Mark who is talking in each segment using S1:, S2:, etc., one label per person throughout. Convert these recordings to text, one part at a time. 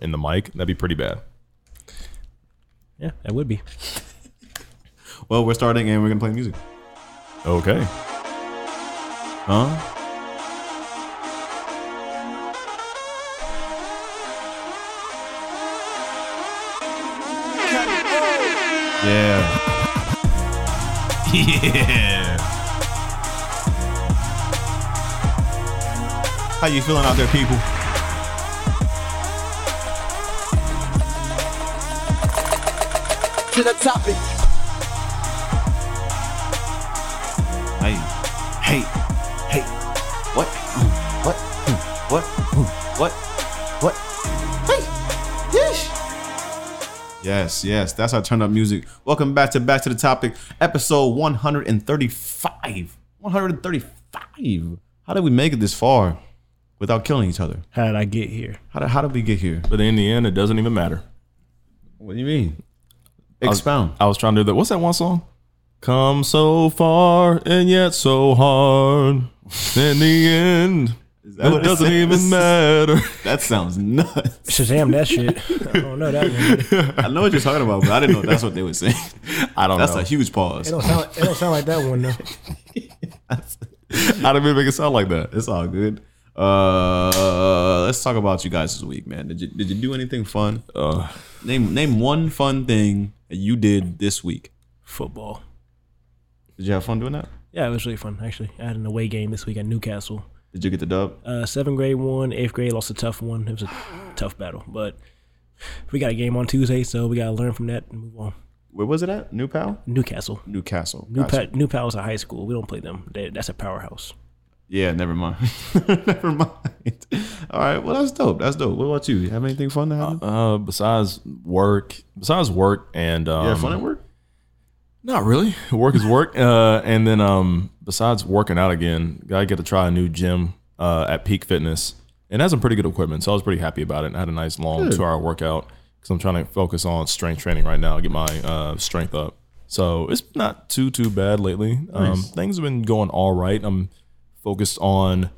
S1: in the mic, that'd be pretty bad.
S2: Yeah, it would be.
S1: Well, we're starting and we're gonna play music. Okay. Huh? Yeah.
S3: Yeah.
S1: How you feeling out there, people?
S4: to the topic.
S3: Hey. Hey. Hey. What? Mm. What? Mm. What? Mm. What? What?
S1: Yes, yes, that's our turn up music. Welcome back to Back to the Topic, episode 135. 135. How did we make it this far without killing each other?
S2: How did I get here?
S1: How did, how did we get here?
S5: But in the end, it doesn't even matter.
S1: What do you mean? Expound.
S5: I was trying to do that. What's that one song? Come so far and yet so hard. In the end,
S1: that what
S5: it
S1: it
S5: doesn't
S1: says?
S5: even matter.
S1: that sounds nuts.
S2: Shazam that shit. I don't know Oh, that one.
S1: I know what you're talking about, but I didn't know that's what they were saying.
S5: I don't
S1: That's
S5: know.
S1: a huge pause.
S2: It don't sound, it don't sound like that one, though.
S5: I didn't even make it sound like that.
S1: It's all good. Uh, let's talk about you guys this week, man. Did you did you do anything fun?
S5: Uh,
S1: Name name one fun thing that you did this week.
S2: Football.
S1: Did you have fun doing that?
S2: Yeah, it was really fun, actually. I had an away game this week at Newcastle.
S1: Did you get the dub?
S2: Uh, seventh grade won, eighth grade lost a tough one. It was a tough battle, but we got a game on Tuesday, so we got to learn from that and move on.
S1: Where was it at? New Pal?
S2: Newcastle.
S1: Newcastle.
S2: New,
S1: Gotcha.
S2: pa- New Pal is a high school. We don't play them. They, that's a powerhouse.
S1: Yeah, never mind. never mind. All right. Well, that's dope. That's dope. What about you? You Have anything fun that happened?
S5: uh, besides work, besides work and um,
S1: you had fun at work?
S5: Not really. Work is work. Uh, and then um, besides working out again, I get to try a new gym uh, at Peak Fitness, and it has some pretty good equipment. So I was pretty happy about it. And I had a nice long two-hour workout because I'm trying to focus on strength training right now, get my uh, strength up. So it's not too too bad lately. Um, things have been going all right. I'm focused on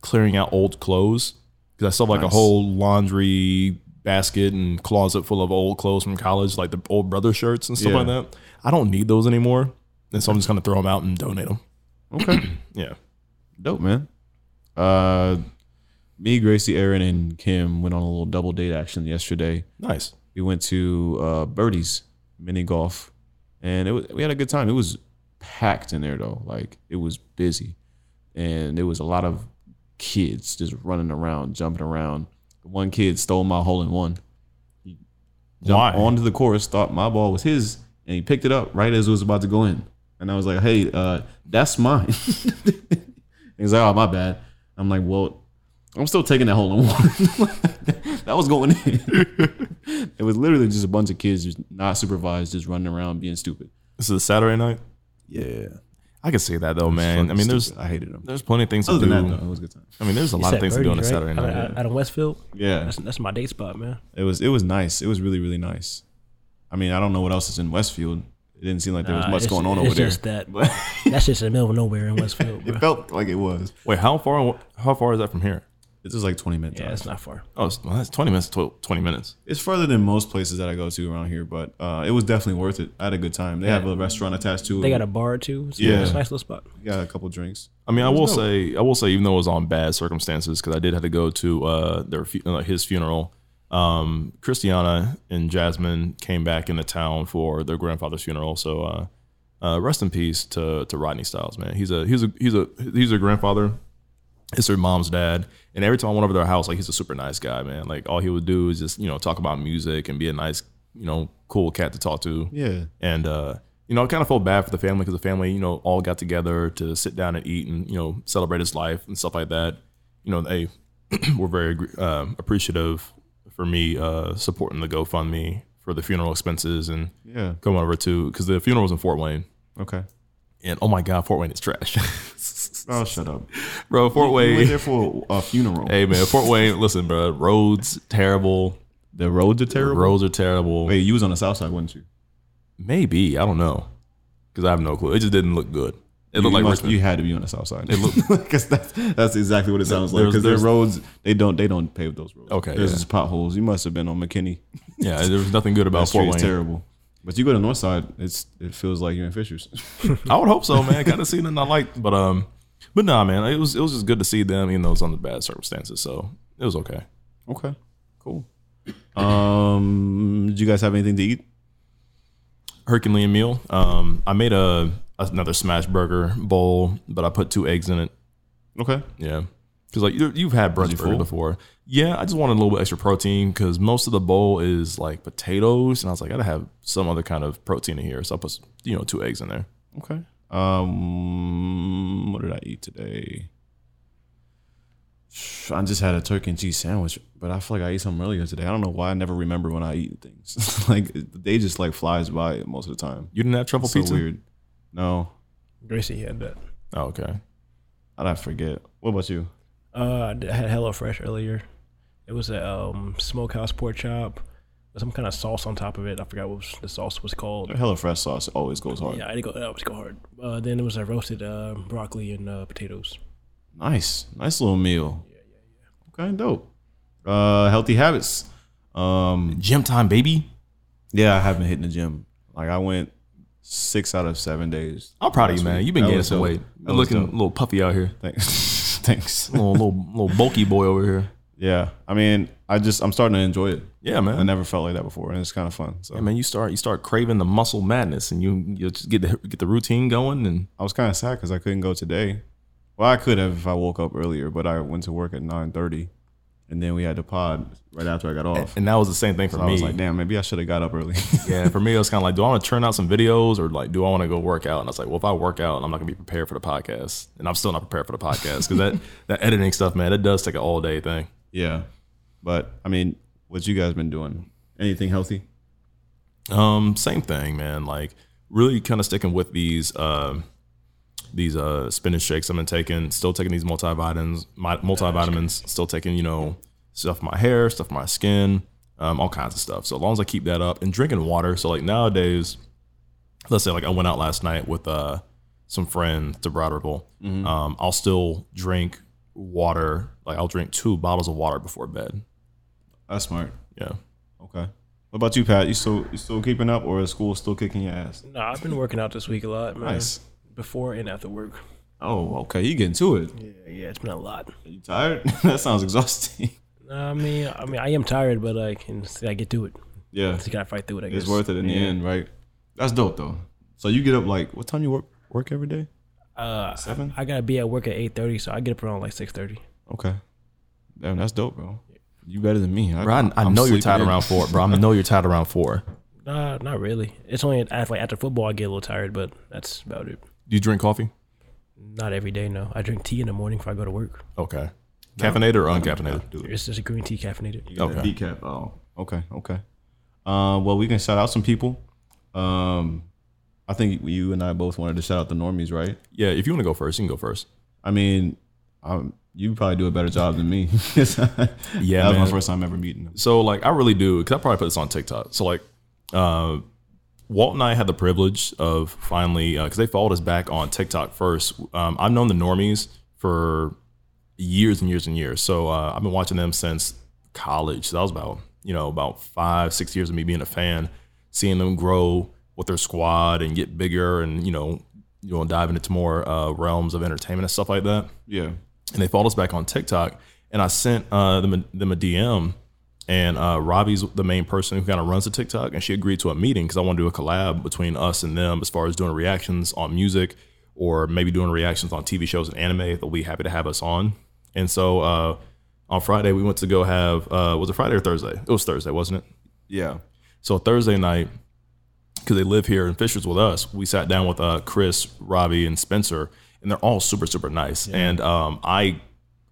S5: clearing out old clothes because I still have like a whole laundry basket and closet full of old clothes from college, like the old brother shirts and stuff
S1: Yeah.
S5: like that. I don't need those anymore, and so I'm just gonna throw them out and donate them.
S1: Okay.
S5: Yeah,
S1: dope, man. Uh, me, Gracie, Aaron, and Kim went on a little double date action yesterday.
S5: nice.
S1: we went to uh, Birdie's mini golf, and it was, we had a good time. It was packed in there though, like it was busy, and there was a lot of kids just running around, jumping around. One kid stole my hole in one. He
S5: Why?
S1: jumped onto the course, thought my ball was his, and he picked it up right as it was about to go in. And I was like, "Hey, uh, that's mine." He's like, "Oh, my bad." I'm like, "Well, I'm still taking that hole in one." that was going in. it was literally just a bunch of kids, just not supervised, just running around being stupid.
S5: This is a Saturday night.
S1: Yeah,
S5: I can see that though, man. I mean, there's
S1: I hated them.
S5: there's plenty of things to
S1: Other
S5: do.
S1: than that, though, it was a good time.
S5: I mean, there's a lot
S2: Set
S5: of things to do on a
S2: birdies, right?
S5: Saturday night.
S2: Out of- Out of Westfield.
S1: Yeah,
S2: That's, that's my date spot, man.
S1: it was. It was nice. It was really, really nice. I mean, I don't know what else is in Westfield. It didn't seem like there was
S2: Nah,
S1: much
S2: it's-
S1: going on over
S2: it's
S1: there.
S2: just that-
S1: but
S2: That's just in the middle of nowhere in Westfield, bro.
S1: it felt like it was.
S5: Wait, how far? How far is that from here?
S1: It's just like 20 minutes.
S2: Yeah, it's not far.
S5: Oh, it's, well, that's 20 minutes. 12, 20 minutes.
S1: It's further than most places that I go to around here, but uh, it was definitely worth it. I had a good time. They have a restaurant attached to it.
S2: They got a bar too. So
S1: Yeah.
S2: yeah, it's a nice little spot.
S1: We got a couple drinks.
S5: I mean, I will say, I will say, even though it was on bad circumstances, because I did have to go to uh, their fu- uh, his funeral. Um, Christiana and Jasmine came back into town for their grandfather's funeral. So, uh, uh, rest in peace to to Rodney Styles, man. He's a he's a he's a he's a grandfather. It's her mom's dad, and every time I went over to their house, like he's a super nice guy, man. Like all he would do is just you know talk about music and be a nice you know cool cat to talk to.
S1: Yeah.
S5: And uh, you know, I kind of felt bad for the family because the family, you know, all got together to sit down and eat and you know celebrate his life and stuff like that. You know, they were very agree- um appreciative for me uh, supporting the GoFundMe for the funeral expenses and
S1: Yeah.
S5: coming over to because the funeral was in Fort Wayne.
S1: Okay.
S5: And oh my God, Fort Wayne is trash,
S1: Oh, shut up.
S5: bro. Fort
S1: We went
S5: Wayne,
S1: there for a funeral.
S5: hey man, Fort Wayne. Listen, bro, roads terrible.
S1: The roads are terrible.
S5: Roads are terrible.
S1: Wait, you was on the south side, wasn't you?
S5: Maybe I don't know because I have no clue. It just didn't look good. It looked
S1: you
S5: like
S1: must-
S5: Richmond.
S1: you had to be on the south side.
S5: It looked-
S1: because that's, that's exactly what it sounds like.
S5: There's-
S1: Because their
S5: there's-
S1: roads, they don't they don't pave those roads.
S5: Okay,
S1: there's
S5: yeah.
S1: just potholes. You must have been on McKinney.
S5: yeah, there was nothing good
S1: That
S5: about Fort
S1: street
S5: Wayne.
S1: is terrible. But you go to north side, it's it feels like you're in Fishers.
S5: I would hope so, man. Kind of seen and I liked, but um, but nah, man. It was it was just good to see them, even though it's under bad circumstances. So it was okay.
S1: okay, cool. Um, did you guys have anything to eat?
S5: Herculean meal. Um, I made a another smash burger bowl, but I put two eggs in it.
S1: Okay,
S5: Yeah, because like you, you've had brunch
S1: you
S5: burger
S1: full?
S5: before. Yeah, I just wanted a little bit extra protein because most of the bowl is like potatoes, and I was like, I gotta have some other kind of protein in here. So I put you know two eggs in there.
S1: okay.
S5: Mm,
S1: Um, what did I eat today? I just had a turkey and cheese sandwich, but I feel like I ate something earlier today. I don't know why I never remember when I eat things. like the day just like flies by most of the time.
S5: You didn't have truffle
S1: It's so
S5: pizza.
S1: weird. No,
S2: Gracie had that.
S5: Oh, okay.
S1: I forget. What about you?
S2: Uh, I d- had HelloFresh earlier. It was a um, smokehouse pork chop with some kind of sauce on top of it. I forgot what was, the sauce was called.
S1: HelloFresh sauce always goes hard.
S2: Yeah, I didn't go. That was go hard. Uh, then it was a roasted uh, broccoli and uh, potatoes.
S1: Nice, nice little meal. Yeah, yeah, yeah. Okay, dope. Uh, healthy habits. Um,
S5: Gym time, baby.
S1: yeah, I haven't hit the gym. Like I went six out of seven days.
S5: I'm proud of
S1: Last
S5: you, man.
S1: week.
S5: You've been
S1: That
S5: gaining
S1: was
S5: some
S1: dope.
S5: weight.
S1: That
S5: You're
S1: was
S5: looking a
S1: dope.
S5: little puffy out here.
S1: Thanks, thanks.
S5: little, little little bulky boy over here.
S1: Yeah, I mean, I just I'm starting to enjoy it.
S5: Yeah, man.
S1: I never felt like that before, and it's kind of fun. So
S5: Yeah, man, you start you start craving the muscle madness, and you you just get the get the routine going, and
S1: I was kind of sad because I couldn't go today. Well, I could have if I woke up earlier, but I went to work at nine thirty, and then we had the pod right after I got off.
S5: and that was the same thing for
S1: So I
S5: me.
S1: was like, damn, maybe I should have got up early.
S5: yeah, for me it was kind of like, do I want to turn out some videos or like do I want to go work out? And I was like, well, if I work out, I'm not gonna be prepared for the podcast, and I'm still not prepared for the podcast because that that editing stuff, man, it does take an all day thing.
S1: yeah, but I mean, what you guys been doing? Anything healthy?
S5: Um, same thing, man. Like really kind of sticking with these uh these uh spinach shakes I've been taking, still taking these multivitamins, my multivitamins, still taking, you know, stuff for my hair, stuff for my skin, um, all kinds of stuff. So as long as I keep that up and drinking water. So like nowadays, let's say like I went out last night with uh some friends to Broad Ripple.
S1: Mm-hmm.
S5: Um, I'll still drink water, like I'll drink two bottles of water before bed.
S1: That's smart.
S5: Yeah.
S1: Okay. What about you, Pat? You still you still keeping up, or is school still kicking your ass?
S2: No, I've been working out this week a lot, man.
S1: Nice.
S2: Before and after work.
S1: Oh, okay. You getting to it?
S2: Yeah, yeah, it's been a lot.
S1: You tired? that sounds exhausting.
S2: I mean, I mean, I am tired, but I can I get through it.
S1: Yeah,
S2: Just gotta fight through it. I guess
S1: it's worth it in the end, right? That's dope though. So you get up like what time you work work every day?
S2: Uh,
S1: Seven.
S2: I gotta be at work at eight thirty, so I get up around like six thirty.
S1: Okay. Damn, that's dope, bro. You better than me.
S5: Bro, I, I
S1: I'm
S5: know you're
S1: sleeping
S5: tired
S1: in.
S5: around four, bro. I know you're tired around four.
S2: Nah, Uh, not really. It's only at, like after football I get a little tired, but that's about it.
S5: Do you drink coffee?
S2: Not every day, no. I drink tea in the morning before I go to work.
S5: Okay. Caffeinated or uncaffeinated?
S2: It's just a green tea caffeinated.
S1: Okay. Decaf. Oh, okay, okay. Uh, well, we can shout out some people. Um, I think you and I both wanted to shout out the normies, right?
S5: Yeah, if you want to go first, you can go first.
S1: I mean, um, you probably do a better job than me. yeah, that
S5: Yeah,
S1: was my
S5: man.
S1: first time ever meeting them.
S5: So, like, I really do, because I probably put this on TikTok. So, like, uh, Walt and I had the privilege of finally, because they followed us back on TikTok first. Um, I've known the normies for years and years and years. So, uh, I've been watching them since college. So, that was about, you know, about five, six years of me being a fan, seeing them grow with their squad and get bigger and, you know, you know, dive into more uh, realms of entertainment and stuff like that.
S1: Yeah,
S5: and they followed us back on TikTok. And I sent uh, them, a, them a DM, and uh, Robbie's the main person who kind of runs the TikTok, and she agreed to a meeting because I want to do a collab between us and them as far as doing reactions on music or maybe doing reactions on TV shows and anime. They'll be happy to have us on. And so uh, on Friday, we went to go have, uh, was it Friday or Thursday? It was Thursday, wasn't it?
S1: yeah.
S5: So Thursday night, because they live here in Fisher's with us, we sat down with uh, Chris, Robbie, and Spencer, and they're all super, super nice. And um, I,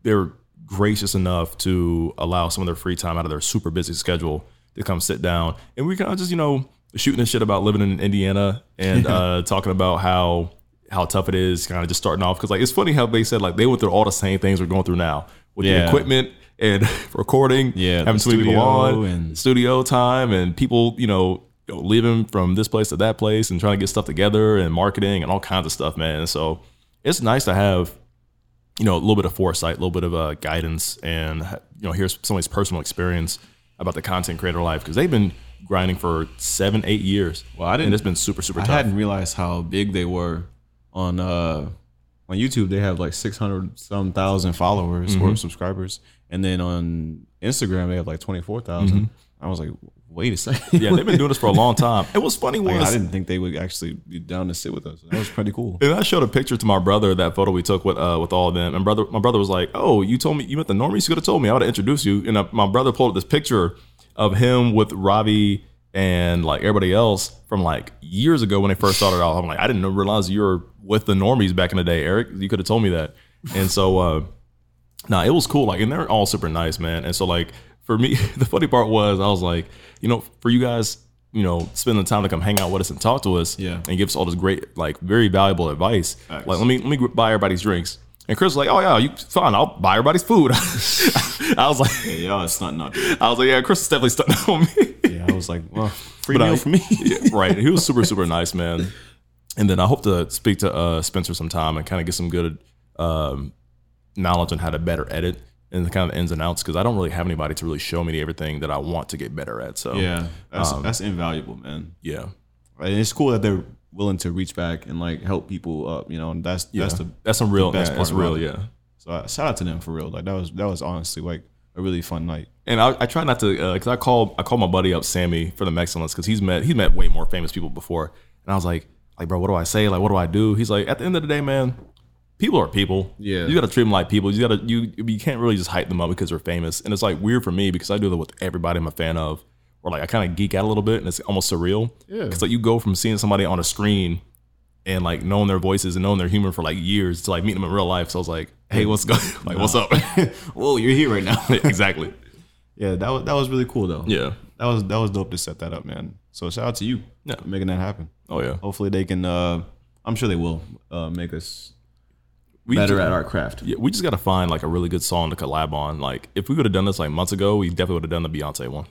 S5: they're gracious enough to allow some of their free time out of their super busy schedule to come sit down, and we kind of just you know shooting the shit about living in Indiana and uh, talking about how how tough it is, kind of just starting off because like it's funny how they said like they went through all the same things we're going through now with the
S1: Yeah.
S5: equipment and recording,
S1: Yeah,
S5: having
S1: the
S5: too many people
S1: studio
S5: on,
S1: and-
S5: studio time, and people you know you know, leaving from this place to that place and trying to get stuff together and marketing and all kinds of stuff, man. And so it's nice to have, you know, a little bit of foresight, a little bit of uh, guidance, and you know, here's somebody's personal experience about the content creator life because they've been grinding for seven, eight years.
S1: Well, I didn't-
S5: And it's been super, super
S1: I
S5: tough.
S1: hadn't realized how big they were on uh on YouTube. They have like six hundred some thousand followers
S5: Mm-hmm.
S1: or subscribers, and then on Instagram they have like twenty four I was like, wait a second.
S5: Mm-hmm. yeah, they've been doing this for a long time. It was funny
S1: Like,
S5: was
S1: I didn't think they would actually be down to sit with us. That was pretty cool.
S5: And I showed a picture to my brother of that photo we took with uh, with all of them. And brother, my brother was like, "Oh, you told me you met the normies. You could have told me. I would have introduced you." And uh, my brother pulled up this picture of him with Ravi and like everybody else from like years ago when they first started out. I'm like, I didn't know- realize you were with the normies back in the day, Eric. You could have told me that. And so, uh, nah, it was cool. Like, and they're all super nice, man. And so, like, for me, the funny part was I was like, you know, for you guys, you know, spending the time to come hang out with us and talk to us,
S1: Yeah.
S5: and give us all this great, like, very valuable advice. Like, let me let me buy everybody's drinks. And Chris was like, oh yeah, you fine. I'll buy everybody's food. I was like,
S1: Yeah, it's not not.
S5: I was like, yeah, Chris is definitely stuck on me.
S1: Yeah, I was like, well, free
S5: But
S1: meal
S5: I-
S1: for me.
S5: Yeah, right. He was super, super nice, man. And then I hope to speak to uh, Spencer sometime and kind of get some good um, knowledge on how to better edit and the kind of ins and outs because I don't really have anybody to really show me everything that I want to get better at. So um,
S1: Yeah, that's that's invaluable, man.
S5: yeah,
S1: And it's cool that they're willing to reach back and like help people up. You know, and that's
S5: yeah.
S1: that's the
S5: that's some real,
S1: best
S5: yeah, that's
S1: part
S5: real,
S1: about it.
S5: yeah.
S1: so uh, shout out to them for real. Like that was that was honestly like a really fun night.
S5: And I, I try not to because I call I call my buddy up Sammy for the Mexicans because he's met he's met way more famous people before, and I was like, like bro, what do I say? Like, what do I do? He's like, at the end of the day, man, people are people.
S1: Yeah.
S5: you got to treat them like people. You got to you you can't really just hype them up because they're famous. And it's like weird for me because I do that with everybody I'm a fan of, where like I kind of geek out a little bit and it's almost surreal. Yeah, because like you go from seeing somebody on a screen and like knowing their voices and knowing their humor for like years to like meeting them in real life. So I was like, hey, what's going? like, what's up?
S1: Whoa, you're here right now.
S5: exactly.
S1: Yeah, that was that was really cool though.
S5: Yeah.
S1: That was that was dope to set that up, man. So shout out to you
S5: Yeah.
S1: for making that happen.
S5: Oh yeah.
S1: Hopefully they can uh I'm sure they will uh make us
S5: we
S1: better
S5: just,
S1: at our craft.
S5: Yeah, we just got to find like a really good song to collab on. Like if we would have done this like months ago, we definitely would have done the Beyonce one.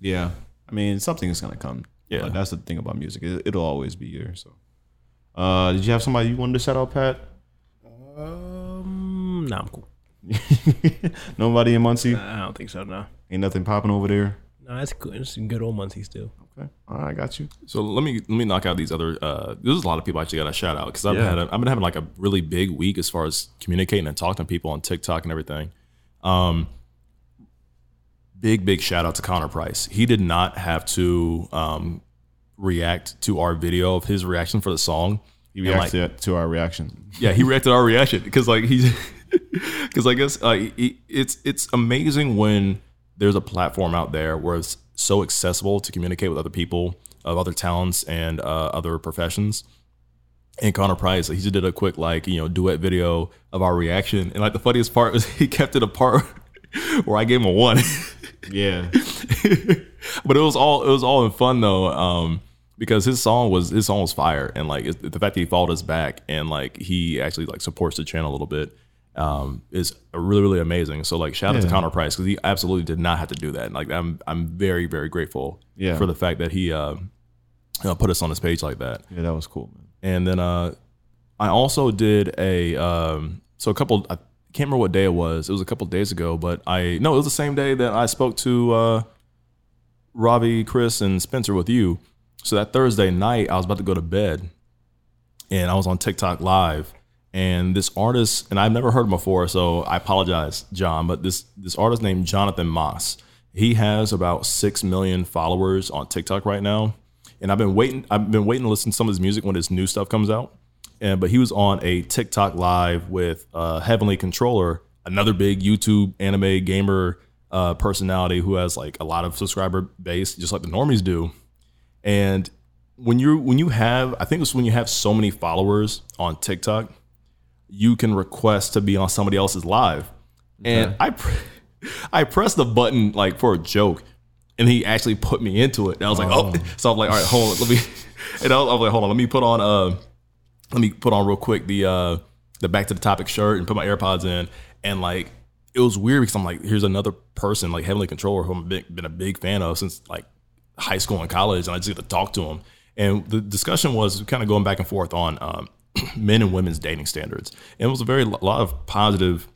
S1: Yeah. I mean, something is gonna come.
S5: Yeah.
S1: But that's the thing about music. It, it'll always be here, so. Uh did you have somebody you wanted to shout out, Pat?
S2: Um, nah, I'm cool.
S1: Nobody in Muncie?
S2: I don't think so. No,
S1: Ain't nothing popping over there.
S2: no, that's good. It's some good old Muncie still.
S1: Okay. All right, I got you.
S5: So let me let me knock out these other. Uh, there's a lot of people I actually got to shout out because I've
S1: Yeah.
S5: had a, I've been having like a really big week as far as communicating and talking to people on TikTok and everything. Um, big big shout out to Connor Price. He did not have to um, react to our video of his reaction for the song.
S1: He
S5: And, like,
S1: reacted to our reaction.
S5: yeah, he reacted to our reaction because like he's because I guess uh, he- it's it's amazing when there's a platform out there where it's so accessible to communicate with other people of other talents and uh, other professions. And Connor Price, he just did a quick like you know duet video of our reaction, and like the funniest part was he kept it apart where I gave him a one.
S1: Yeah.
S5: but it was all it was all in fun though um because his song was his song was fire and like it, the fact that he followed us back and like he actually like supports the channel a little bit um is really really amazing so like shout out to
S1: Yeah.
S5: Connor Price because he absolutely did not have to do that and, like I'm I'm very very grateful
S1: Yeah.
S5: for the fact that he uh, uh put us on his page like that
S1: yeah, that was cool, man.
S5: and then uh, I also did a um, so a couple. I can't remember what day it was. It was a couple days ago, but I no, it was the same day that I spoke to uh, Robbie, Chris, and Spencer with you. So that Thursday night, I was about to go to bed, and I was on TikTok live. And this artist, and I've never heard him before, so I apologize, John. But this this artist named Jonathan Moss, he has about six million followers on TikTok right now. And I've been waiting, I've been waiting to listen to some of his music when his new stuff comes out. And but he was on a TikTok live with uh, Heavenly Controller, another big YouTube anime gamer uh, personality who has like a lot of subscriber base, just like the normies do. And when you when you have, I think it's when you have so many followers on TikTok, you can request to be on somebody else's live. And I pre- I pressed the button like for a joke, and he actually put me into it. And I was like, oh, so I'm like, all right, hold on, let me. And I was, I was like, hold on, let me put on uh, let me put on real quick the uh the back to the topic shirt and put my AirPods in and like it was weird because I'm like here's another person like Heavenly Controller who I've been, been a big fan of since like high school and college, and I just get to talk to them. And the discussion was kind of going back and forth on um, men and women's dating standards, and it was a very lo- lot of positive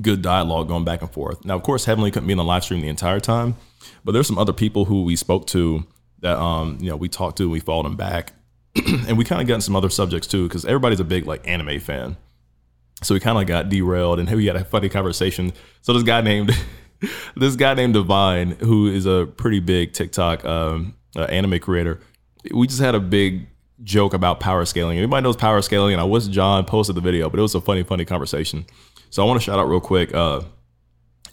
S5: good dialogue going back and forth. Now, of course, Heavenly couldn't be in the live stream the entire time, but there's some other people who we spoke to that um, you know we talked to, we followed them back, and we kind of got in some other subjects too because everybody's a big like anime fan. So we kind of got derailed, and we had a funny conversation. So this guy named this guy named Divine, who is a pretty big TikTok um, uh, anime creator, we just had a big joke about power scaling. Anybody knows power scaling? And I wish John posted the video, but it was a funny, funny conversation. So I want to shout out real quick uh,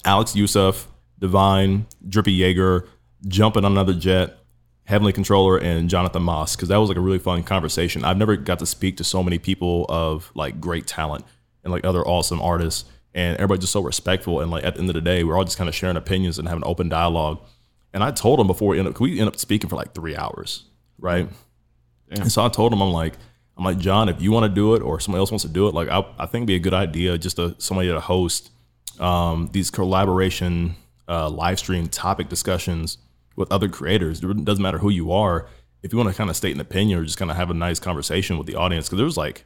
S5: Alex Youssef, Divine, Drippy Jaeger, Jumping on Another Jet, Heavenly Controller, and Jonathan Moss, because that was like a really fun conversation. I've never got to speak to so many people of like great talent and like other awesome artists. And everybody's just so respectful. And like at the end of the day, we're all just kind of sharing opinions and having open dialogue. And I told him before we end up, 'cause we end up speaking for like three hours, right? And so I told him, I'm like, I'm like, John, if you want to do it or somebody else wants to do it, like, I, I think it'd be a good idea just to somebody to host um, these collaboration uh, live stream topic discussions with other creators. It doesn't matter who you are. If you want to kind of state an opinion or just kind of have a nice conversation with the audience, because there was like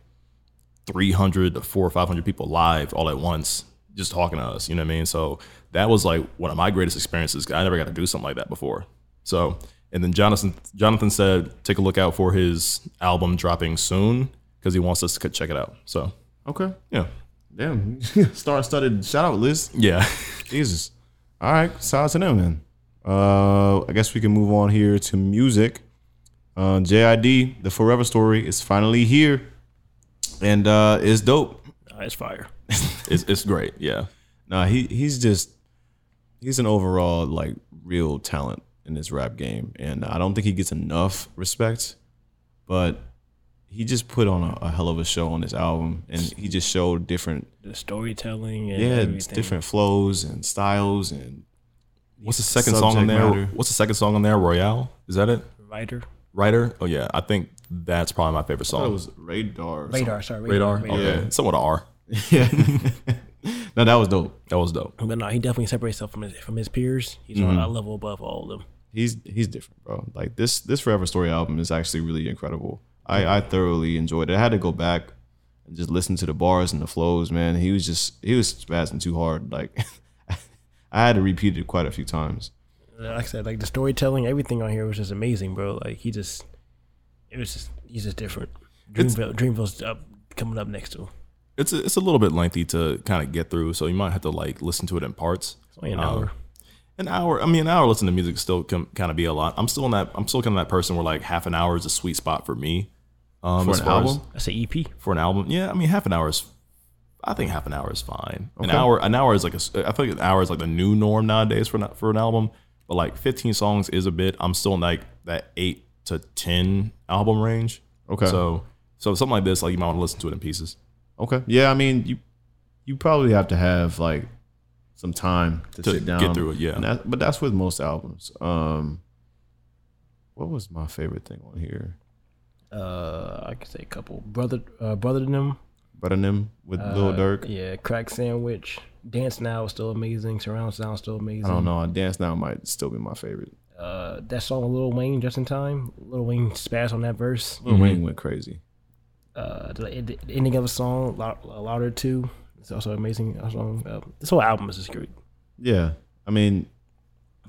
S5: 300 to four or 500 people live all at once just talking to us. You know what I mean? So that was like one of my greatest experiences. 'cause I never got to do something like that before. So, and then Jonathan, Jonathan said, take a look out for his album dropping soon because he wants us to check it out. So,
S1: Okay.
S5: yeah.
S1: Damn. Star studded shout out list.
S5: Yeah.
S1: Jesus. All right. Shout out to them then. Uh, I guess we can move on here to music. Uh, JID, The Forever Story is finally here. And uh, it's dope.
S2: Nah, it's fire.
S5: it's, it's great. Yeah.
S1: Nah, he he's just he's an overall like real talent in this rap game, and I don't think he gets enough respect. But he just put on a, a hell of a show on this album, and he just showed different
S2: The storytelling and
S1: yeah, it's
S2: everything.
S1: different flows and styles, and
S5: What's the second
S1: Subject
S5: song on there?
S1: matter.
S5: What's the second song on there? Royale? Is that it?
S2: Writer.
S5: Writer? Oh, yeah. I think that's probably my favorite song.
S1: Radar.
S2: Radar, sorry.
S5: Radar.
S2: radar.
S5: Okay.
S1: Yeah.
S5: Somewhat of R.
S1: Yeah, no, that was dope.
S5: That was dope.
S2: But no, he definitely separates himself from his from his peers. He's on a level above all of them.
S1: he's he's different, bro. Like this this Forever Story album is actually really incredible. I I thoroughly enjoyed it. I had to go back and just listen to the bars and the flows, man. He was just he was spazzing too hard. Like I had to repeat it quite a few times.
S2: Like I said, like the storytelling, everything on here was just amazing, bro. Like he just, it was just he's just different. Dreamville, Dreamville's up coming up next to him.
S5: it's a, it's a little bit lengthy to kind of get through, so you might have to like listen to it in parts.
S2: It's only an
S5: Um,
S2: hour.
S5: An hour. I mean, an hour listening to music still can kind of be a lot. I'm still in that. I'm still kind of that person where like half an hour is a sweet spot for me. Um,
S1: For
S5: as
S1: an
S5: far as-
S1: album?
S2: That's an EP.
S5: for an album, yeah. I mean, half an hour is. I think half an hour is fine. An hour. An hour is like a. s- I feel like an hour is like the new norm nowadays for an, for an album. But like 15 songs is a bit. I'm still in like that eight to 10 album range.
S1: Okay.
S5: So so something like this, like you might want to listen to it in pieces.
S1: Okay. Yeah, I mean you you probably have to have like some time to,
S5: To
S1: sit down
S5: get through it, yeah.
S1: And that- but that's with most albums. Um, what was my favorite thing on here?
S2: Uh, I can say a couple. Brother, uh, brother than him.
S1: Brother Nim with
S2: Uh,
S1: Lil Durk.
S2: Yeah, crack sandwich. Dance now is still amazing. Surround sound still amazing.
S1: I don't know. Dance Now might still be my favorite.
S2: Uh, that song with Lil Wayne just in time. Lil Wayne spazzed on that verse. Mm-hmm.
S1: Lil
S5: Mm-hmm.
S1: Wayne went crazy.
S2: Uh, the, the ending of a song, Lou- louder too. It's also amazing song. Uh, this whole album is just great.
S1: Yeah. I mean,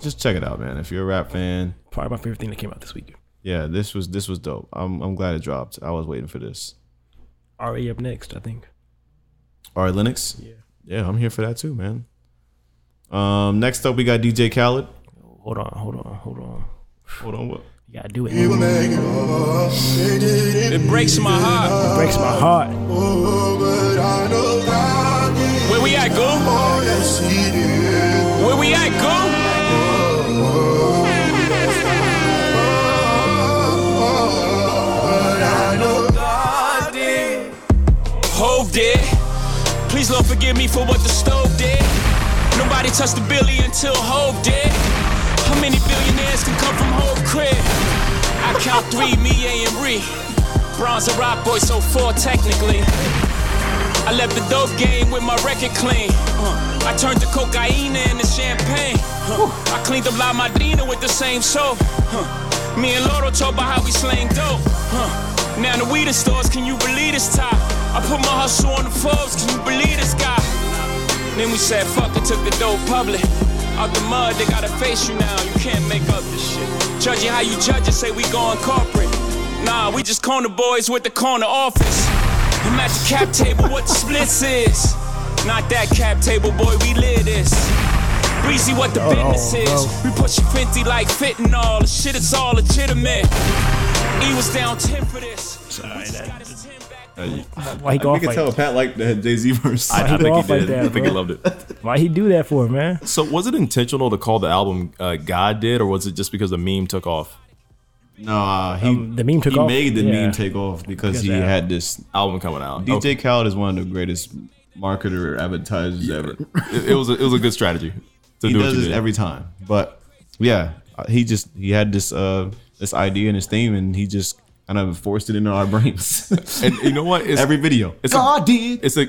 S1: just check it out, man. If you're a rap fan,
S2: Probably my favorite thing that came out this week.
S1: yeah, this was this was dope. I'm I'm glad it dropped. I was waiting for this.
S2: RA up next, I think.
S1: All right, Linux. Yeah. Yeah, I'm here for that too, man. Um, next up we got DJ Khaled.
S2: Hold on, hold on, hold on.
S1: Hold on, what?
S2: You gotta do it. It
S6: It breaks my heart.
S2: breaks my heart.
S6: Where we at, go? Where we at, go? Hove did. Please, Lord, forgive me for what the stove did. Nobody touched the billy until Hove did. How many billionaires can come from Hove crib? I count three, me, A, and Ree. Bronze and rock boy, so four technically. I left the dope game with my record clean. Uh, I turned the cocaine into champagne. Huh. I cleaned up La Madrina with the same soap. Huh. Me and Loro talk about how we slang dope. Huh. Now the weed is stores, can you believe this top? I put my hustle on the Forbes, can you believe this guy? Then we said, fuck it, took the dope public. Out the mud, they gotta face you now. You can't make up this shit. Judging how you judge it, say we going corporate. Nah, we just corner boys with the corner office. I'm at the cap table, what the splits is. Not that cap table, boy, we live this. Breezy, what the business is. We pushing 50 like fitting all. The shit is all legitimate. He was down 10 for this.
S2: Sorry, that, why
S1: Why
S2: he go
S1: we
S2: off
S1: can
S2: like,
S1: tell Pat liked the Jay Z verse.
S5: I,
S2: he
S5: I
S2: go
S5: think
S2: off
S5: he
S2: like
S5: did.
S2: that,
S5: I think he
S2: bro?
S5: loved it.
S2: why he do that for, man?
S5: So was it intentional to call the album uh, "God Did" or was it just because the meme took off?
S1: Nah, uh, he
S2: Um, the meme took
S1: he
S2: off?
S1: made the
S2: Yeah.
S1: meme take off because he
S2: that-
S1: had this.
S5: Album coming out.
S1: DJ
S5: Okay.
S1: Khaled is one of the greatest marketer advertisers ever.
S5: It, it was a, it was a good strategy. To
S1: he
S5: do what
S1: does
S5: you
S1: this
S5: did.
S1: every time. But yeah, uh, he just he had this uh this idea and his theme, and he just kind of forced it into our brains.
S5: And you know what? It's,
S1: Every video,
S5: it's God did. It's a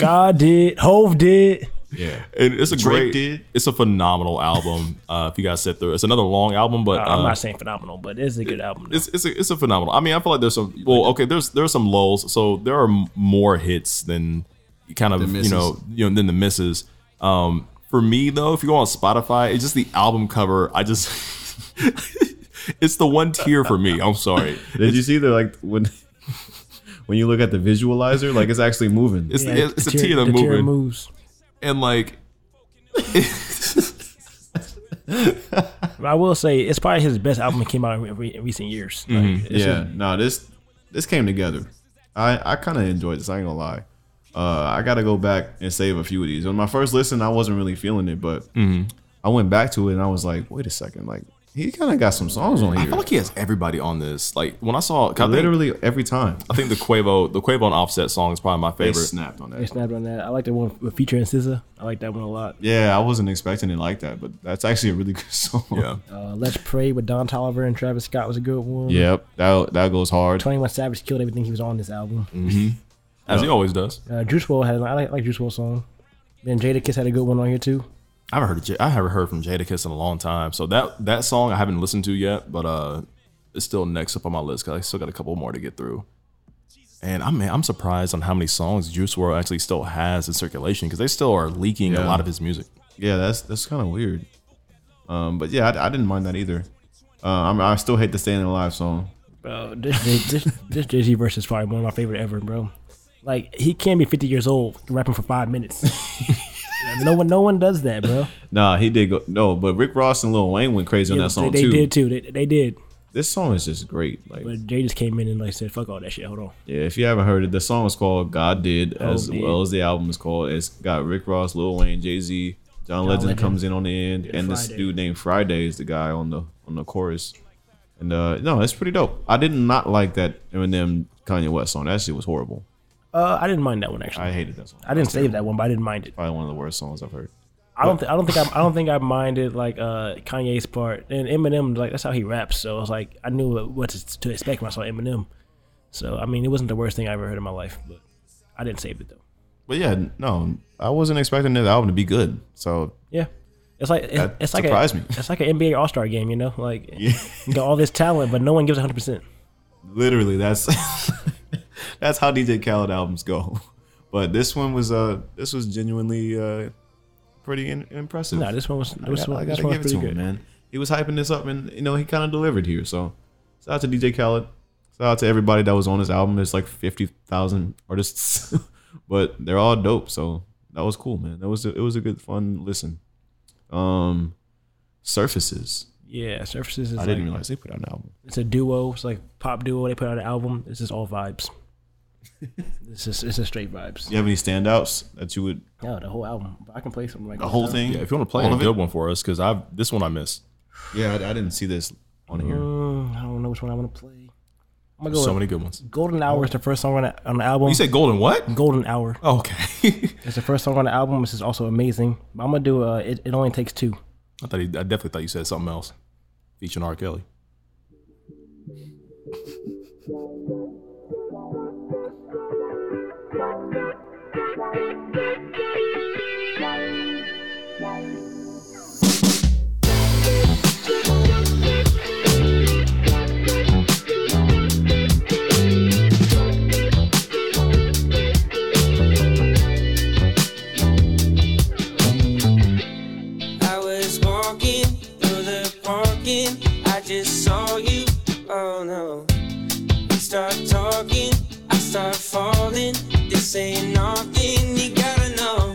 S2: God did, Hove did.
S1: yeah.
S5: And it's a
S1: Drake
S5: great,
S1: did.
S5: it's a phenomenal album. Uh, if you guys sit through, it. it's another long album, but
S2: I'm
S5: uh,
S2: not saying phenomenal, but it's a good album. though.
S5: it's it's a, it's a phenomenal. I mean, I feel like there's some. Well, okay, there's there are some lulls. So there are m- more hits than you kind of you
S1: misses.
S5: know you know than the misses. Um, for me though, if you go on Spotify, it's just the album cover. I just it's the one tier for me. I'm sorry.
S1: Did you see the like when when you look at the visualizer, like it's actually moving.
S5: It's
S2: Yeah,
S5: the, it's
S2: the
S5: a tier that's
S2: the tier
S5: moving,
S2: moves.
S5: and like
S2: But I will say it's probably his best album that came out in, re- re- in recent years.
S5: Mm-hmm.
S2: Like, it's
S1: Mm-hmm. yeah, no, this this came together. I I kind of enjoyed this. I ain't gonna lie. Uh, I gotta go back and save a few of these. On my first listen, I wasn't really feeling it, but
S5: Mm-hmm.
S1: I went back to it and I was like, wait a second, like he kind of got some songs on
S5: I
S1: here.
S5: feel like he has everybody on this. Like when I saw, 'cause I think,
S1: Literally every time.
S5: I think the Quavo, the Quavo and Offset song is probably my
S1: They
S5: favorite.
S1: snapped on
S2: They
S1: that.
S2: snapped on that. I like the one with featuring SZA. I like that one a lot.
S1: Yeah, I wasn't expecting it like that, but that's actually a really good song.
S5: Yeah,
S2: Uh, Let's Pray with Don Tolliver and Travis Scott was a good one.
S1: Yep. That that goes hard.
S2: 21 Savage killed everything he was on this album.
S5: Mm-hmm.
S1: Mm-hmm.
S5: as he always does.
S2: Uh, Juice WRLD had I like, like Juice WRLD song. Then Jada Kiss had a good one on here too.
S5: I haven't heard of J- I haven't heard from Jadakiss in a long time. So that that song I haven't listened to yet, but uh, it's still next up on my list because I still got a couple more to get through. And I'm I'm surprised on how many songs Juice World actually still has in circulation because they still are leaking a
S1: Yeah.
S5: lot of his music.
S1: Yeah, that's that's kind of weird. Um, but yeah, I, I didn't mind that either. Uh, I'm, I still hate the "Staying Alive" song.
S2: Bro, this this, this Jay Z verse is probably one of my favorite ever, bro. Like he can't be 50 years old rapping for five minutes. no one, no one does that, bro.
S1: Nah, he did go no, but Rick Ross and Lil Wayne went crazy on
S2: Yeah,
S1: that song
S2: they, they
S1: too.
S2: did too. They, they did.
S1: This song is just great. Like,
S2: But Jay just came in and like said, "Fuck all that shit. Hold on."
S1: yeah, if you haven't heard it, the song is called "God Did,"
S2: Oh,
S1: as
S2: did.
S1: well as the album is called. It's got Rick Ross, Lil Wayne, Jay Z, John, Legend,
S2: Legend.
S1: comes in on the end, and this
S2: Friday.
S1: dude named Friday is the guy on the on the chorus. And uh, no, it's pretty dope. I did not like that Eminem Kanye West song. That shit was horrible.
S2: Uh, I didn't mind that one actually.
S1: I
S2: I,
S1: hated that song.
S2: didn't save that one, but I didn't mind it.
S1: Probably one of the worst songs I've heard.
S2: I don't. Th- I don't think. I, I don't think I minded like uh, Kanye's part and Eminem. Like that's how he raps. So I was like, I knew what, what to, to expect when I saw Eminem. So I mean, it wasn't the worst thing I ever heard in my life, but I didn't save it though.
S1: But yeah, no, I wasn't expecting the album to be good. So
S2: Yeah, it's like it's,
S1: That
S2: it's like
S1: surprised
S2: a,
S1: me.
S2: It's like an NBA All Star game, you know, like you got all this talent, but no one gives hundred percent.
S1: literally, that's that's how DJ Khaled albums go. But this one was uh this was genuinely uh pretty in- impressive.
S2: No, this one was
S1: I
S2: this
S1: gotta- I
S2: one, this
S1: gotta
S2: one was
S1: give it
S2: pretty
S1: to
S2: good.
S1: him, man. He was hyping this up, and you know he kind of delivered here. So shout out to DJ Khaled. Shout out to everybody that was on his album. There's like fifty thousand artists, but they're all dope. So that was cool, man. That was a, it was a good fun listen. Um, surfaces.
S2: Yeah, Surfaces is
S1: I
S2: like,
S1: didn't realize they put out an album.
S2: it's a duo. It's like pop duo. They put out an album. This is all vibes. this is it's a straight vibes.
S1: Do you have any standouts that you would
S2: No, the whole album. I can play something like
S1: the whole thing?
S5: Yeah, if you want to play
S1: All
S5: a
S1: of it?
S5: good one for us because I this one I missed.
S1: Yeah, I, I didn't see this on here.
S2: Mm, I don't know which one I want to play. I'm gonna go.
S5: So
S2: with
S5: many good ones.
S2: Golden Hour is the first song on the, on the album.
S5: You said Golden what? Oh,
S2: Golden Hour.
S5: Okay,
S2: It's the first song on the album. This is also amazing. But I'm gonna do. Uh, it, it only takes two.
S5: I thought he, I definitely thought you said something else featuring R. Kelly.
S7: talking. I just saw you. Oh no. We start talking. I start falling. This ain't nothing you gotta know.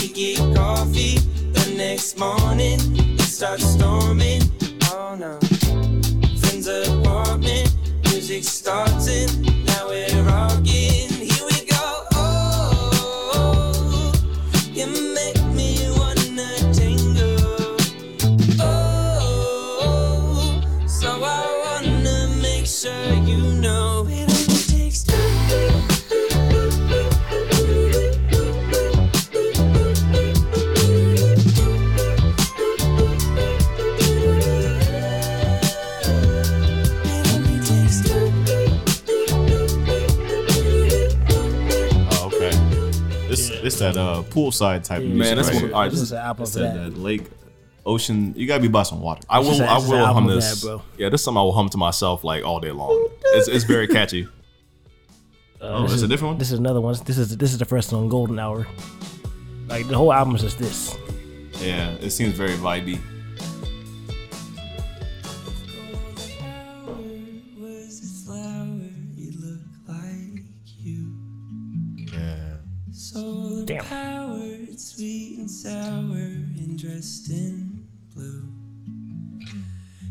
S7: We get coffee the next morning. It starts storming. Oh no. Friends apartment. Music starting. Now we're rocking. Here we go. Oh. You make me wanna tingle. Oh, so I wanna make sure you know it only takes two. It only takes two.
S1: Oh, okay. This this that uh poolside type music.
S5: Man, that's
S1: right
S5: what-
S1: here.
S5: all right,
S2: This
S5: this-
S2: is an apple
S1: It's
S2: for
S1: that,
S2: that.
S1: that lake, ocean. You gotta be by some water.
S5: I will.
S2: just a-
S5: I
S2: it's just
S5: will
S2: an
S5: hum
S2: album of
S5: this.
S2: that, bro.
S5: Yeah, this is something I will hum to myself like all day long. It's, it's very catchy.
S1: Oh,
S2: Uh,
S5: it's
S2: this
S5: Oh, a
S2: is-
S5: different one?
S2: This is another one. This is this is the first one, Golden Hour. Like the whole album is just this.
S1: Yeah, it seems very vibey.
S7: Was a flower, you look like you. Soul
S2: Damn.
S7: empowered, sweet and sour, and dressed in blue.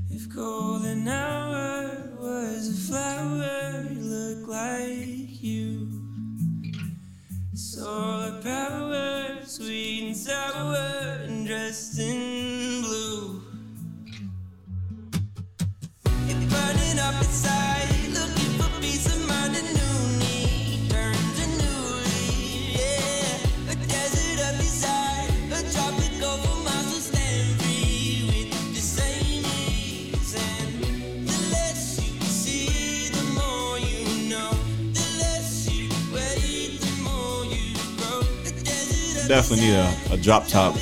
S7: If golden hour was a flower, you look like you. Solar power, sweet and sour, and dressed in blue. You're burning up inside, looking for peace of mind and new need. Turn to new leaf, yeah. A desert of desire, a tropical for miles will stand free with the same ease. And the less you see, the more you know. The less you wait, the more you grow. A desert of
S1: Definitely need a, a drop top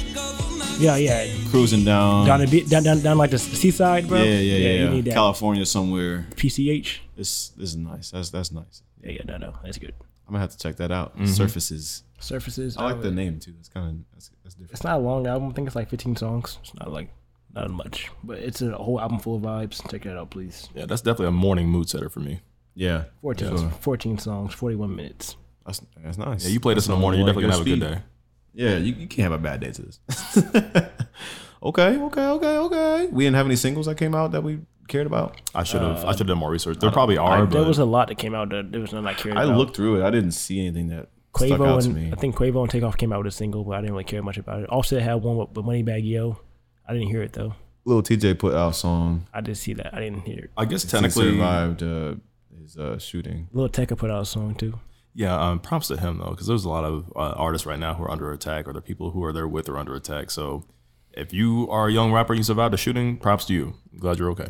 S2: Yeah, yeah.
S1: cruising down.
S2: Down, the, be- down, down, down like the seaside, bro.
S1: yeah, yeah, yeah.
S2: You need that
S1: California somewhere.
S2: PCH.
S1: This this is nice. That's that's nice.
S2: Yeah, yeah, no, no, that's good.
S1: I'm gonna have to check that out.
S5: Mm-hmm.
S1: Surfaces.
S2: Surfaces. Oh,
S1: I like the
S2: would-
S1: name too. That's kind of that's, that's different.
S2: It's not a long album. I think it's like 15 songs. It's not like not much, but it's a whole album full of vibes. Check that out, please.
S5: Yeah, that's definitely a morning mood setter for me.
S1: Yeah,
S2: 14, 14 songs, 41 minutes.
S1: that's that's nice.
S5: Yeah, you play this in the
S1: That's
S5: morning, you're
S1: something
S5: definitely gonna
S1: like
S5: have a good
S1: speed.
S5: day.
S1: Yeah, you, you can't have a bad day to this. okay, okay, okay, okay. We didn't have any singles that came out that we cared about.
S5: I should have. I should have done more research. There probably are,
S2: Uh, There
S5: but
S2: was a lot that came out that there was none I cared
S1: I
S2: about.
S1: looked through it. I didn't see anything that stuck out
S2: Quavo
S1: to
S2: and
S1: me.
S2: I think Quavo and Takeoff came out with a single, but I didn't really care much about it. Offset had one with, with Moneybag Yo. I didn't hear it though.
S1: Little TJ put out a song.
S2: I did see that. I didn't hear it.
S5: I guess
S1: Since
S5: technically,
S1: survived uh, his uh, shooting.
S2: Lil Tecca put out a song too.
S5: yeah. Um, props to him though, because there's a lot of uh, artists right now who are under attack, or the people who are there with are under attack. So, if you are a young rapper, and you survived a shooting. Props to you. I'm glad you're okay.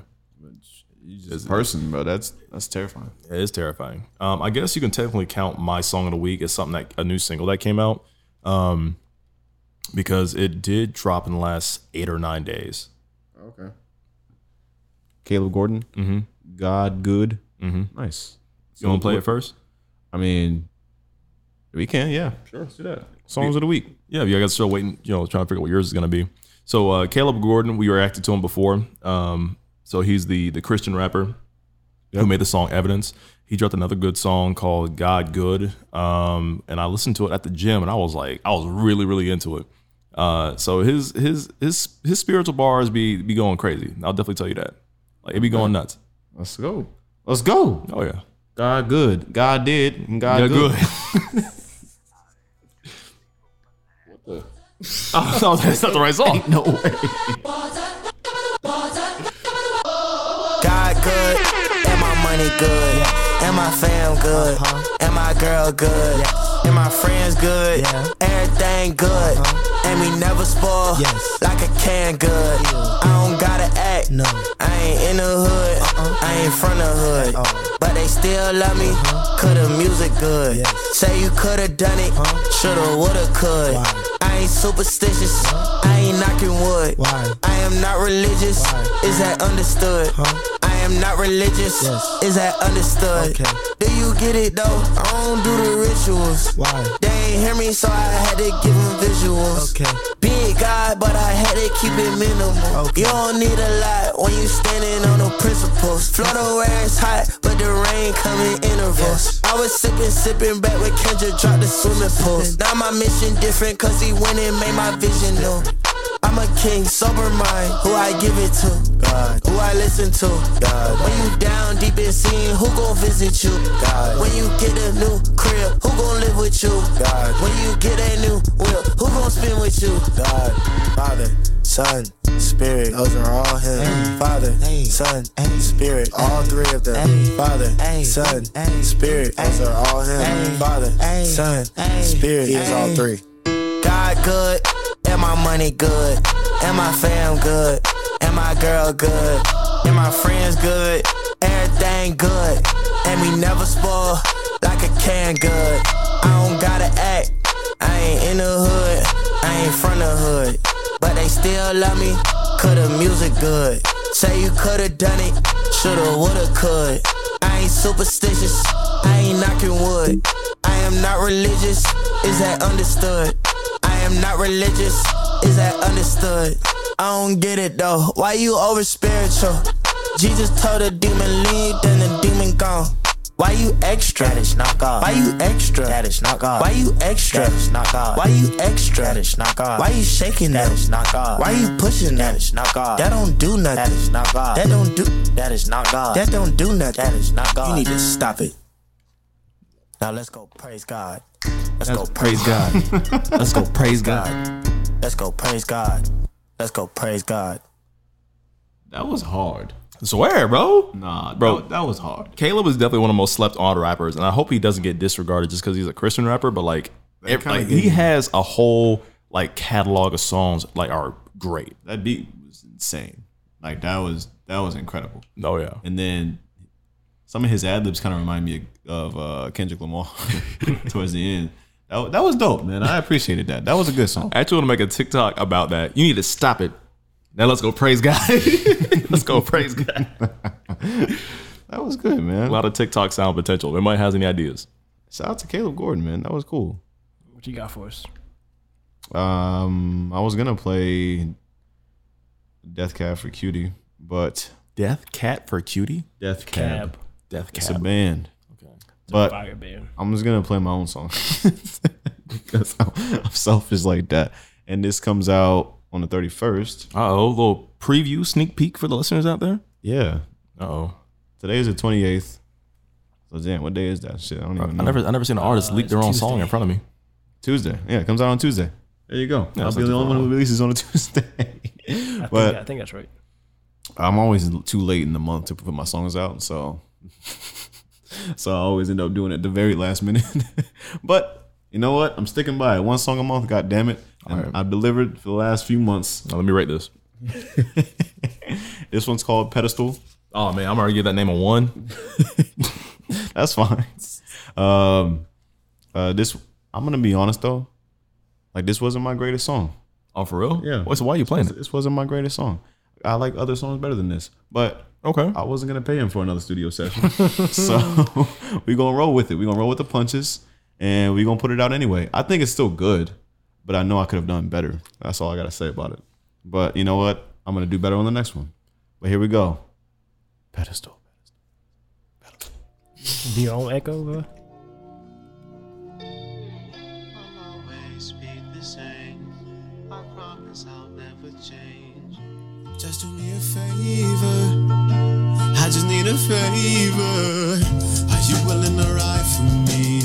S1: You just a person, bro. That's that's terrifying.
S5: It is terrifying. Um, I guess you can technically count my song of the week as something that a new single that came out, um, because it did drop in the last eight or nine days.
S1: Okay. Caleb Gordon. Mm-hmm. God good. Mm-hmm. Nice.
S5: You want to play it first?
S1: I mean, we can. Yeah, sure. Let's do that. Songs of the week.
S5: Yeah, you guys still waiting, you know, trying to figure out what yours is gonna be. So uh, Caleb Gordon, we reacted to him before. Um, so he's the the Christian rapper who made the song Evidence. He dropped another good song called God Good. Um, and I listened to it at the gym and I was like, I was really, really into it. Uh, so his his his his spiritual bars be be going crazy. I'll definitely tell you that. Like it be going nuts.
S1: Let's go. Let's go.
S5: Oh yeah.
S1: God good. God did. And God
S5: Yeah,
S1: good.
S5: good. Oh, no, that's not the right song.
S1: No way.
S4: God good. Am my money good? Am my fam good? Am my girl good? Am my friends good? Everything good. And we never spoil like a can good. I don't gotta act. I ain't in the hood. I ain't from the hood. But they still love me. Could the music good? Say you coulda done it. Shoulda, woulda, could. I ain't superstitious. I ain't knocking wood. I am not religious. Is that understood? I am not religious. Is that understood? Do you get it though. I don't do the rituals. Why? They ain't hear me, so I had to give them visuals. Okay. Big guy, but I had to keep it minimal. You don't need a lot when you standing on the principles. Float where it's hot, but the rain come in intervals. I was sipping, sipping back when Kendra dropped the swimming pools. Now my mission different, cause he winning made my vision new. I'm a king, sober mind, who I give it to, God. who I listen to. God. When you down deep in sin, who gon' visit you? God. When you get a new crib, who gon' live with you? God. When you get a new will, who gon' spend with you? God, Father, Son, Spirit, those are all Him. Father, Son, Spirit, all three of them. Father, Son, Spirit, those are all Him. Father, Son, Spirit is all three. God good, and my money good, and my fam good, and my girl good, and my friends good, everything good, and we never spoil like a can good. I don't gotta act, I ain't in the hood, I ain't from the hood, but they still love me, cause the music good. Say you could've done it, shoulda, woulda, could. I ain't superstitious, I ain't knocking wood. I am not religious, is that understood? I am not religious, is that understood? I don't get it though. Why you over spiritual? Jesus told the demon leave, then the demon gone. Why you extra? That is not God. Why you extra? That is not God. Why you extra? That is not God. Why you extra? That is not God. Why you shaking that? That is not God. Why you pushing that? That is not God. That don't do nothing. That is not God. That don't do. That is not God. That don't do nothing. That is not God. You need to stop it. Now let's go praise God. Let's go praise God. Let's go praise God. Let's go praise God. Let's go praise God.
S1: That was hard.
S5: Swear, bro.
S1: Nah,
S5: Bro.
S1: Ah, that, that was hard.
S5: Caleb is definitely one of the most slept on rappers, and I hope he doesn't get disregarded just because he's a Christian rapper. But like, ev-
S1: kinda
S5: like,
S1: did.
S5: he has a whole like catalog of songs like are great.
S1: That beat was insane. Like that was that was incredible.
S5: Oh yeah,
S1: And then some of his ad libs kind of remind me of uh, Kendrick Lamar towards the end. That, wa- that was dope, man. I appreciated that. That was a good song.
S5: I actually want to make a TikTok about that. You need to stop it. Now let's go praise God. let's go praise God.
S1: That was good,
S5: A
S1: man.
S5: lot of TikTok sound potential. Anybody has any ideas?
S1: Shout out to Caleb Gordon, man. That was cool.
S2: What you got for us?
S1: Um, I was gonna play Death Cab for Cutie, but
S5: Death Cat for Cutie.
S1: Death
S2: Cab.
S5: Death
S1: It's a
S5: Cat.
S1: band. But
S2: Fire band.
S1: I'm just gonna play my own song because I'm, I'm selfish like that. And this comes out on the 31st.
S5: Uh oh, little preview, sneak peek for the listeners out there.
S1: Yeah,
S5: Uh oh,
S1: today is the 28th. So damn, what day is that? Shit, I don't even know.
S5: I never, I never seen an artist leak their own
S2: Uh, it's
S5: song in
S2: Tuesday.
S5: front of me.
S1: Tuesday. Yeah, it comes out on Tuesday. There you go. I'll
S5: it's
S1: be the
S5: not too
S1: only
S5: far
S1: one who
S5: off.
S1: releases on a Tuesday.
S2: I
S1: but
S2: think, I think that's right.
S1: I'm always too late in the month to put my songs out, so so I always end up doing it the very last minute. but you know what? I'm sticking by it. One song a month, god damn it. And I've delivered for the last few months.
S5: Now let me rate this.
S1: This one's called Pedestal.
S5: Oh man, I'm already give that name a one.
S1: That's fine. Um uh this I'm gonna be honest though. Like this wasn't my greatest song.
S5: Oh for real?
S1: Yeah.
S5: Wait, so why are you playing it?
S1: This wasn't my greatest song. I like other songs better than this. But
S5: Okay.
S1: I wasn't gonna pay him for another studio session. so we gonna roll with it. we gonna roll with the punches and we gonna put it out anyway. I think it's still good, but I know I could have done better. That's all I gotta say about it. But you know what? I'm gonna do better on the next one. But here we go. Pedestal.
S2: Do your own echo? Uh?
S8: I'll always be the same. I promise I'll never change. Just do me a favor. I just need a favor. Are you willing to ride for me?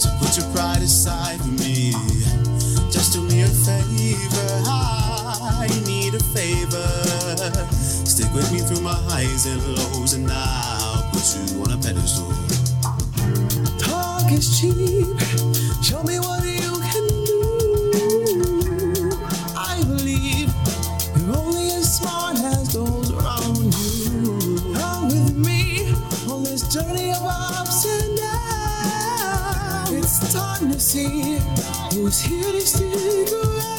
S8: To put your pride aside for me. Just do me a favor. I need a favor. Stick with me through my highs and lows, and I'll put you on a pedestal. Talk is cheap. Show me what you can do. I believe you're only as smart as those around you. Come with me on this journey of ups and downs. It's time to see who's here to stick around.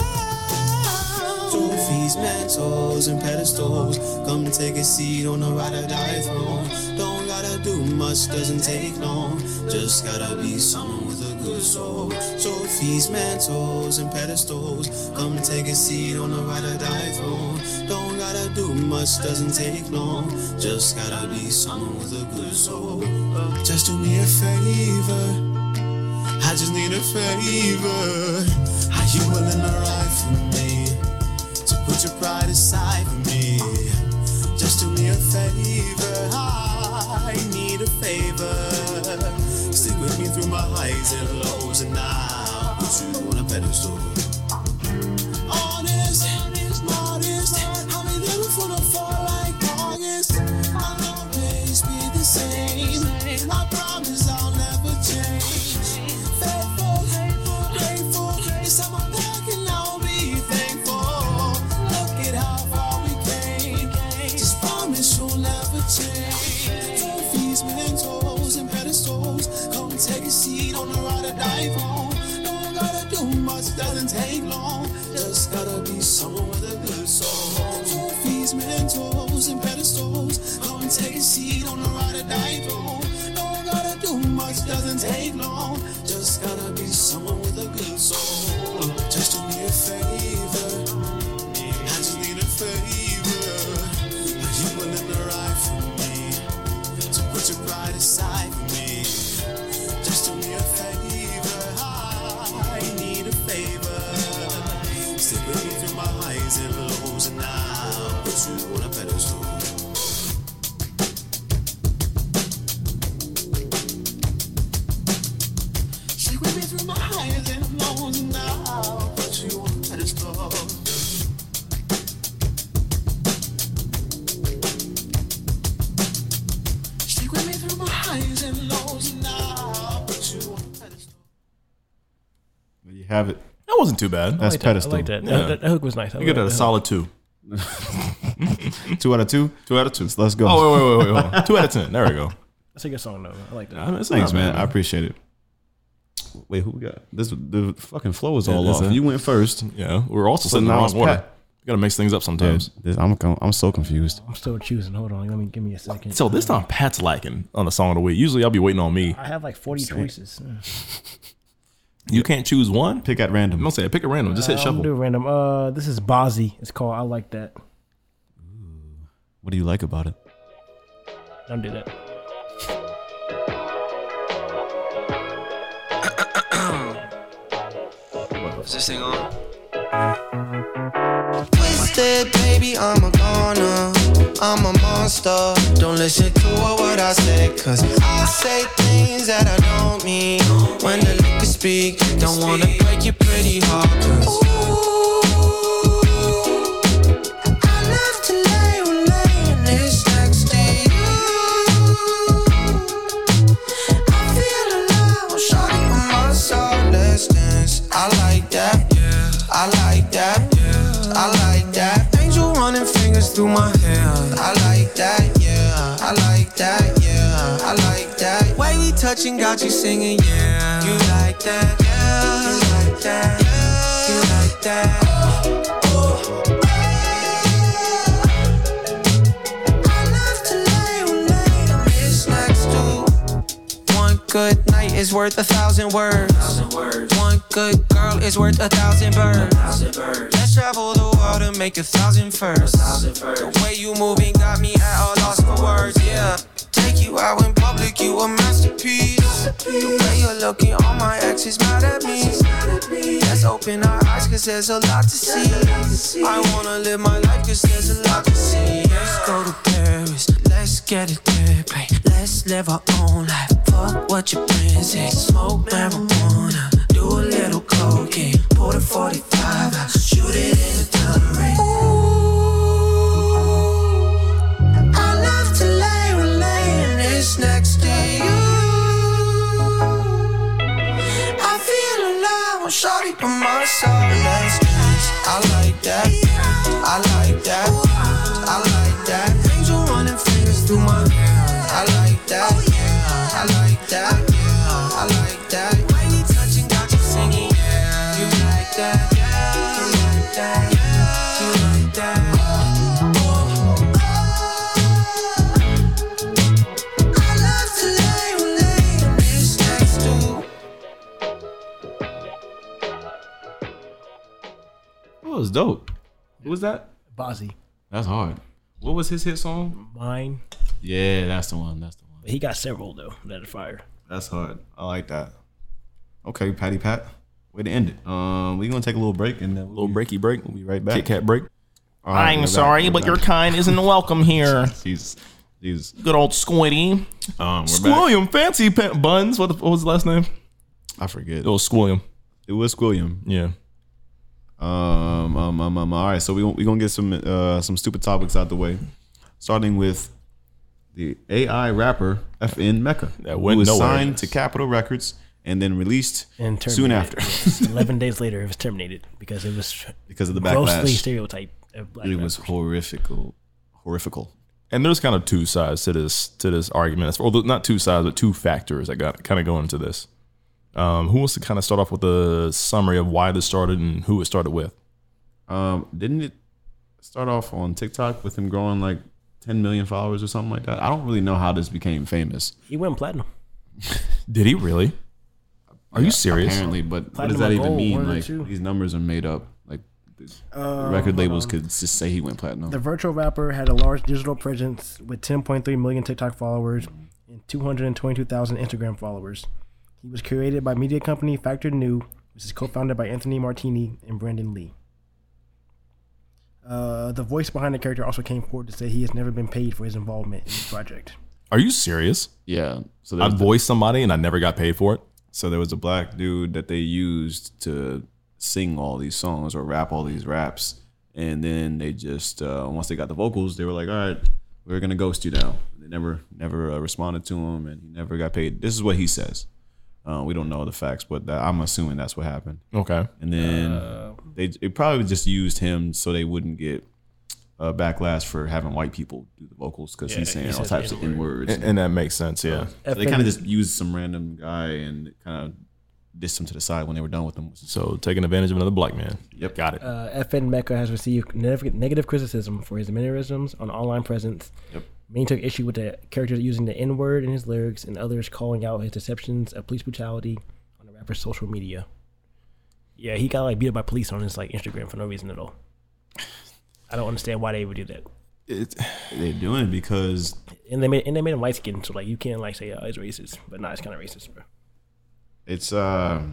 S8: Sophie's these mantles and pedestals. Come and take a seat on the ride or die throne. Don't gotta do much, doesn't take long. Just gotta be someone with a good soul. So feast mantles and pedestals. Come and take a seat on the ride or die throne. Don't gotta do much, doesn't take long. Just gotta be someone with a good soul. Just do me a favor. I just need a favor. Are you willing to ride for me? To put your pride aside for me. Just do me a favor. I need a favor. Stick with me through my highs and lows, and I'll put you on a pedestal. Honest, modest, I'll be there before the fall like August. I'll always be the same. I promise I'll never change. Faithful, grateful, it's on my back and I'll be thankful. Look at how far we came. Just promise you'll never change. Trophies, mentors, and pedestals. Come take a seat on the ride or die phone. Don't gotta do much, doesn't take long. Just gotta be someone with a good soul. Trophies, mentors, and pedestals. Come take a seat on the ride or die phone. Don't gotta do much, doesn't take long. Just gotta be someone with a good soul. Just do me a favor. I just need a favor. Are you willing to ride for me? To put your pride aside for me. Just do me a favor. I need a favor. Stick with me through my highs and lows, and I'll put you on a pedestal. She with me through my highs and lows and now, but you on a pedestal. She with me through my highs and lows and now, but you on a pedestal.
S1: There you have it.
S5: That wasn't too bad.
S1: That's
S2: I
S1: pedestal.
S2: like that.
S5: Yeah.
S2: That, that hook was nice. I
S5: you get
S2: like
S5: a
S2: that
S5: solid two.
S1: Two out of two.
S5: Two out of two.
S1: Let's go.
S5: Oh, wait, wait, wait, wait. hold on. two out of ten. There we go.
S2: hook. That's a good song though. I like that.
S5: I mean, it's
S1: Thanks,
S5: not
S1: man.
S5: bad.
S1: I appreciate it. Wait, who we got? This the fucking flow is all
S5: Yeah,
S1: off.
S5: that's it.
S1: You went first.
S5: Yeah, we're also
S1: So
S5: sitting in the
S1: now
S5: wrong
S1: it's
S5: order.
S1: Pat.
S5: You gotta mix things up sometimes.
S1: Dude, this, I'm con- I'm so confused.
S2: I'm still choosing. Hold on. Let me give me a second.
S5: So this time Pat's lacking on the song of the week. Usually I'll be waiting on me.
S2: I have like 40 choices. Uh,
S5: You can't choose one. Pick.
S1: Pick at
S5: I'm
S1: random.
S5: gonna say it. pick a random. Just hit
S2: I'm gonna
S5: shuffle.
S2: do random. Uh, this is Bozzy. It's called I Like That.
S1: What do you like about it?
S2: Don't do that.
S9: Is this thing on?
S10: Twisted, baby, I'm a goner. I'm a monster. Don't listen to a word I say, cause I say things that I don't mean. When the liquor speak, don't wanna break your pretty heart. 'cause ooh, I love to lay when laying this next to you. I feel alive, shawty on my soul, let's dance. I like that, yeah. I like that, yeah. I like that. Angel running fingers through my hair. I like that, yeah. I like that, yeah. I like that. Way we touching got you singing, yeah. You like that, yeah. You like that, yeah. You like that. Oh, I love to lay when laying this next to one good night is worth a thousand words. One good girl is worth a thousand birds. Let's travel the world and make a thousand firsts. The way you moving got me at a loss for words. Yeah, take you out in public, you a masterpiece. The way you're looking, all my exes mad at me. Let's open our eyes, cause there's a lot to see. I wanna live my life, cause there's a lot to see. Let's go to Paris, let's get it there, babe. Let's live our own life. Fuck what your friends say. Smoke marijuana, do a little cocaine. Pull the 45 out, shoot it in the dumb rain. Ooh, I love to lay when laying is next to you. I feel alive when shawty put my soul next to me. I like that. I like that. I like that. Angel running fingers through my hair. I like that. I like that. I like that. When you touching, got you singing. You like that. You like that. You like that.
S1: dope. Who was that?
S2: Bozzy.
S1: That's hard. What was his hit song?
S2: Mine.
S1: Yeah, that's the one. That's the one.
S2: But he got several though that are fire.
S1: That's hard. I like that. Okay, Patty Pat. Way to end it. Um, we're gonna take a little break and then we'll
S5: Little breaky break. We'll
S1: be
S5: be
S1: right back.
S5: Kit Kat break.
S1: All right, we're back. We're back.
S5: kind isn't welcome here.
S1: Jesus. Jesus.
S5: Good old Squiddy.
S1: Um, we're back.
S5: Squilliam, fancy pa- buns. What, the, what was his last name?
S1: I forget.
S5: It was Squilliam.
S1: It was William.
S5: Yeah.
S1: Um, um, um, um, all right, so we we gonna get some uh some stupid topics out the way, starting with the AI rapper FN Mecca
S5: That went
S1: who was
S5: nowhere.
S1: signed to Capitol Records and then released
S2: And
S1: soon
S2: terminated.
S1: after
S2: Eleven days later, it was terminated because it was
S1: because of the
S2: grossly
S1: backlash.
S2: stereotyped. Of black
S1: It
S2: men.
S1: was horrifical, horrifical.
S5: And there's kind of two sides to this to this argument. As- Although not two sides, but two factors that got kind of go into this. Um, who wants to kind of start off with a summary of why this started and who it started with?
S1: Um, didn't it start off on TikTok with him growing like 10 million followers or something like that? I don't really know how this became famous.
S2: he went platinum.
S5: Did he really? Are you serious?
S1: Apparently, but what does
S2: Platinum
S1: that
S2: or
S1: even
S2: gold, one
S1: mean?
S2: of the
S1: Like
S2: two. Uh,
S1: these numbers are made up. Like the record labels could just say he went platinum.
S2: The virtual rapper had a large digital presence with 10.3 million TikTok followers and 222,000 Instagram followers. He was created by media company Factor New, which is co-founded by Anthony Martini and Brandon Lee. Uh, the voice behind the character also came forward to say he has never been paid for his involvement in the project.
S5: Are you serious?
S1: yeah. So
S5: I
S1: there's the-
S5: voiced somebody and I never got paid for it.
S1: So there was a black dude that they used to sing all these songs or rap all these raps, and then they just uh, once they got the vocals, they were like, "All right, we're gonna ghost you now." They never never uh, responded to him, and he never got paid. This is what he says. Uh, we don't know the facts, but that, I'm assuming that's what happened.
S5: Okay.
S1: And then they it probably just used him so they wouldn't get uh, backlash for having white people do the vocals because he's saying all
S2: says
S1: types of n words.
S5: And, and that makes sense. Yeah.
S1: So they kind of just used some random guy and kind of dissed him to the side when they were done with him. which is-
S5: So taking advantage of another black man.
S1: Yep.
S5: Got it.
S2: Uh, FN Mecca has received neg- negative criticism for his mannerisms on online presence.
S1: Yep.
S2: Many took issue with the characters using the N word in his lyrics and others calling out his deceptions of police brutality on the rapper's social media. Yeah, he got like beat up by police on his like Instagram for no reason at all. I don't understand why they would do that.
S1: It, they're doing it because
S2: And they made and they made him light skinned, so like you can't like say oh it's racist, but nah, it's kind of racist, bro.
S1: it's uh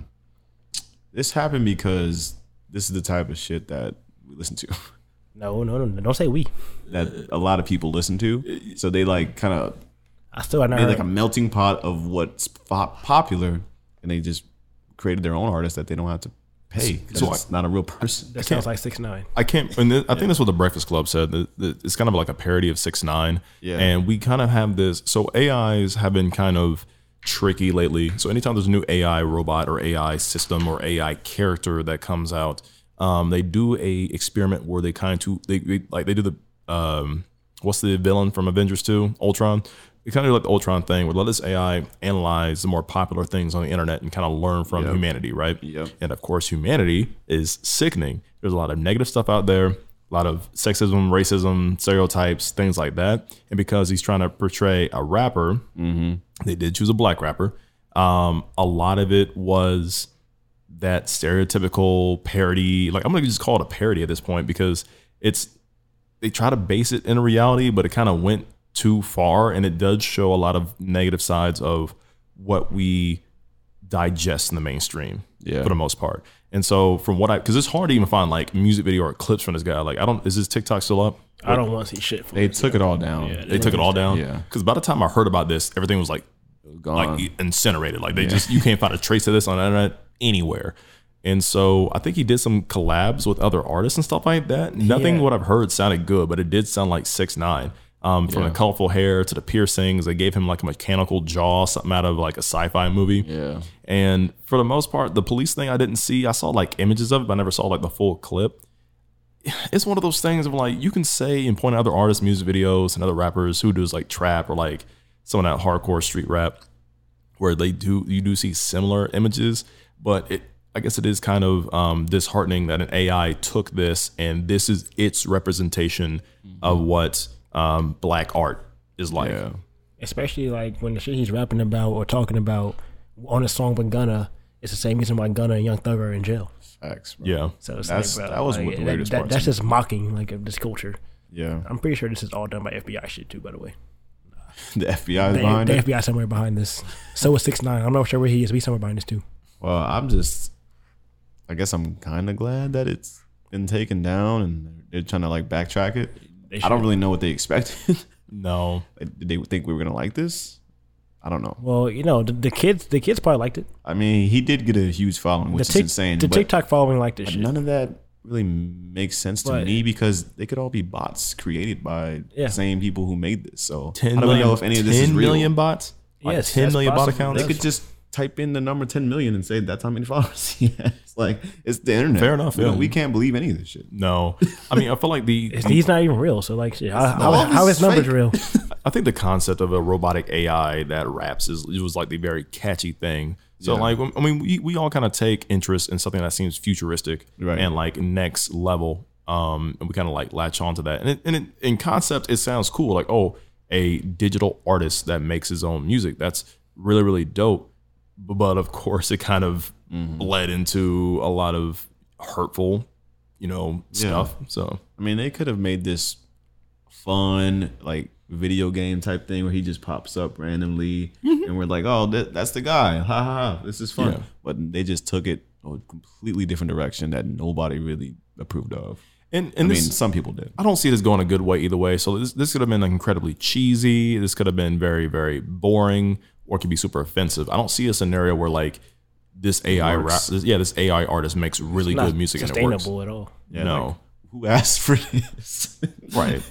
S1: this happened because this is the type of shit that we listen to
S2: No, no, no, don't say we.
S1: that a lot of people listen to. So they like kind of
S2: I still I not
S1: made
S2: heard.
S1: like a melting pot of what's pop- popular, and they just created their own artist that they don't have to pay. 'cause
S5: So
S1: it's not a real person.
S2: that sounds like six nine.
S5: I can't. And th- I think that's what the Breakfast Club said. that- that It's kind of like a parody of Six Nine.
S1: Yeah.
S5: And we kind of have this. So AIs have been kind of tricky lately. So anytime there's a new AI robot or AI system or AI character that comes out, um, they do a experiment where they kind of they, they like they do the um, what's the villain from Avengers Two Ultron. They kind of do like the Ultron thing, where let this AI analyze the more popular things on the internet and kind of learn from humanity, right?
S1: Yep.
S5: And of course, humanity is sickening. There's a lot of negative stuff out there, a lot of sexism, racism, stereotypes, things like that. And because he's trying to portray a rapper, they did choose a black rapper. Um, a lot of it was that stereotypical parody. Like I'm gonna just call it a parody at this point because it's they try to base it in reality, but it kind of went too far, and it does show a lot of negative sides of what we digest in the mainstream
S1: Yeah.
S5: for the most part. And so from what I, because it's hard to even find like music video or clips from this guy. Like I don't, is his TikTok still up?
S2: I don't want to see shit. From
S1: They took it all down.
S5: They took it all down.
S1: Yeah.
S5: Because by the time I heard about this, everything was like
S1: Gone.
S5: like incinerated. Like they just you can't find a trace of this on the internet anywhere. And so I think he did some collabs with other artists and stuff like that. Nothing
S2: Yeah.
S5: what I've heard sounded good, but it did sound like six nine. Um, from the colorful hair to the piercings, they gave him like a mechanical jaw, something out of like a sci-fi movie.
S1: yeah.
S5: And for the most part, the police thing I didn't see. I saw like images of it, but I never saw like the full clip. It's one of those things of like you can say and point out other artists, music videos, and other rappers who does like trap or like some of that hardcore street rap, where they do you do see similar images, but it I guess it is kind of um, disheartening that an AI took this and this is its representation of what um, black art is like.
S1: Mm-hmm. Yeah.
S2: especially like when the shit he's rapping about or talking about on a song with Gunna It's the same reason why Gunna and Young Thug are in jail.
S1: Facts, bro.
S5: Yeah.
S2: So it's
S1: That's-
S2: like, bro,
S1: that was
S2: like,
S1: what the weirdest
S2: that-
S1: parts
S2: That's
S1: of
S2: just mocking like of this culture.
S1: Yeah.
S2: I'm pretty sure this is all done by FBI shit too. By the way,
S1: The FBI is
S2: the,
S1: behind
S2: the
S1: it.
S2: FBI somewhere behind this. So is six nine. I'm not sure where he is. But he's somewhere behind this too.
S1: Well, I'm just, I guess I'm kind of glad that it's been taken down and they're trying to like backtrack it. I don't really know what they expected.
S5: No.
S1: Did they think we were gonna like this? I don't know.
S2: Well, you know, the, the kids, the kids probably liked it.
S1: I mean, he did get a huge following,
S2: The,
S1: which
S2: Tik-
S1: is insane.
S2: the
S1: but
S2: TikTok following liked this shit.
S1: none of that really makes sense to
S2: But-
S1: me because they could all be bots created by
S2: Yeah.
S1: the same people who made this. So
S5: Ten
S1: I don't
S5: million-
S1: know if any of this is
S5: 10
S1: real.
S5: million bots? Like
S2: Yes,
S5: 10
S2: that's
S5: million bot
S2: possible.
S5: accounts?
S1: They could just type in the number 10 million and say that's how many followers he has. Like, it's the internet.
S5: Fair enough,
S1: We don't-
S5: yeah.
S1: we can't believe any of this shit.
S5: No. I mean, I feel like the
S2: It's- he's not even real. So like, shit, how,
S1: all
S2: how,
S1: this
S2: how his
S1: is
S2: numbers
S1: fake.
S2: real?
S5: I think the concept of a robotic AI that raps is it was like the very catchy thing. So
S1: Yeah.
S5: like I mean we, we all kind of take interest in something that seems futuristic
S1: Right.
S5: and like next level. Um, and we kind of like latch onto that. And it, and it, in concept, it sounds cool. Like oh, a digital artist that makes his own music. That's really really dope. But of course, it kind of
S1: Mm-hmm.
S5: bled into a lot of hurtful, you know, stuff. So
S1: I mean, they could have made this fun, like video game type thing where he just pops up randomly
S2: Mm-hmm.
S1: and we're like, oh, that, that's the guy. Ha ha ha. This is fun.
S5: Yeah.
S1: But they just took it a completely different direction that nobody really approved of.
S5: and and
S1: I
S5: this,
S1: mean, some people did.
S5: I don't see this going a good way either way. So this, this could have been like incredibly cheesy. This could have been very very boring, or it could be super offensive. I don't see a scenario where like this AI rap,
S1: works.
S5: this, yeah, this AI artist makes really
S2: Not
S5: good music and it works.
S2: sustainable at all.
S1: Yeah,
S5: no,
S1: Who asked for this?
S5: right?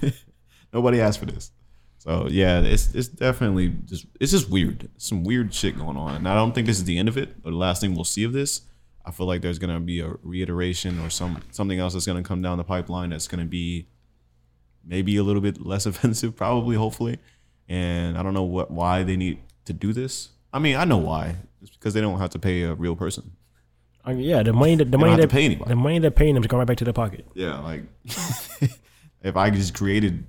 S1: Nobody asked for this. So yeah, it's it's definitely just it's just weird. Some weird shit going on, and I don't think this is the end of it or the last thing we'll see of this. I feel like there's gonna be a reiteration or some something else that's gonna come down the pipeline that's gonna be maybe a little bit less offensive, probably, hopefully. And I don't know what why they need to do this. I mean, I know why. It's because they don't have to pay a real person.
S2: I mean, yeah, the money that the money
S1: have to
S2: that
S1: pay anybody.
S2: the money they're paying them is going right back to their pocket.
S1: Yeah, like if I just created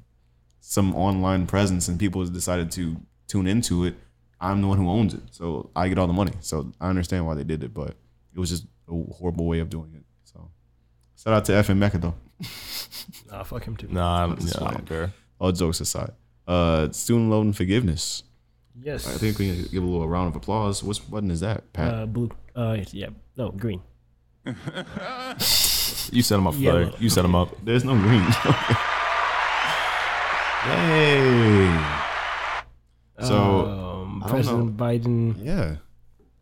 S1: some online presence and people decided to tune into it, I'm the one who owns it. So I get all the money. So I understand why they did it, but it was just a horrible way of doing it. So shout out to F and Mecca though.
S2: Nah, fuck him too.
S5: Nah, I don't, yeah, I don't care.
S1: All jokes aside. Uh student loan forgiveness.
S2: Yes.
S1: I think we can give a little round of applause. What's button is that, Pat?
S2: uh, blue. Uh, yeah. No, green.
S5: You set him up,
S2: Yellow.
S5: Flair. You set him up.
S1: There's no green. Yay. So
S2: Um,
S1: I don't
S2: President Biden
S1: yeah.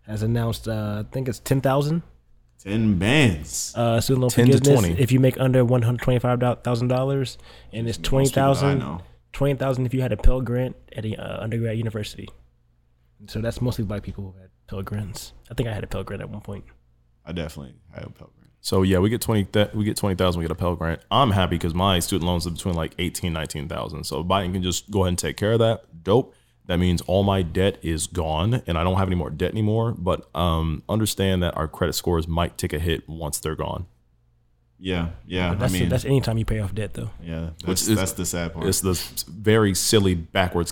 S2: has announced, uh, I think it's ten thousand
S1: Ten bands.
S2: uh, student loan
S5: 10 to
S2: forgiveness
S5: 20.
S2: if you make under one hundred twenty-five thousand dollars, and it's twenty
S1: Most people that I
S2: thousand.
S1: know.
S2: Twenty thousand if you had a Pell Grant at a uh, undergrad university. So that's mostly black people who had Pell Grants. I think I had a Pell Grant at one point.
S1: I definitely had a Pell Grant.
S5: So yeah, we get twenty. Th- we get twenty thousand. We get a Pell Grant. I'm happy because my student loans are between like eighteen, nineteen thousand. So Biden can just go ahead and take care of that. Dope. That means all my debt is gone, and I don't have any more debt anymore. But um, understand that our credit scores might take a hit once they're gone.
S1: Yeah, yeah.
S2: That's
S1: I mean,
S2: that's any time you pay off debt though.
S1: yeah. That's,
S5: Which is-
S1: that's the sad part.
S5: It's this very silly backwards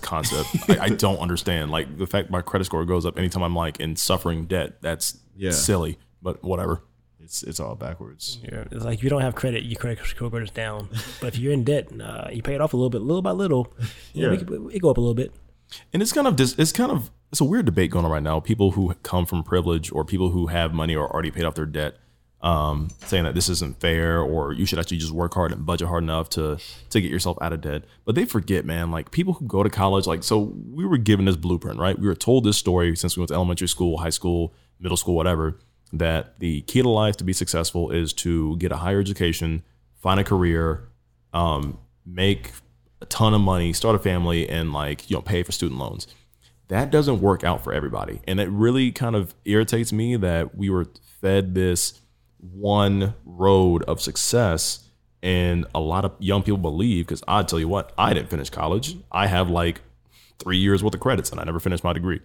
S5: concept. I, I don't understand. Like the fact my credit score goes up anytime I'm like in suffering debt. That's
S1: Yeah.
S5: silly. But whatever.
S1: It's it's all backwards.
S2: Yeah, It's like if you don't have credit, your credit score goes down. But if you're in debt, uh, you pay it off a little bit, little by little. Yeah, we could- it go up a little bit.
S5: and it's kind of dis- it's kind of it's a weird debate going on right now. People who come from privilege or people who have money or already paid off their debt, um, saying that this isn't fair or you should actually just work hard and budget hard enough to to get yourself out of debt. But they forget, man. Like people who go to college, like so we were given this blueprint, right? We were told this story since we went to elementary school, high school, middle school, whatever. That the key to life to be successful is to get a higher education, find a career, um, make a ton of money, start a family, and like you know pay for student loans. That doesn't work out for everybody, and it really kind of irritates me that we were fed this one road of success, and a lot of young people believe. Because I tell you what, I didn't finish college. I have like three years worth of credits, and I never finished my degree.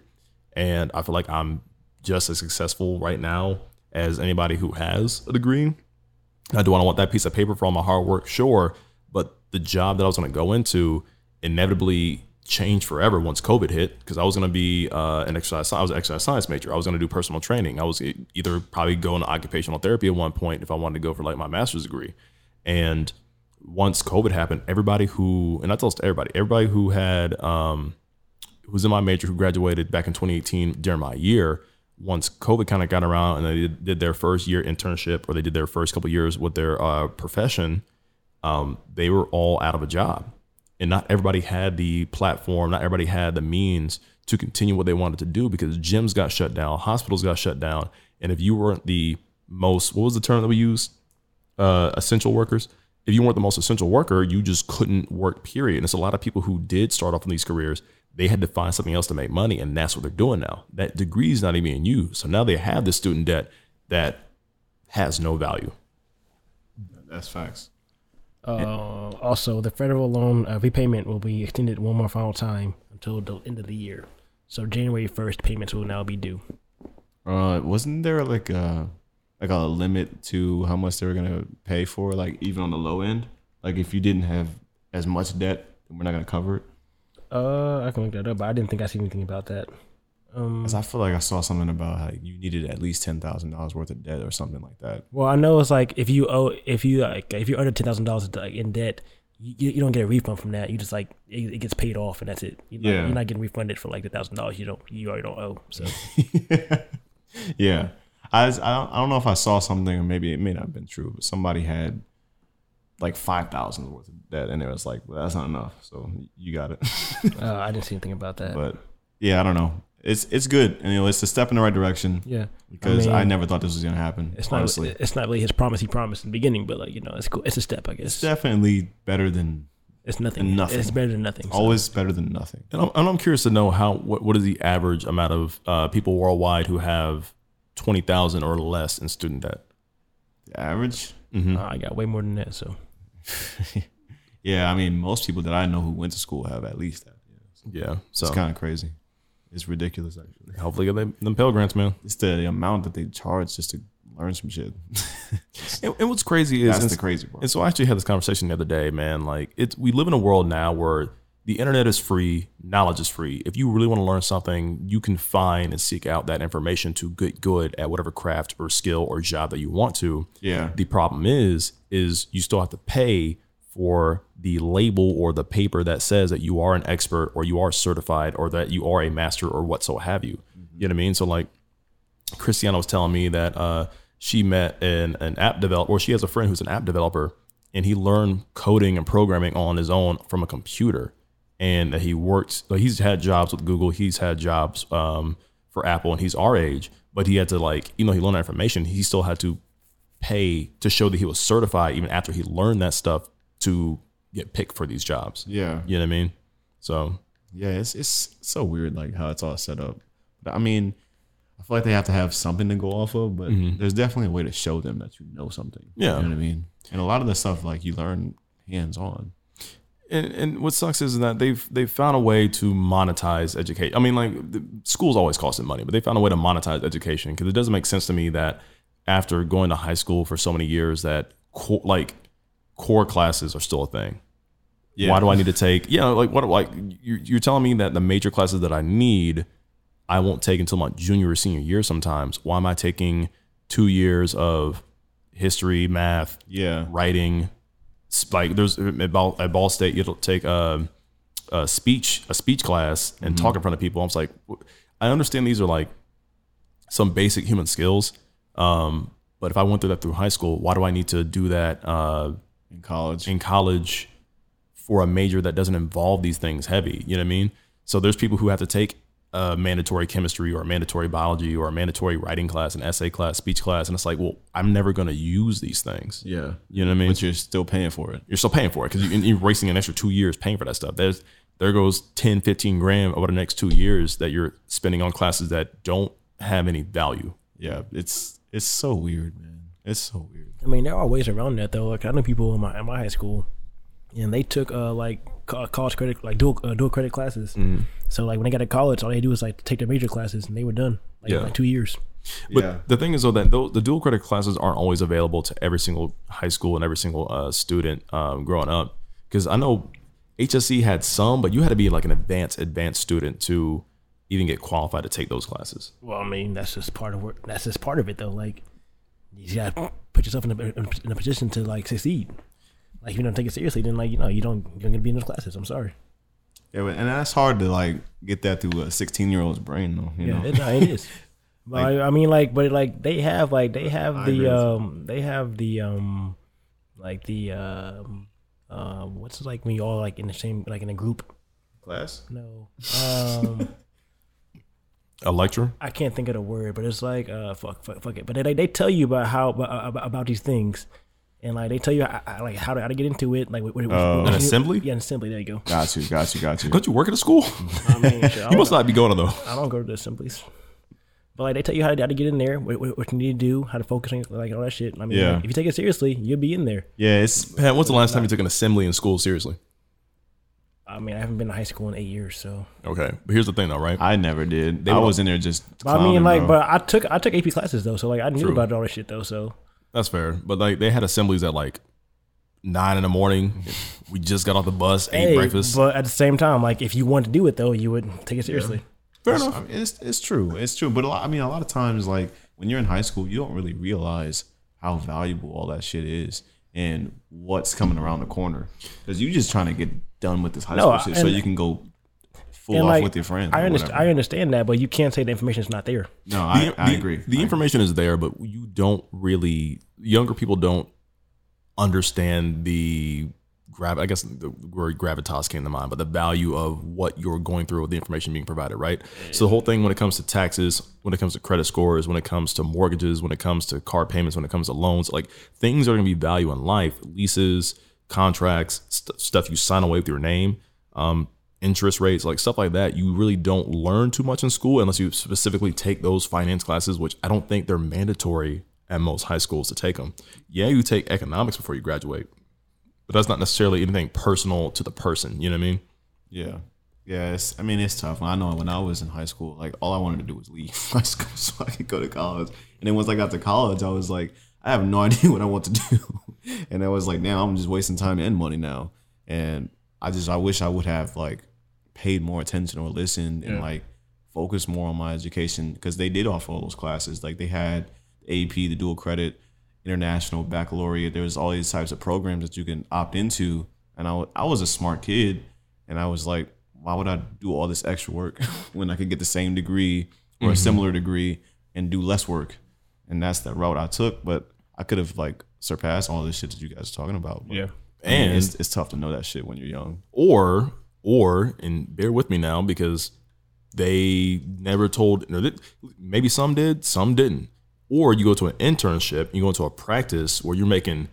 S5: And I feel like I'm just as successful right now as anybody who has a degree. Now, do I want that piece of paper for all my hard work? Sure. But the job that I was going to go into inevitably changed forever once COVID hit because I was going to be uh, an exercise. I was an exercise science major. I was going to do personal training. I was e- either probably going to occupational therapy at one point if I wanted to go for like my master's degree. And once COVID happened, everybody who and I tell this to everybody, everybody who had um, who was in my major who graduated back in 2018 during my year. Once COVID kind of got around and they did- did their first year internship or they did their first couple years with their uh, profession, um, they were all out of a job. And not everybody had the platform, not everybody had the means to continue what they wanted to do because gyms got shut down, hospitals got shut down. And if you weren't the most, what was the term that we used? uh, essential workers. If you weren't the most essential worker, you just couldn't work, period. And it's a lot of people who did start off in these careers, they had to find something else to make money. And that's what they're doing now. That degree is not even being used. So now they have this student debt that has no value.
S1: That's facts.
S2: Uh, also, the federal loan uh, repayment will be extended one more final time until the end of the year. So January first, payments will now be due.
S1: Uh, wasn't there like a like a limit to how much they were gonna pay for? Like even on the low end, like if you didn't have as much debt, then we're not gonna cover it.
S2: Uh, I can look that up, but I didn't think I seen anything about that. Um,
S1: 'Cause I feel like I saw something about like you needed at least ten thousand dollars worth of debt or something like that.
S2: well, I know it's like if you owe, if you like, if you're under ten thousand dollars like in debt, you, you don't get a refund from that. You just like it, it gets paid off, and that's it. You're not,
S1: Yeah.
S2: you're not getting refunded for like the thousand dollars you don't you already don't owe. So
S1: Yeah, I was, I, don't, I don't know if I saw something or maybe it may not have been true, but somebody had like five thousand worth of debt and it was like, well, that's not enough. So you got it.
S2: uh, I didn't see anything about that.
S1: but yeah, I don't know. It's it's good. And you know, it's a step in the right direction.
S2: yeah,
S1: Because I,
S2: mean,
S1: never thought this was gonna happen.
S2: It's not
S1: honestly.
S2: it's not really his promise he promised in the beginning, but like you know, it's cool. It's a step, I guess.
S1: It's definitely better than
S2: It's nothing.
S1: Nothing.
S2: It's better than nothing. so.
S1: always better than nothing.
S5: And I'm, and I'm curious to know how, what, what is the average amount of uh, people worldwide who have 20,000 or less in student debt? Mm-hmm.
S1: The average.
S2: Uh, I got way more than that. So
S1: Yeah, I mean, most people that I know who went to school have at least that.
S5: Yeah. So
S1: It's kind of crazy. It's ridiculous, actually.
S5: hopefully get them, them Pell Grants, man.
S1: It's the amount that they charge just to learn some shit.
S5: And, and what's crazy is
S1: That's
S5: it's-
S1: the crazy part.
S5: And so I actually had this conversation the other day, man. Like it's we live in a world now where the internet is free, knowledge is free. If you really want to learn something, you can find and seek out that information to get good at whatever craft or skill or job that you want to.
S1: Yeah.
S5: The problem is, is you still have to pay for the label or the paper that says that you are an expert or you are certified or that you are a master or what so have you. You know what I mean? So like Christiana was telling me that uh, she met an, an app developer, or she has a friend who's an app developer, and he learned coding and programming on his own from a computer. And that he worked, like he's had jobs with Google, he's had jobs um, for Apple, and he's our age, but he had to, like, even though he learned that information, he still had to pay to show that he was certified even after he learned that stuff to get picked for these jobs.
S1: yeah.
S5: You know what I mean? So,
S1: Yeah, it's it's so weird like how it's all set up. But I mean, I feel like they have to have something to go off of, but there's definitely a way to show them that you know something.
S5: Mm-hmm. Yeah.
S1: You know what I mean? And a lot of the stuff like you learn hands on.
S5: and, and what sucks is that they've they've found a way to monetize education. I mean, like the, schools always costing money, but they found a way to monetize education because it doesn't make sense to me that after going to high school for so many years that co- like core classes are still a thing.
S1: Yeah.
S5: Why do I need to take? Yeah, like what? Like you, you're telling me that the major classes that I need, I won't take until my junior or senior year. Sometimes, why am I taking two years of history, math,
S1: Yeah.
S5: writing s- like there's at ball, at ball state you'll take um a speech a speech class and
S1: Mm-hmm.
S5: talk in front of people i'm just like w- i understand these are like some basic human skills um but if i went through that through high school why do i need to do that uh
S1: In college.
S5: in college for a major that doesn't involve these things heavy. You know what I mean? So there's people who have to take a mandatory chemistry or a mandatory biology or a mandatory writing class, an essay class, speech class, and it's like, well, I'm never going to use these things.
S1: yeah.
S5: You know what I mean?
S1: But you're still paying for it.
S5: you're still paying for it because you're wasting an extra two years paying for that stuff. There's there goes 10, 15 grand over the next two years that you're spending on classes that don't have any value.
S1: Yeah. It's it's so weird, man. It's so weird.
S2: I mean, there are ways around that though. Like I know people in my in my high school, and they took uh like co- college credit like dual uh, dual credit classes.
S1: Mm-hmm.
S2: So like when they got to college, all they do is like take their major classes, and they were done like,
S5: Yeah.
S2: like two years.
S5: But
S1: Yeah.
S5: the thing is, though, that tho- the dual credit classes aren't always available to every single high school and every single uh, student um, growing up. Because I know HSC had some, but you had to be like an advanced advanced student to even get qualified to take those classes.
S2: Well, I mean, that's just part of work. That's just part of it, though. Like, you gotta put yourself in a, in a position to like succeed. Like, if you don't take it seriously, then like you know you don't you're gonna be in those classes. I'm sorry.
S1: Yeah, but- and that's hard to like get that through a 16 year old's brain though. You
S2: Yeah,
S1: know,
S2: it, no, it is. But I, I mean, like, but like they have like they have the um they have the um like the um uh, what's it like when you all like in the same like in a group?
S1: class.
S2: No, um,
S5: A lecturer?
S2: I can't think of the word, but it's like uh fuck fuck, fuck it. But they they tell you about how about, about these things. And like they tell you, I, I, like how to, how to get into it, like what, what, what, what-
S5: Uh, An assembly?
S2: Yeah, an assembly. There you go.
S1: Got you, got you, got you.
S5: Don't you work at a school?
S2: I mean, shit, I
S5: you
S2: don't
S5: must not be going to though.
S2: I don't go to the assemblies. But like they tell you how to, how to get in there, what, what, what you need to do, how to focus on like all that shit. I mean,
S1: Yeah.
S2: like, if you take it seriously, you'll be in there.
S1: Yeah, it's
S5: Pat, when's the last time you took an assembly in school seriously?
S2: I mean, I haven't been to high school in eight years, so.
S5: Okay, but here's the thing though, right?
S1: I never did. I
S5: were-
S1: was in there just.
S2: But I mean,
S1: clowning,
S2: like,
S1: bro.
S2: but I took I took AP classes though, so like I knew
S5: True.
S2: about all this shit though, so
S5: That's fair, but like they had assemblies at like nine in the morning. we just got off the bus, ate
S2: Hey,
S5: breakfast.
S2: But at the same time, like if you want to do it though, you would take it seriously.
S5: fair
S1: I mean, it's it's true. It's true. But a lot, I mean, a lot of times, like when you're in high school, you don't really realize how valuable all that shit is and what's coming around the corner because you're just trying to get done with this high
S2: No,
S1: school shit so
S2: and-
S1: you can go full
S2: And
S1: off
S2: like
S1: with your friends.
S2: I
S1: or
S2: understand. I
S1: whatever.
S2: understand that, but you can't say the information's not there.
S1: no, I,
S5: the-
S1: I
S5: the-
S1: agree.
S5: The information is there, but you don't really. Younger people don't understand the grav. I guess the word gravitas came to mind, but the value of what you're going through with the information being provided, right? So the whole thing when it comes to taxes, when it comes to credit scores, when it comes to mortgages, when it comes to car payments, when it comes to loans, like things are going to be value in life, leases, contracts, st- stuff you sign away with your name. Um, interest rates, like stuff like that, you really don't learn too much in school unless you specifically take those finance classes, which I don't think they're mandatory at most high schools to take them. Yeah, you take economics before you graduate, but that's not necessarily anything personal to the person. You know what I mean?
S1: Yeah. Yeah, it's, I mean it's tough. I know when I was in high school, like all I wanted to do was leave high school so I could go to college. And then once I got to college, I was like, I have no idea what I want to do. And I was like, now I'm just wasting time and money now. And I just I wish I would have like paid more attention or listened and like focused more on my education because they did offer all those classes. Like they had AP, the dual credit, international baccalaureate. There's all these types of programs that you can opt into. And I, wa- I was a smart kid, and I was like, why would I do all this extra work when I could get the same degree
S2: Mm-hmm.
S1: or a similar degree and do less work? And that's the route I took. But I could have like surpassed all this shit that you guys are talking about. But, I mean,
S5: And
S1: it's, it's tough to know that shit when you're young.
S5: or or and bear with me now because they never told no, th- maybe some did some didn't or you go to an internship you go into a practice where you're making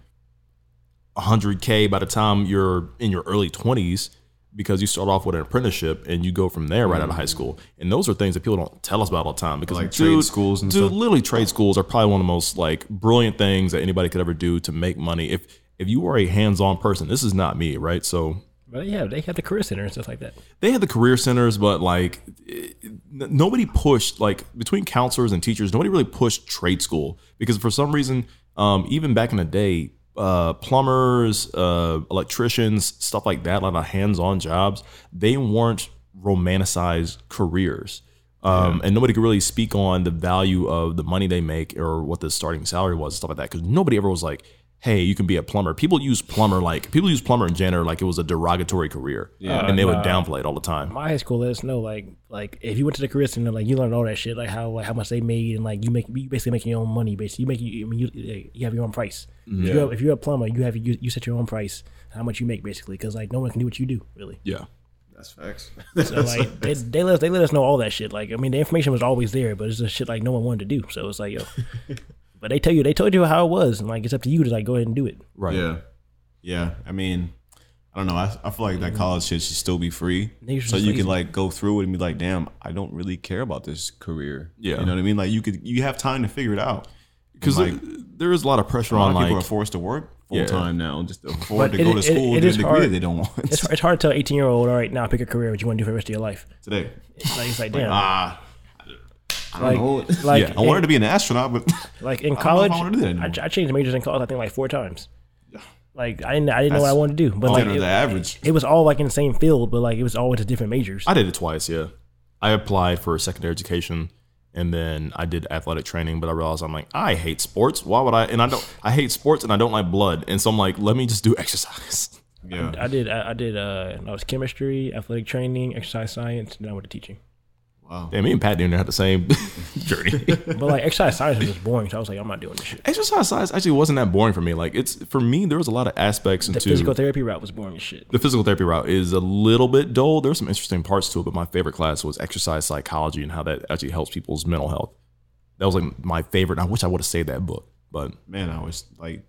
S5: 100k by the time you're in your early 20s because you start off with an apprenticeship and you go from there right out of high school and those are things that people don't tell us about all the time because
S1: Like trade schools and
S5: dude,
S1: stuff?
S5: literally trade schools are probably one of the most like brilliant things that anybody could ever do to make money if if you are a hands-on person this is not me right so
S2: But yeah, they have the career center and stuff like that.
S5: they had the career centers, but like it- n- nobody pushed like between counselors and teachers, nobody really pushed trade school because for some reason, um, even back in the day, uh, plumbers, uh, electricians, stuff like that, a lot of hands-on jobs, they weren't romanticized careers. Um, And nobody could really speak on the value of the money they make or what the starting salary was, stuff like that, because nobody ever was like, "Hey, you can be a plumber." People use plumber like people use plumber and janitor like it was a derogatory career, yeah. and they would downplay it all the time.
S2: my high school let us know like like if you went to the career center like you learned all that shit like how like how much they made and like you make you basically making your own money basically you make you I mean, you, like, you have your own price if, you're, if you're a plumber you have you, you set your own price how much you make basically because like no one can do what you do really
S5: Yeah,
S2: so like they, they let us, they let us know all that shit like I mean the information was always there but it's just shit like no one wanted to do so it's like yo but they tell you they told you how it was and like it's up to you to like go ahead and do it
S5: right.
S1: Yeah. Yeah. I mean, I don't know. I, I feel like that college shit should still be free.
S2: Niggas
S1: So
S2: just
S1: you
S2: lazy.
S1: can like go through it and be like, damn, I don't really care about this career.
S5: Yeah.
S1: You know what I mean? Like you could you have time to figure it out.
S5: Because
S1: Like,
S5: there is a lot of pressure
S1: a lot
S5: on
S1: of people are
S5: like
S1: forced to work full
S5: Yeah.
S1: time now, just to afford
S2: But it-
S1: to go to
S2: it-
S1: school
S2: it
S1: and get
S2: is
S1: a degree
S2: hard.
S1: that they don't want
S2: it's, hard- it's hard to tell 18 year old all right now pick a career what you want to do for the rest of your life
S1: today.
S2: it's like, it's like damn
S1: Ah, I don't
S2: like,
S1: know.
S2: like
S1: I wanted to be an astronaut, but
S2: Like in
S1: I don't know if
S2: college,
S1: I wanna do that
S2: I,
S1: anymore.
S2: I changed majors in college. I think like four times. Like I didn't, I didn't know what I wanted to do, but like
S1: Better
S2: it,
S1: than average.
S2: it was all like in the same field, but like it was all into different majors.
S5: I did it twice. Yeah, I applied for secondary education, and then I did athletic training. But I realized I'm like, I hate sports. Why would I? And I don't. I hate sports, and I don't like blood. And so I'm like, let me just do exercise.
S1: Yeah.
S2: I did. I, I did. Uh, I was chemistry, athletic training, exercise science, and then I went to teaching.
S5: Damn, me and Pat Noonan had the same journey.
S2: But like exercise science was just boring, so I was like, I'm not doing this shit.
S5: exercise science actually wasn't that boring for me. Like it's for me, there was a lot of aspects
S2: The
S5: into
S2: physical therapy route was boring as shit.
S5: the physical therapy route is a little bit dull. There were some interesting parts to it, but my favorite class was exercise psychology and how that actually helps people's mental health. That was like my favorite. and I wish I would have saved that book, but
S1: Man, I was like,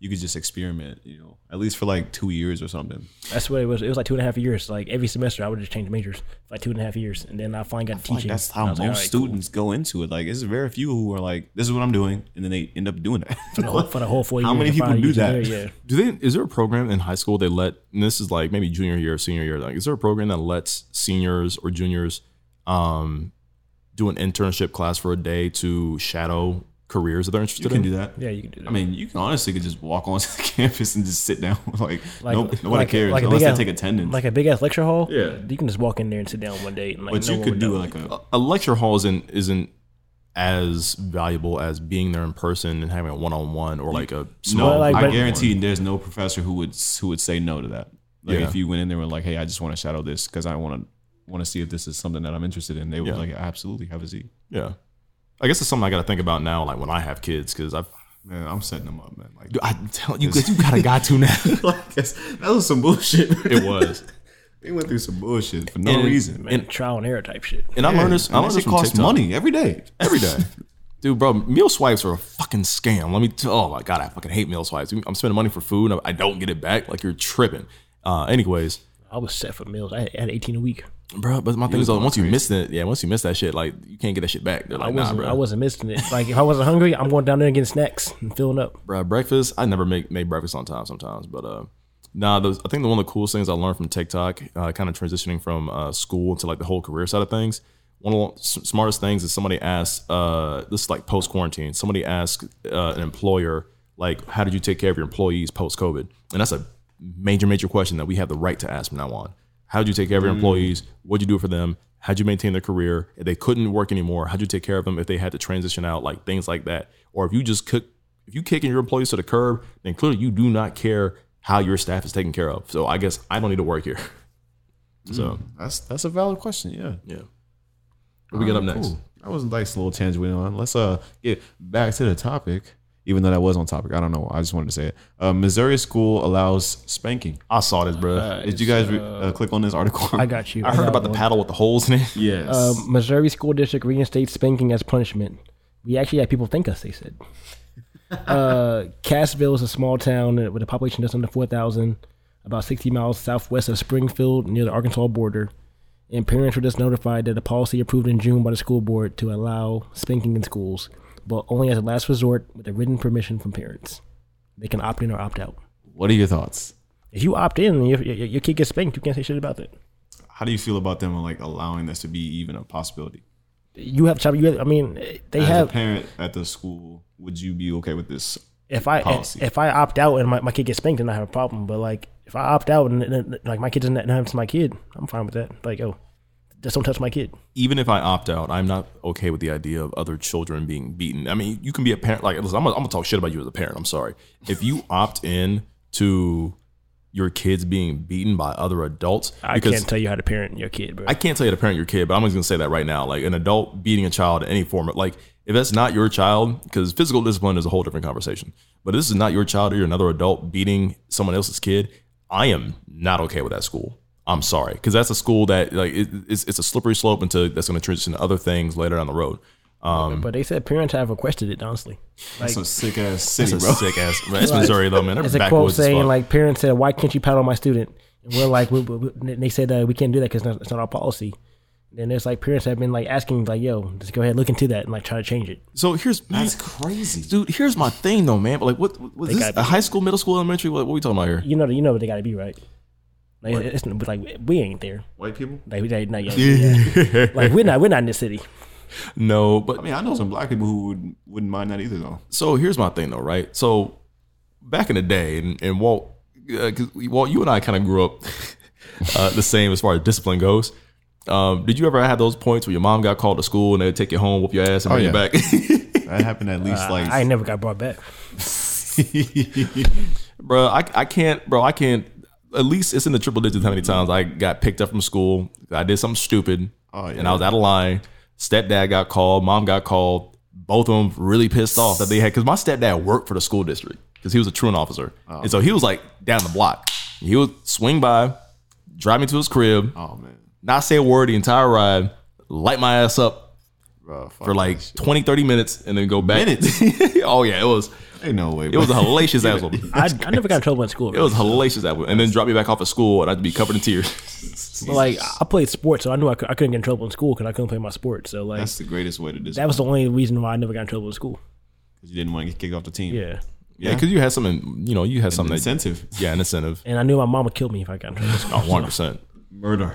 S1: you could just experiment, you know, at least for like two years or something.
S2: That's what it was. It was like two and a half years. Like every semester, I would just change majors for like two and a half years, and then I finally got to
S1: Like
S2: teaching.
S1: that's
S2: And I
S1: how
S2: was
S1: most
S2: like, all right, cool.
S1: students go into it. Like, there's very few who are like, "This is what I'm doing," and then they end up doing it.
S2: for the whole, for the whole four
S1: How
S2: years.
S1: many
S2: the
S1: people
S2: five
S1: do
S2: years in
S1: that?
S2: There, Oh, yeah,
S5: do they? Is there a program in high school they let? And this is like maybe junior year, senior year. Like, is there a program that lets seniors or juniors um, do an internship class for a day to shadow careers that they're interested
S1: you can
S5: in?
S1: do that.
S2: yeah, you can do that.
S1: I mean, you can honestly could just walk onto the campus and just sit down. like,
S2: Like-
S1: nope, nobody
S2: like-
S1: cares
S2: like a
S1: unless
S2: big
S1: they
S2: ass-
S1: take attendance.
S2: like a big ass lecture hall.
S1: Yeah.
S2: you can just walk in there and sit down one day. And like,
S1: but
S2: no
S1: you
S2: one
S1: could
S2: would
S1: do
S2: know.
S1: like a
S5: a lecture hall isn't isn't as valuable as being there in person and having a one on one or like a small.
S1: no.
S2: like,
S1: I
S2: but-
S1: guarantee there's no professor who would who would say no to that. Like
S5: Yeah.
S1: if you went in there and were like, hey, I just want to shadow this because I want to want to see if this is something that I'm interested in. They would
S5: Yeah.
S1: like absolutely have a seat.
S5: Yeah, I guess it's something I got to think about now, like when I have kids, because I.
S1: Man, I'm setting them up, man. Like,
S5: I tell you, 'cause you got a guy to now.
S1: like that's- that was some bullshit.
S5: it was,
S1: they went through some bullshit for no
S5: And-
S1: reason.
S2: Man, trial and error type shit.
S5: and I learned this.
S1: And
S5: I
S1: that
S5: learned
S1: shit
S5: this from
S1: costs
S5: TikTok.
S1: money every day.
S5: every day. Dude, bro, meal swipes are a fucking scam. Let me tell. Oh my god, I fucking hate meal swipes. I'm spending money for food. and I don't get it back. Like you're tripping. Uh, anyways,
S2: I was set for meals. I had- I had 18 a week.
S5: bro. But my thing is, though, once you miss it, yeah, once you miss that shit, like you can't get that shit back. They're
S2: I
S5: like, nah,
S2: wasn't.
S5: bro.
S2: I wasn't missing it. Like if I wasn't hungry, I'm going down there and getting snacks and filling up.
S5: Bruh, breakfast. I never make made breakfast on time sometimes, but uh, nah. Those, I think the one of the coolest things I learned from TikTok, uh, kind of transitioning from uh, school to like the whole career side of things. One of the s- smartest things is somebody asked. Uh, this is like post quarantine. Somebody asked uh, an employer, like, how did you take care of your employees post COVID? And that's a major, major question that we have the right to ask from now on. How did you take care
S2: Mm.
S5: of your employees? What'd you do for them? How'd you maintain their career? If they couldn't work anymore, how'd you take care of them if they had to transition out? Like things like that. Or if you just cook, if you kicking your employees to the curb, then clearly you do not care how your staff is taken care of. So I guess I don't need to work here.
S2: Mm.
S5: So
S1: Mm. That's that's a valid question. Yeah.
S5: yeah. What we get up next?
S1: Cool. That was a nice little tangent we went on. Let's uh get back to the topic. Even though that was on topic, I don't know. I just wanted to say it. Uh, Missouri school allows spanking.
S5: I saw this, bro.
S1: Did you guys re- uh, click on this article?
S2: I got you.
S5: I heard
S2: got
S5: about the
S2: one.
S5: paddle with the holes in it.
S1: yes.
S2: Uh, Missouri school district reinstates spanking as punishment. We actually had people thank us. They said. uh, Cassville is a small town with a population just under four thousand, about sixty miles southwest of Springfield, near the Arkansas border. And parents were just notified that a policy approved in June by the school board to allow spanking in schools, but only as a last resort with a written permission from parents. They can opt in or opt out.
S1: what are your thoughts?
S2: If you opt in and your, your, your kid gets spanked, you can't say shit about that.
S1: How do you feel about them like allowing this to be even a possibility?
S2: You have child. You have, I mean, they
S1: As a
S2: have.
S1: parent at the school, would you be okay with this?
S2: If I
S1: policy.
S2: if I opt out and my, my kid gets spanked, then I have a problem. But like if I opt out and, and like my kid doesn't happen to my kid, I'm fine with that. Like oh, just don't touch my kid.
S5: Even if I opt out, I'm not okay with the idea of other children being beaten. I mean, you can be a parent. Like, listen, I'm gonna, I'm gonna talk shit about you as a parent. I'm sorry. If you opt in to your kids being beaten by other adults,
S2: I can't tell you how to parent your kid, bro.
S5: I can't tell you to parent your kid, but I'm just gonna say that right now. Like an adult beating a child in any form, of- like if that's not your child, because physical discipline is a whole different conversation. But this is not your child or you're another adult beating someone else's kid. I am not okay with that school. I'm sorry, because that's a school that like it, it's, it's a slippery slope into that's gonna transition to other things later down the road. Um,
S2: but they said parents have requested it. Honestly, like
S1: Some sick ass
S5: It's
S1: city,
S5: a
S1: bro.
S5: sick ass. It's Missouri though, man. They're
S2: it's a quote
S5: backwoods as
S2: saying
S5: fuck.
S2: like parents said, "Why can't you pat on my student?" And we're like, we, we, we- and they said that we can't do that because it's not our policy. And there's like parents have been like asking like, "Yo, just go ahead look into that and like try to change it."
S5: So here's
S1: That's crazy.
S5: dude. Here's my thing though, man. But like, what, what is this?
S2: gotta be-
S5: A high school, middle school, elementary? What, what are we talking about here?
S2: You know, you know what they got to be right. Like it's it's- like we ain't there.
S1: White people?
S2: Like we they not young. like we're not we're not in this city.
S5: No, but
S1: I mean, I know some black people who would, wouldn't mind that either, though.
S5: so here's my thing though, right? So back in the day, and, and Walt, uh, 'cause Walt, you and I kind of grew up uh, the same as far as discipline goes. Um, did you ever have those points where your mom got called to school and they'd take you home, whoop your ass, and bring
S1: Oh, yeah.
S5: you back?
S1: That happened at least like
S2: Uh, I ain't never got brought back.
S5: bro. I, I can't, bro. I can't. At least it's in the triple digits. How many times I got picked up from school? I did something stupid,
S1: Oh, yeah.
S5: and I was out of line. Stepdad got called. Mom got called. Both of them really pissed off that they had because my stepdad worked for the school district because he was a truant officer,
S1: Oh.
S5: and so he was like down the block. He would swing by, drive me to his crib,
S1: oh man,
S5: not say a word the entire ride, light my ass up
S1: bro, fuck
S5: for
S1: that
S5: like
S1: shit.
S5: 20, 30 minutes, and then go back.
S1: Minutes?
S5: oh yeah, it was
S1: ain't no way.
S5: it was a hellacious ass whooping.
S2: I, I never got in trouble in school.
S5: It was hellacious that way. And then drop me back off at school and I'd be covered in tears.
S2: But, like I played sports, so I knew I, could, I couldn't get in trouble in school because I couldn't play my sport. So like
S1: That's the greatest way to
S2: that
S1: discipline.
S2: was the only reason why I never got in trouble in school.
S1: because you didn't want to get kicked off the team.
S2: Yeah,
S5: Yeah, because you had something, you know, you had something that,
S1: incentive.
S5: yeah, an incentive.
S2: and I knew my mom would kill me if I got in trouble. in school.
S5: Oh, 100%.
S1: murder.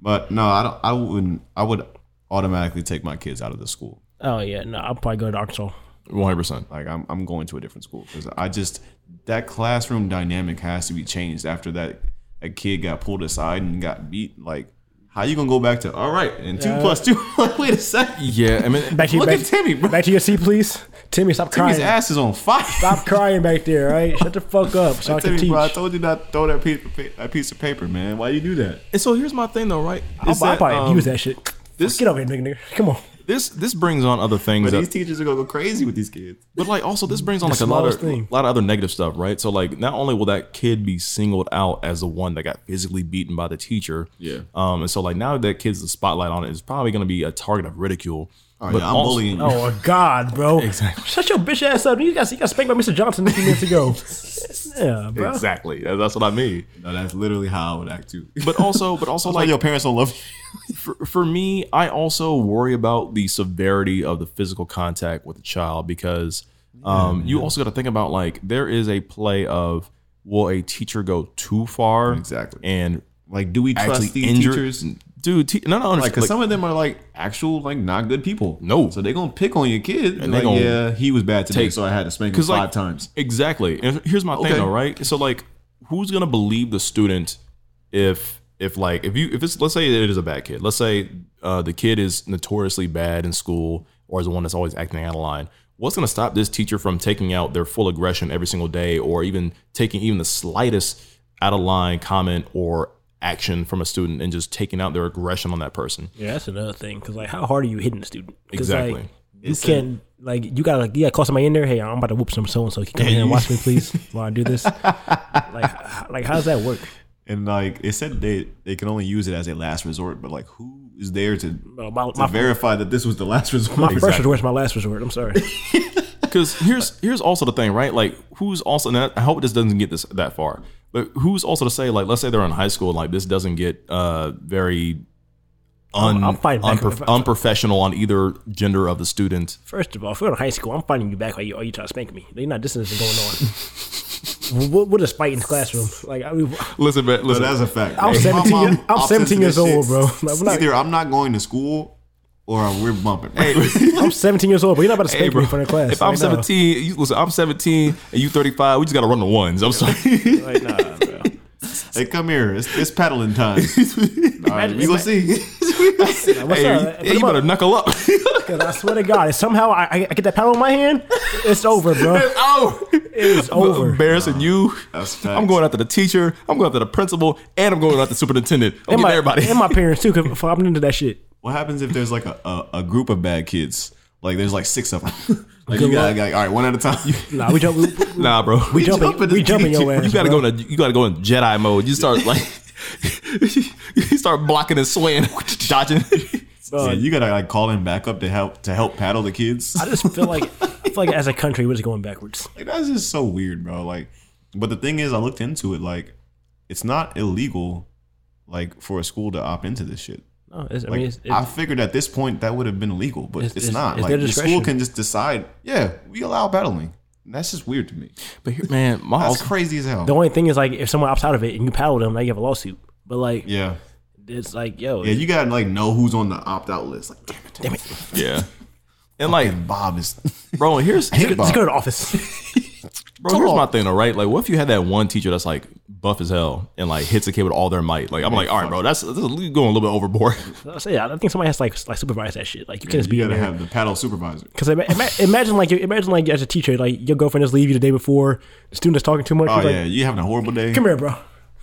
S1: But no, I don't. I wouldn't. I would automatically take my kids out of the school.
S2: oh yeah, no, I'll probably go to Arkansas.
S5: 100%.
S1: Like I'm, I'm going to a different school because I just that classroom dynamic has to be changed after that. A kid got pulled aside and got beat. Like, how you gonna go back to all right and two plus two? like, wait a second.
S5: Yeah, I mean,
S2: Back to
S1: Look
S2: back,
S1: at Timmy, bro.
S2: Back to your seat, please. Timmy, stop
S1: Timmy's
S2: crying.
S1: ass is on fire.
S2: Stop crying back there, right? Shut the fuck up, so I can
S1: Timmy,
S2: teach.
S1: bro, I told you not to throw that piece, of pa- that piece of paper, man. Why you do that?
S5: and so here's my thing though, right?
S2: I'll,
S5: Is
S2: I'll
S5: that,
S2: probably
S5: um,
S2: abuse that shit.
S5: this-
S2: Get over here, nigga. nigga. Come on.
S5: This this brings on other things
S1: But
S5: that
S1: these teachers are gonna go crazy with these kids.
S5: But like also this brings on like a lot
S2: smallest
S5: of
S2: thing.
S5: lot of other negative stuff, right? So like not only will that kid be singled out as the one that got physically beaten by the teacher,
S1: Yeah.
S5: Um, and so like now that kid's the spotlight on it is probably going to be a target of ridicule.
S1: All right,
S5: But
S1: Oh, I'm
S5: also-
S1: bullying you.
S2: Oh God, bro. Exactly. Shut your bitch ass up. You got you got spanked by Mr. Johnson a few minutes ago. yeah, bro.
S5: Exactly, That- that's what I mean.
S1: No, that's literally how I would act too.
S5: But also, but also
S1: Like
S5: like
S1: your parents don't love you.
S5: for, for me, I also worry about the severity of the physical contact with a child because um, you also got to think about like there is a play of will a teacher go too far
S1: Exactly.
S5: and
S1: Like, do we
S5: actually
S1: trust these
S5: injure
S1: teachers?
S5: Dude, te- no, no,
S1: Like,
S5: like,
S1: cause some of them are like actual, like not good people.
S5: No.
S1: so they gonna pick on your kid. And
S5: they
S1: like,
S5: gonna
S1: yeah, he was bad today,
S5: take-
S1: so I had to spank him
S5: 'cause,
S1: five
S5: like-
S1: times.
S5: exactly. And here's my thing,
S1: Okay.
S5: though, right? So, like, who's gonna believe the student if if like if you if it's let's say it is a bad kid. Let's say uh, the kid is notoriously bad in school or is the one that's always acting out of line. What's gonna stop this teacher from taking out their full aggression every single day, or even taking even the slightest out of line comment or action from a student and just taking out their aggression on that person?
S2: Yeah, that's another thing. Cause like, how hard are you hitting the student? 'Cause,
S5: Exactly.
S2: Like, you can like you gotta like, you gotta call somebody in there. Hey, I'm about to whoop some so and so. Can you come in here and watch me, please, while I do this. like, h- like how does that work?
S1: And like it said, they they can only use it as a last resort. But like, who is there to, to
S2: Bro, my my,
S1: verify that this was the last resort?
S2: my first resort's my last resort. I'm sorry.
S5: Because here's here's also the thing, right? Like, who's also? And I hope this doesn't get this that far, but who's also to say, like, let's say they're in high school, and like this doesn't get uh very un,
S2: Oh, I'm fine back
S5: unprof-
S2: if I-
S5: unprofessional on either gender of the student.
S2: First of all, if we're in high school, I'm finding you back. Are you, are you trying to spank me? There's not this is going on. what, what is fight in the classroom? Like I mean,
S5: Listen, man,
S1: So
S5: listen.
S1: that's a fact.
S2: I'm
S1: If my
S2: 17
S1: mom
S2: year- I'm
S1: opts
S2: 17 years
S1: into this
S2: old,
S1: shit,
S2: bro. Like, I'm not-
S1: Either I'm not going to school, or we're bumping. bro.
S2: I'm 17 years old, but you're not about to spank me in front of class.
S5: if I'm
S2: Like, no.
S5: 17, you, listen, I'm 17 and you 35, we just gotta run the ones. I'm sorry.
S2: Like, nah, bro.
S1: hey, come here. It's, it's paddling time. All right, we gonna see.
S2: What's
S5: Hey,
S2: up?
S5: you, you better knuckle up. it's
S2: Because I swear to God, if somehow I, I I get that paddle in my hand, it's over, bro.
S5: over.
S2: It's over.
S5: Embarrassing you.
S1: That's facts.
S5: I'm going after the teacher. I'm going after the principal, and I'm going after the superintendent. I'm
S2: And
S5: getting
S2: my,
S5: everybody.
S2: and my parents too, because I'm into that shit.
S1: What happens if there's like a, a, a group of bad kids? Like there's like six of them. like
S2: Good
S1: you gotta,
S2: luck.
S1: gotta- all right, one at a time.
S2: Nah, we jump, we, we,
S5: Nah, bro.
S2: we jumping,
S1: jumping
S2: we
S1: the
S2: jumping your
S1: teacher.
S2: ass.
S5: you gotta
S2: bro.
S5: go in. A, you gotta go in Jedi mode. You start like you start blocking and swaying, dodging.
S1: Yeah, you gotta like call him back up to help to help paddle the kids.
S2: I just feel like I feel like as a country we're just going backwards.
S1: Like, that's just so weird, bro. Like, but the thing is, I looked into it. Like, it's not illegal, like for a school to opt into this shit.
S2: No, it's, I
S1: Like,
S2: mean, it's,
S1: I
S2: it's,
S1: figured at this point that would have been illegal, but
S2: It's-
S1: it's,
S2: it's-
S1: not.
S2: it's
S1: like,
S2: their
S1: the school
S2: discretion.
S1: can just decide, yeah, we allow battling. And that's just weird to me.
S5: But here, man, my
S1: That's
S5: also-
S1: crazy as hell.
S2: the only thing is like if someone opts out of it and you paddle them, now you have a lawsuit. But like
S1: yeah,
S2: it's like yo,
S1: yeah. You gotta like know who's on the opt out list. Like, damn it,
S2: damn it,
S5: yeah. And like,
S1: Bob is.
S5: bro, and here's
S1: I hate
S2: just
S1: Bob.
S2: go to the office.
S5: Bro, here's my thing though, right? Like, what if you had that one teacher that's like buff as hell and like hits a kid with all their might? Like, I'm like, all right, bro, that's, that's going a little bit overboard.
S2: I say, I think somebody has to like like supervise that shit. Like you can't just be
S1: You
S2: in
S1: gotta
S2: there.
S1: have the paddle Oh, supervisor.
S2: Because ima- ima- imagine like you imagine like as a teacher, like your girlfriend just leave you the day before. The student is talking too much.
S1: Oh
S2: you're like,
S1: yeah, you having a horrible day.
S2: come here, bro.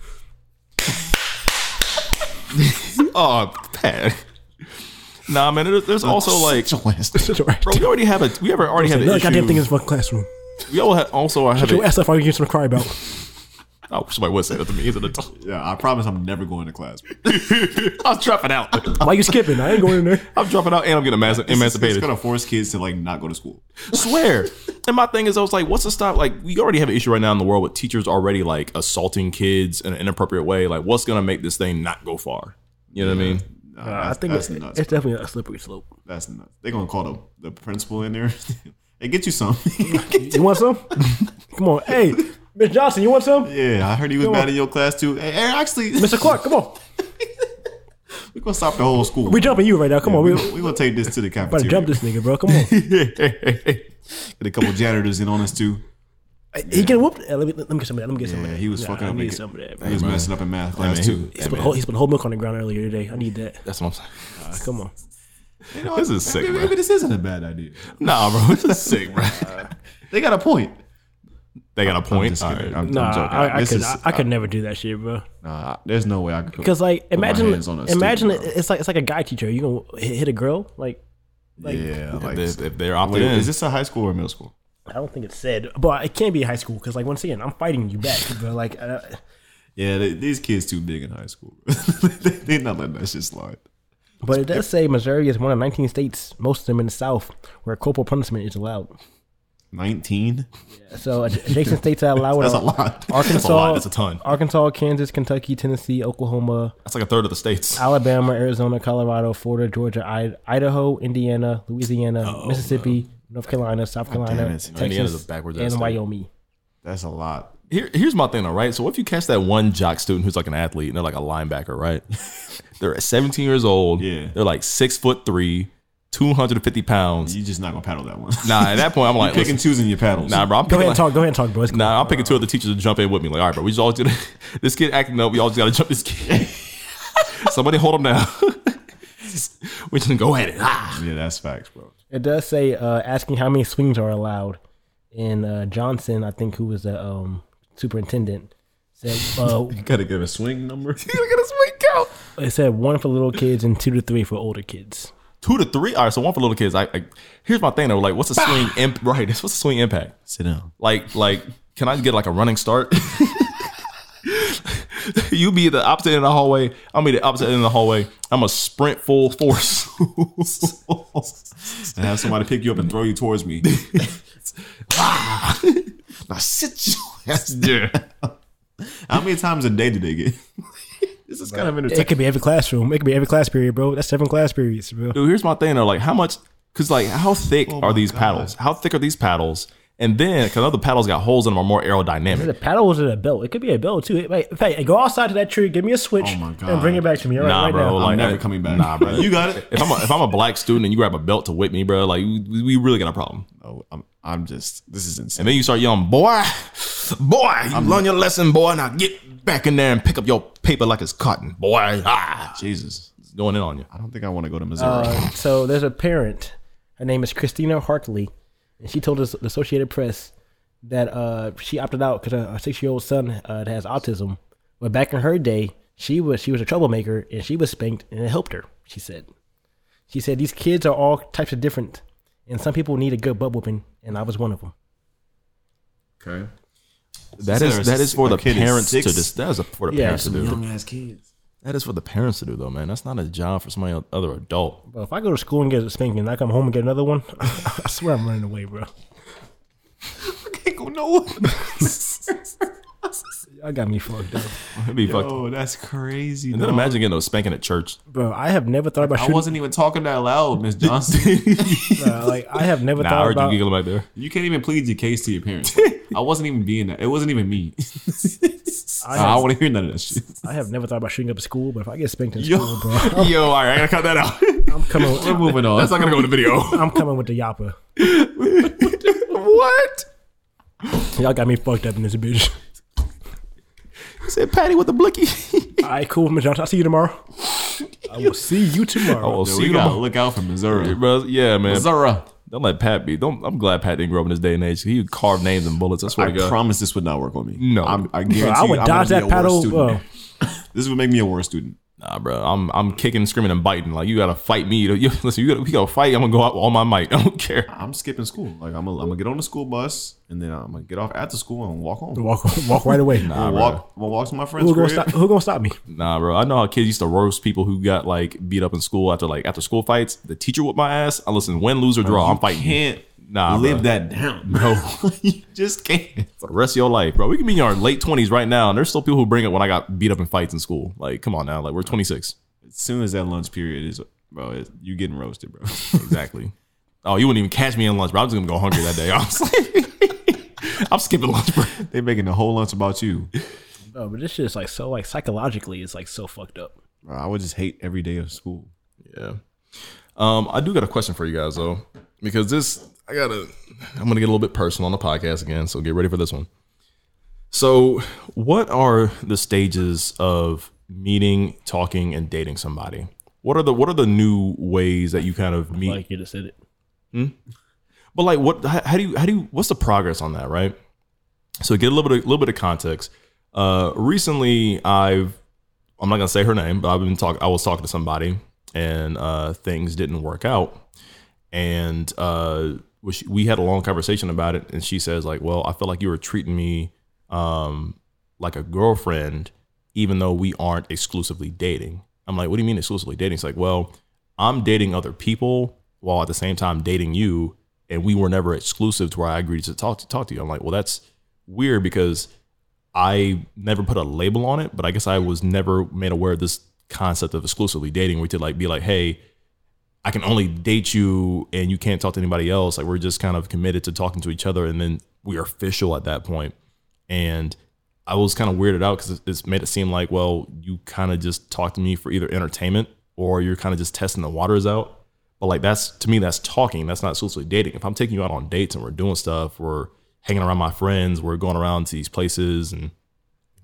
S5: Oh, Pat. Nah, man, there's, there's also like, bro, we already have a we ever already have an
S2: Another goddamn thing in
S5: issue.
S2: this fucking classroom.
S5: We all oh, ha- also have
S2: Your
S5: a,
S2: ass off. I give you something to cry about.
S5: oh somebody would say that to me as an adult.
S1: Yeah, I promise I'm never going to class.
S5: I'm dropping out.
S2: Why you skipping? I ain't going in there.
S5: I'm dropping out and I'm getting emanci-
S1: It's
S5: emancipated.
S1: gonna force kids to like not go to school.
S5: swear. And my thing is, I was like, what's the stop? Like, we already have an issue right now in the world with teachers already like assaulting kids in an inappropriate way. Like, what's gonna make this thing not go far? You know what I mean?
S1: Nah,
S2: Uh, I
S1: that's-
S2: think
S1: that's
S2: it's,
S1: nuts.
S2: it's definitely a slippery slope.
S1: That's nuts. They're gonna call the, the principal in there. hey, get you something.
S2: You want some? come on, hey, Miss Johnson, you want some?
S1: yeah, I heard he was
S2: Come
S1: bad
S2: on.
S1: in your class too. Hey, hey, actually,
S2: Mr. Clark, come on.
S1: we're gonna stop the whole school.
S2: We jumping you right now. Come on, we
S1: we, we gonna take this to the
S2: about to
S1: cafeteria.
S2: jump this nigga, bro. Come on.
S1: Get a couple janitors in on us too.
S2: He getting whooped. Uh, let, me, let me get some of that. Let me get some of
S1: Yeah,
S2: that.
S1: he was
S2: Nah,
S1: fucking
S2: I
S1: up.
S2: need
S1: and-
S2: some of that.
S1: He
S2: Bro.
S1: was messing up in math
S5: I
S1: class
S5: mean,
S1: too.
S5: who-
S2: He spilled, whole, he spilled whole milk on the ground earlier today. I need that.
S5: that's what I'm saying.
S2: Uh, come on.
S5: This is sick,
S1: Maybe,
S5: bro.
S1: maybe this isn't a bad idea.
S5: Nah, bro, this is sick, bro.
S1: They got a point.
S5: They got a
S1: I'm
S5: point.
S1: just
S5: All
S1: kidding.
S5: right.
S1: I'm- I'm
S2: Nah,
S1: joking.
S2: I, I
S1: This
S2: could,
S1: is- uh,
S2: I, I could never do that shit, bro.
S1: Nah, there's no way I could. put-
S2: Because like,
S1: my
S2: imagine,
S1: hands on a
S2: imagine
S1: student, bro.
S2: it's like it's like a guy teacher. You gonna hit, hit a girl? Like, like
S1: yeah, like,
S5: If, if they're opted
S1: wait,
S5: in,
S1: is this a high school or middle school?
S2: I don't think it's said, but it can't be high school. Because like once again, I'm fighting you back, bro. Like, uh,
S1: Yeah, they, these kids too big in high school. They're not letting that shit slide.
S2: but it does say Missouri is one of 19 states, most of them in the South, where corporal punishment is allowed.
S1: Nineteen.
S2: So ad- adjacent states that allow it
S1: That's a
S2: are
S1: lot.
S2: Arkansas,
S5: that's a lot. That's a ton.
S2: Arkansas, Kansas, Kentucky, Tennessee, Oklahoma,
S5: That's like a third of the states.
S2: Alabama, Arizona, Colorado, Florida, Georgia, I- Idaho, Indiana, Louisiana,
S5: Oh,
S2: Mississippi, North Carolina, South Carolina,
S1: damn it.
S2: Texas,
S5: Indiana's a backwards ass
S2: and
S5: state.
S2: Wyoming.
S1: That's a lot.
S5: Here, here's my thing though, right? So what if you catch that one jock student who's like an athlete and they're like a linebacker, right? they're 17 years old.
S1: Yeah.
S5: They're like six foot three, 250 pounds.
S1: You're just not gonna paddle that one.
S5: Nah, at that point I'm like,
S1: Pick
S5: listen,
S1: and choosing your paddles.
S5: nah, bro, I'm
S2: Go
S5: picking
S2: ahead
S5: like,
S2: and talk. Go ahead and talk, boys.
S5: nah, I'm picking two other teachers to jump in with me. Like, all right, bro, we just all did this kid acting up. We all just gotta jump this kid. Somebody hold him down. we just gonna go at it. Ah.
S1: Yeah, that's facts, bro.
S2: It does say uh, asking how many swings are allowed, and uh, Johnson, I think, who was the um, superintendent, said uh,
S1: Gotta give a swing number.
S2: it said one for little kids and two to three for older kids.
S5: Two to three. All right, so one for little kids. I, I here's my thing though. Like, what's a swing imp right? What's a swing impact?
S1: Sit down.
S5: like like can I get like a running start? you be the opposite end of the hallway. I'll be the opposite end of the hallway. I'm a sprint full force.
S1: and have somebody pick you up and throw you towards me.
S5: Ah.
S1: now sit your ass down.
S5: yeah.
S1: How many times a day do they get? this is kind of
S2: It
S1: entertaining.
S2: could be every classroom. It could be every class period, bro. That's seven class periods, bro.
S5: Dude, here's my thing though. Like how much cause like how thick
S1: Oh
S5: are these paddles? How thick are these paddles? And then cause other paddles got holes in them are more
S2: The
S5: aerodynamic.
S2: paddle was in a belt. It could be a belt too. It, like, in fact, go outside to that tree, give me a switch,
S1: Oh my God.
S2: and bring it back to me. All right,
S5: Nah,
S2: right
S5: bro.
S2: now.
S5: like,
S1: I'm never
S5: I-
S1: coming back.
S5: Nah, bro.
S1: You got it.
S5: If I'm a, if I'm a black student and you grab a belt to whip me, bro, like we, we really got a problem.
S1: Oh, I'm, I'm just. This is insane.
S5: And then you start yelling, boy, boy, you learn your lesson, boy, now get back in there and pick up your paper like it's cotton, boy. Ah,
S1: Jesus,
S5: it's going in on you.
S1: I don't think I want to go to Missouri.
S2: Uh, so there's a parent. Her name is Christina Harkley, and she told us the Associated Press that uh, she opted out because her, her six-year-old son uh, has autism. But back in her day, she was she was a troublemaker, and she was spanked, and it helped her. She said. She said these kids are all types of different, and some people need a good butt whooping, and I was one of them.
S1: okay.
S5: That
S1: Sarah,
S5: is that is for
S1: a
S5: the
S1: kid is
S5: parents to
S1: six?
S5: dis- that is for the
S2: Yeah,
S5: parents to
S2: some
S5: do.
S1: ass kids.
S5: That is for the parents to do though, man. That's not a job for somebody el- other adult.
S2: Bro, if I go to school and get a spanking, and I come home and get another one, I swear I'm running away, bro.
S1: Can't go nowhere.
S2: I got me fucked up,
S5: It'd be fucked.
S1: Oh, that's crazy.
S5: And then
S1: dog.
S5: imagine getting a spanking at church.
S2: bro. I have never thought about
S1: I
S2: shooting.
S1: wasn't even talking that loud, Miss Johnson.
S2: Bro, like I have never
S5: Nah, I
S2: thought
S5: heard you
S2: about.
S5: giggling back there.
S1: you can't even plead your case to your parents. I wasn't even being that. It wasn't even me.
S2: I
S1: I don't
S2: have,
S1: want to hear none of that shit.
S2: I have never thought about shooting up a school, but if I get spanked in
S5: Yo,
S2: school, bro,
S5: yo, all right, I gotta cut that out.
S2: I'm coming.
S1: We're moving on.
S5: That's not gonna go in the video.
S2: I'm coming with the yapper.
S5: what?
S2: Y'all got me fucked up in this bitch.
S5: Said Patty with the blicky.
S2: All right, cool, Miss Johnson. I'll see you tomorrow. I will see you tomorrow.
S5: will
S1: Yo, we gotta Oh, look out for Missouri.
S5: bro. Yeah, man.
S1: Missouri.
S5: Don't let Pat be. Don't. I'm glad Pat didn't grow up in this day and age. He would carve names and bullets. I swear
S1: I
S5: to God.
S1: promise this would not work on me.
S5: No.
S1: I'm, I guarantee
S2: Bro, I would
S1: you, I'm
S2: dodge
S1: gonna be
S2: that
S1: a worse
S2: paddle.
S1: student.
S2: Bro.
S1: This would make me a worse student.
S5: nah, bro. I'm I'm kicking, screaming, and biting. Like you gotta fight me. You, listen, you gotta we gotta fight. I'm gonna go out with all my might. I don't care.
S1: I'm skipping school. Like I'm, gonna- I'm gonna get on the school bus and then I'm gonna get off after school and walk home.
S2: Walk, walk right away.
S1: I'm
S5: Nah,
S1: gonna
S5: bro.
S1: walk, I'm gonna walk to my friend's
S2: Who gonna
S1: crib.
S2: stop? Who gonna stop me?
S5: Nah, bro. I know how kids used to roast people who got like beat up in school after like after school fights. The teacher whooped my ass. I listen, win, lose, or draw. I'm fighting.
S1: Can't
S5: Nah,
S1: live
S5: bro.
S1: that down, bro. you just can't.
S5: for the rest of your life, bro. We can be in our late twenties right now, and there's still people who bring up when I got beat up in fights in school. Like, come on now, like we're 26.
S1: As soon as that lunch period is, bro, it, you getting roasted, bro.
S5: Exactly. oh, you wouldn't even catch me in lunch, bro. I was gonna go hungry that day. Honestly, I'm skipping lunch, bro.
S1: they making the whole lunch about you.
S2: No, but this shit is like so like psychologically, it's like so fucked up.
S1: Bro, I would just hate every day of school.
S5: Yeah. Um, I do got a question for you guys though, because this I gotta I'm gonna get a little bit personal on the podcast again, so get ready for this one. So, what are the stages of meeting, talking, and dating somebody? What are the what are the new ways that you kind of meet?
S2: Like you just said it.
S5: but like, what? How, how do you how do you? What's the progress on that? Right. So get a little bit of, little bit of context. Uh, recently, I've I'm not gonna say her name, but I've been talk. I was talking to somebody, and uh, things didn't work out. And uh, was she- we had a long conversation about it, and she says like, "Well, I feel like you were treating me um, like a girlfriend, even though we aren't exclusively dating." I'm like, "What do you mean exclusively dating?" It's like, "Well, I'm dating other people while at the same time dating you, and we were never exclusive to where I agreed to talk to talk to you." I'm like, "Well, that's weird because." I never put a label on it, but I guess I was never made aware of this concept of exclusively dating, where you could like be like, hey, I can only date you and you can't talk to anybody else. Like we're just kind of committed to talking to each other and then we're official at that point. And I was kind of weirded out because it's made it seem like, well, you kind of just talk to me for either entertainment or you're kind of just testing the waters out. But like that's to me, that's talking. That's not exclusively dating. If I'm taking you out on dates and we're doing stuff, we're hanging around my friends, we're going around to these places and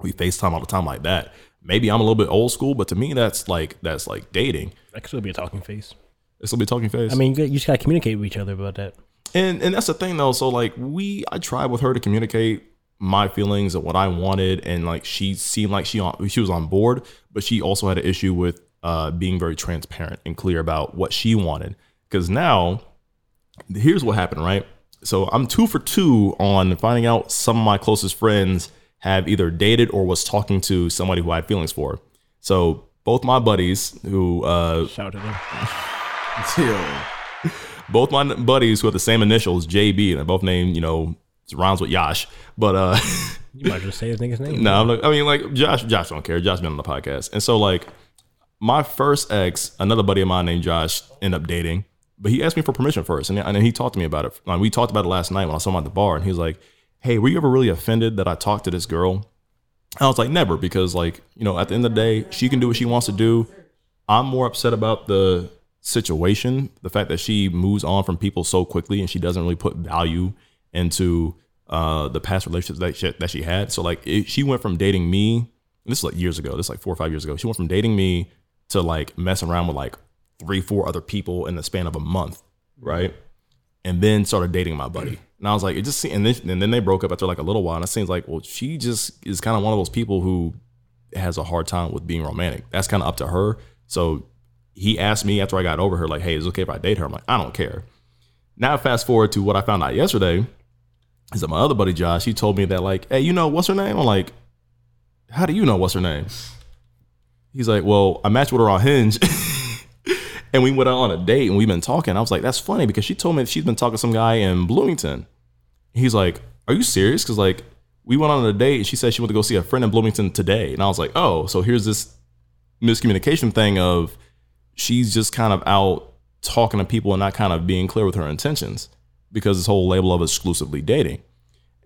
S5: we FaceTime all the time like that. Maybe I'm a little bit old school, but to me that's like that's like dating.
S2: That could still be a talking face.
S5: It's gonna be talking
S2: I
S5: face.
S2: mean, you just gotta communicate with each other about that.
S5: and and that's the thing though so like we i tried with her to communicate my feelings and what i wanted and like she seemed like she on she was on board but she also had an issue with uh being very transparent and clear about what she wanted because now here's what happened right so i'm two for two on finding out some of my closest friends have either dated or was talking to somebody who i had feelings for so both my buddies who uh
S2: Shout out to them.
S5: both my buddies who have the same initials, JB, and they're both named, you know, it rhymes with Yash. But uh
S2: You might as well say his nigga's name.
S5: no, I'm like, I mean, like Josh, Josh don't care. Josh been on the podcast, and so like my first ex, another buddy of mine named Josh, ended up dating, but he asked me for permission first, and, and then he talked to me about it. Like, we talked about it last night when I saw him at the bar, and he was like, "Hey, were you ever really offended that I talked to this girl?" I was like, "Never," because like you know, at the end of the day, she can do what she wants to do. I'm more upset about the situation, the fact that she moves on from people so quickly and she doesn't really put value into uh, the past relationships that she, that she had. So like it, she went from dating me, and this is like years ago, this is like four or five years ago. She went from dating me to like messing around with like three, four other people in the span of a month, right? And then started dating my buddy. And I was like, it just seemed, and then, and then they broke up after like a little while. And it seems like, well, she just is kind of one of those people who has a hard time with being romantic. That's kind of up to her. So he asked me after I got over her, like, hey, is it okay if I date her? I'm like, I don't care. Now fast forward to what I found out yesterday is that my other buddy Josh, he told me that like, hey, you know what's her name? I'm like, how do you know what's her name? He's like, well, I matched with her on Hinge. and we went out on a date and we've been talking. I was like, that's funny because she told me that she's been talking to some guy in Bloomington. He's like, are you serious? Because like we went on a date and she said she went to go see a friend in Bloomington today. And I was like, oh, so here's this miscommunication thing of she's just kind of out talking to people and not kind of being clear with her intentions because this whole label of exclusively dating.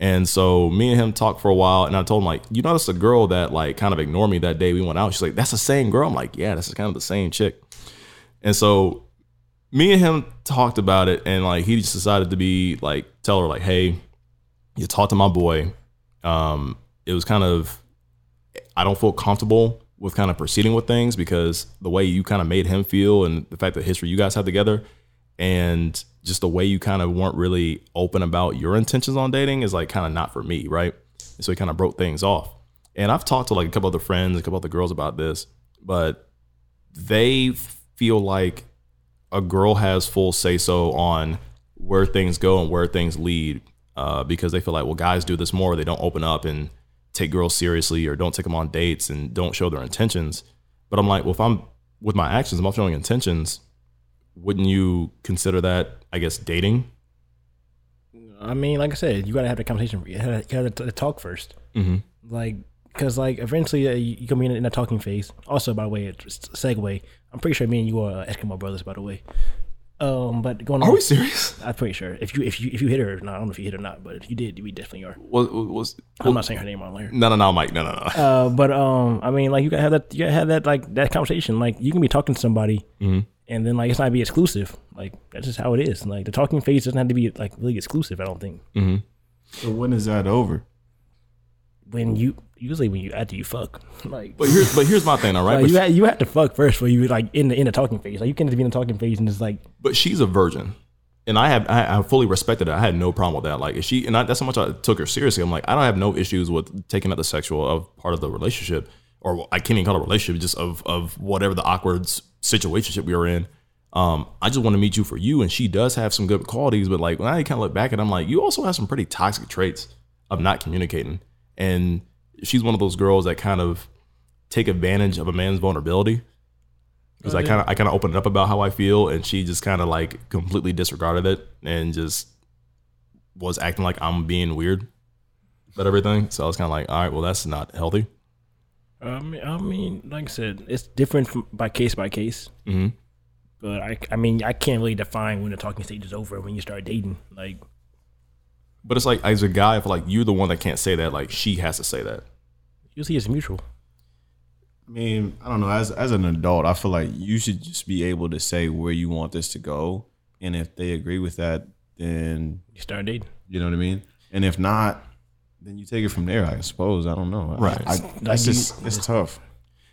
S5: And so me and him talked for a while, and I told him like, you know, that's a girl that like kind of ignored me that day we went out. She's like, that's the same girl. I'm like, yeah, that's kind of the same chick. And so me and him talked about it, and like he just decided to be like, tell her like, hey, you talk to my boy. Um, it was kind of I don't feel comfortable with kind of proceeding with things because the way you kind of made him feel and the fact that history you guys have together and just the way you kind of weren't really open about your intentions on dating is like kind of not for me, right? And so he kind of broke things off. And I've talked to like a couple other friends, a couple other girls about this, but they feel like a girl has full say so on where things go and where things lead uh, because they feel like, well, guys do this more. They don't open up and take girls seriously or don't take them on dates and don't show their intentions. But I'm like, well, if I'm with my actions, if I'm showing intentions, wouldn't you consider that, I guess, dating?
S2: I mean, like I said, you gotta have the conversation. You gotta, you gotta t- talk 1st Mm-hmm. Like, cause like eventually uh, you- you're gonna be in a, in a talking phase. Also, by the way, it's just a segue. I'm pretty sure me and you are uh, Eskimo brothers, by the way. Um, but going on,
S5: Are we serious?
S2: I'm pretty sure. If you if you if you hit her, or not, I don't know if you hit her or not, but if you did, we definitely are.
S5: Was, was,
S2: I'm not saying her name on here.
S5: no, no, no, Mike. No, no, no.
S2: Uh, but um, I mean, like you gotta have that, you gotta have that, like that conversation. Like you can be talking to somebody,
S5: Mm-hmm.
S2: and then like it's not be exclusive. Like that's just how it is. Like the talking phase doesn't have to be like really exclusive. I don't think
S10: So when is that over?
S2: when you usually when you after you fuck, like,
S5: But here's, but here's my thing, all right?
S2: like,
S5: But
S2: you had, you have to fuck first for you like in the in the talking phase. Like you can't just be in the talking phase and just like
S5: but she's a virgin and i have i, I fully respected it i had no problem with that like if she and I, that's how much i took her seriously i'm like i don't have no issues with taking out the sexual of part of the relationship or i can't even call it a relationship just of of whatever the awkward s- situationship we were in um, I just want to meet you for you, and she does have some good qualities, but like when I kind of look back at, it, I'm like, you also have some pretty toxic traits of not communicating, and she's one of those girls that kind of take advantage of a man's vulnerability because I kind of I kind of opened up about how I feel, and she just kind of like completely disregarded it and just was acting like I'm being weird about everything. So I was kind of like, all right, well that's not healthy.
S2: I mean, I mean, like I said, it's different from, by case by case. Mm-hmm. But I, I mean, I can't really define when the talking stage is over when you start dating. Like,
S5: But it's like as a guy, I feel like you're the one that can't say that. Like she has to say that.
S2: usually it's mutual.
S10: I mean, I don't know. As as an adult, I feel like you should just be able to say where you want this to go, and if they agree with that, then
S2: You start dating.
S10: you know what I mean. And if not, then you take it from there. I suppose. I don't know.
S5: Right.
S10: I, I, that's just it's tough.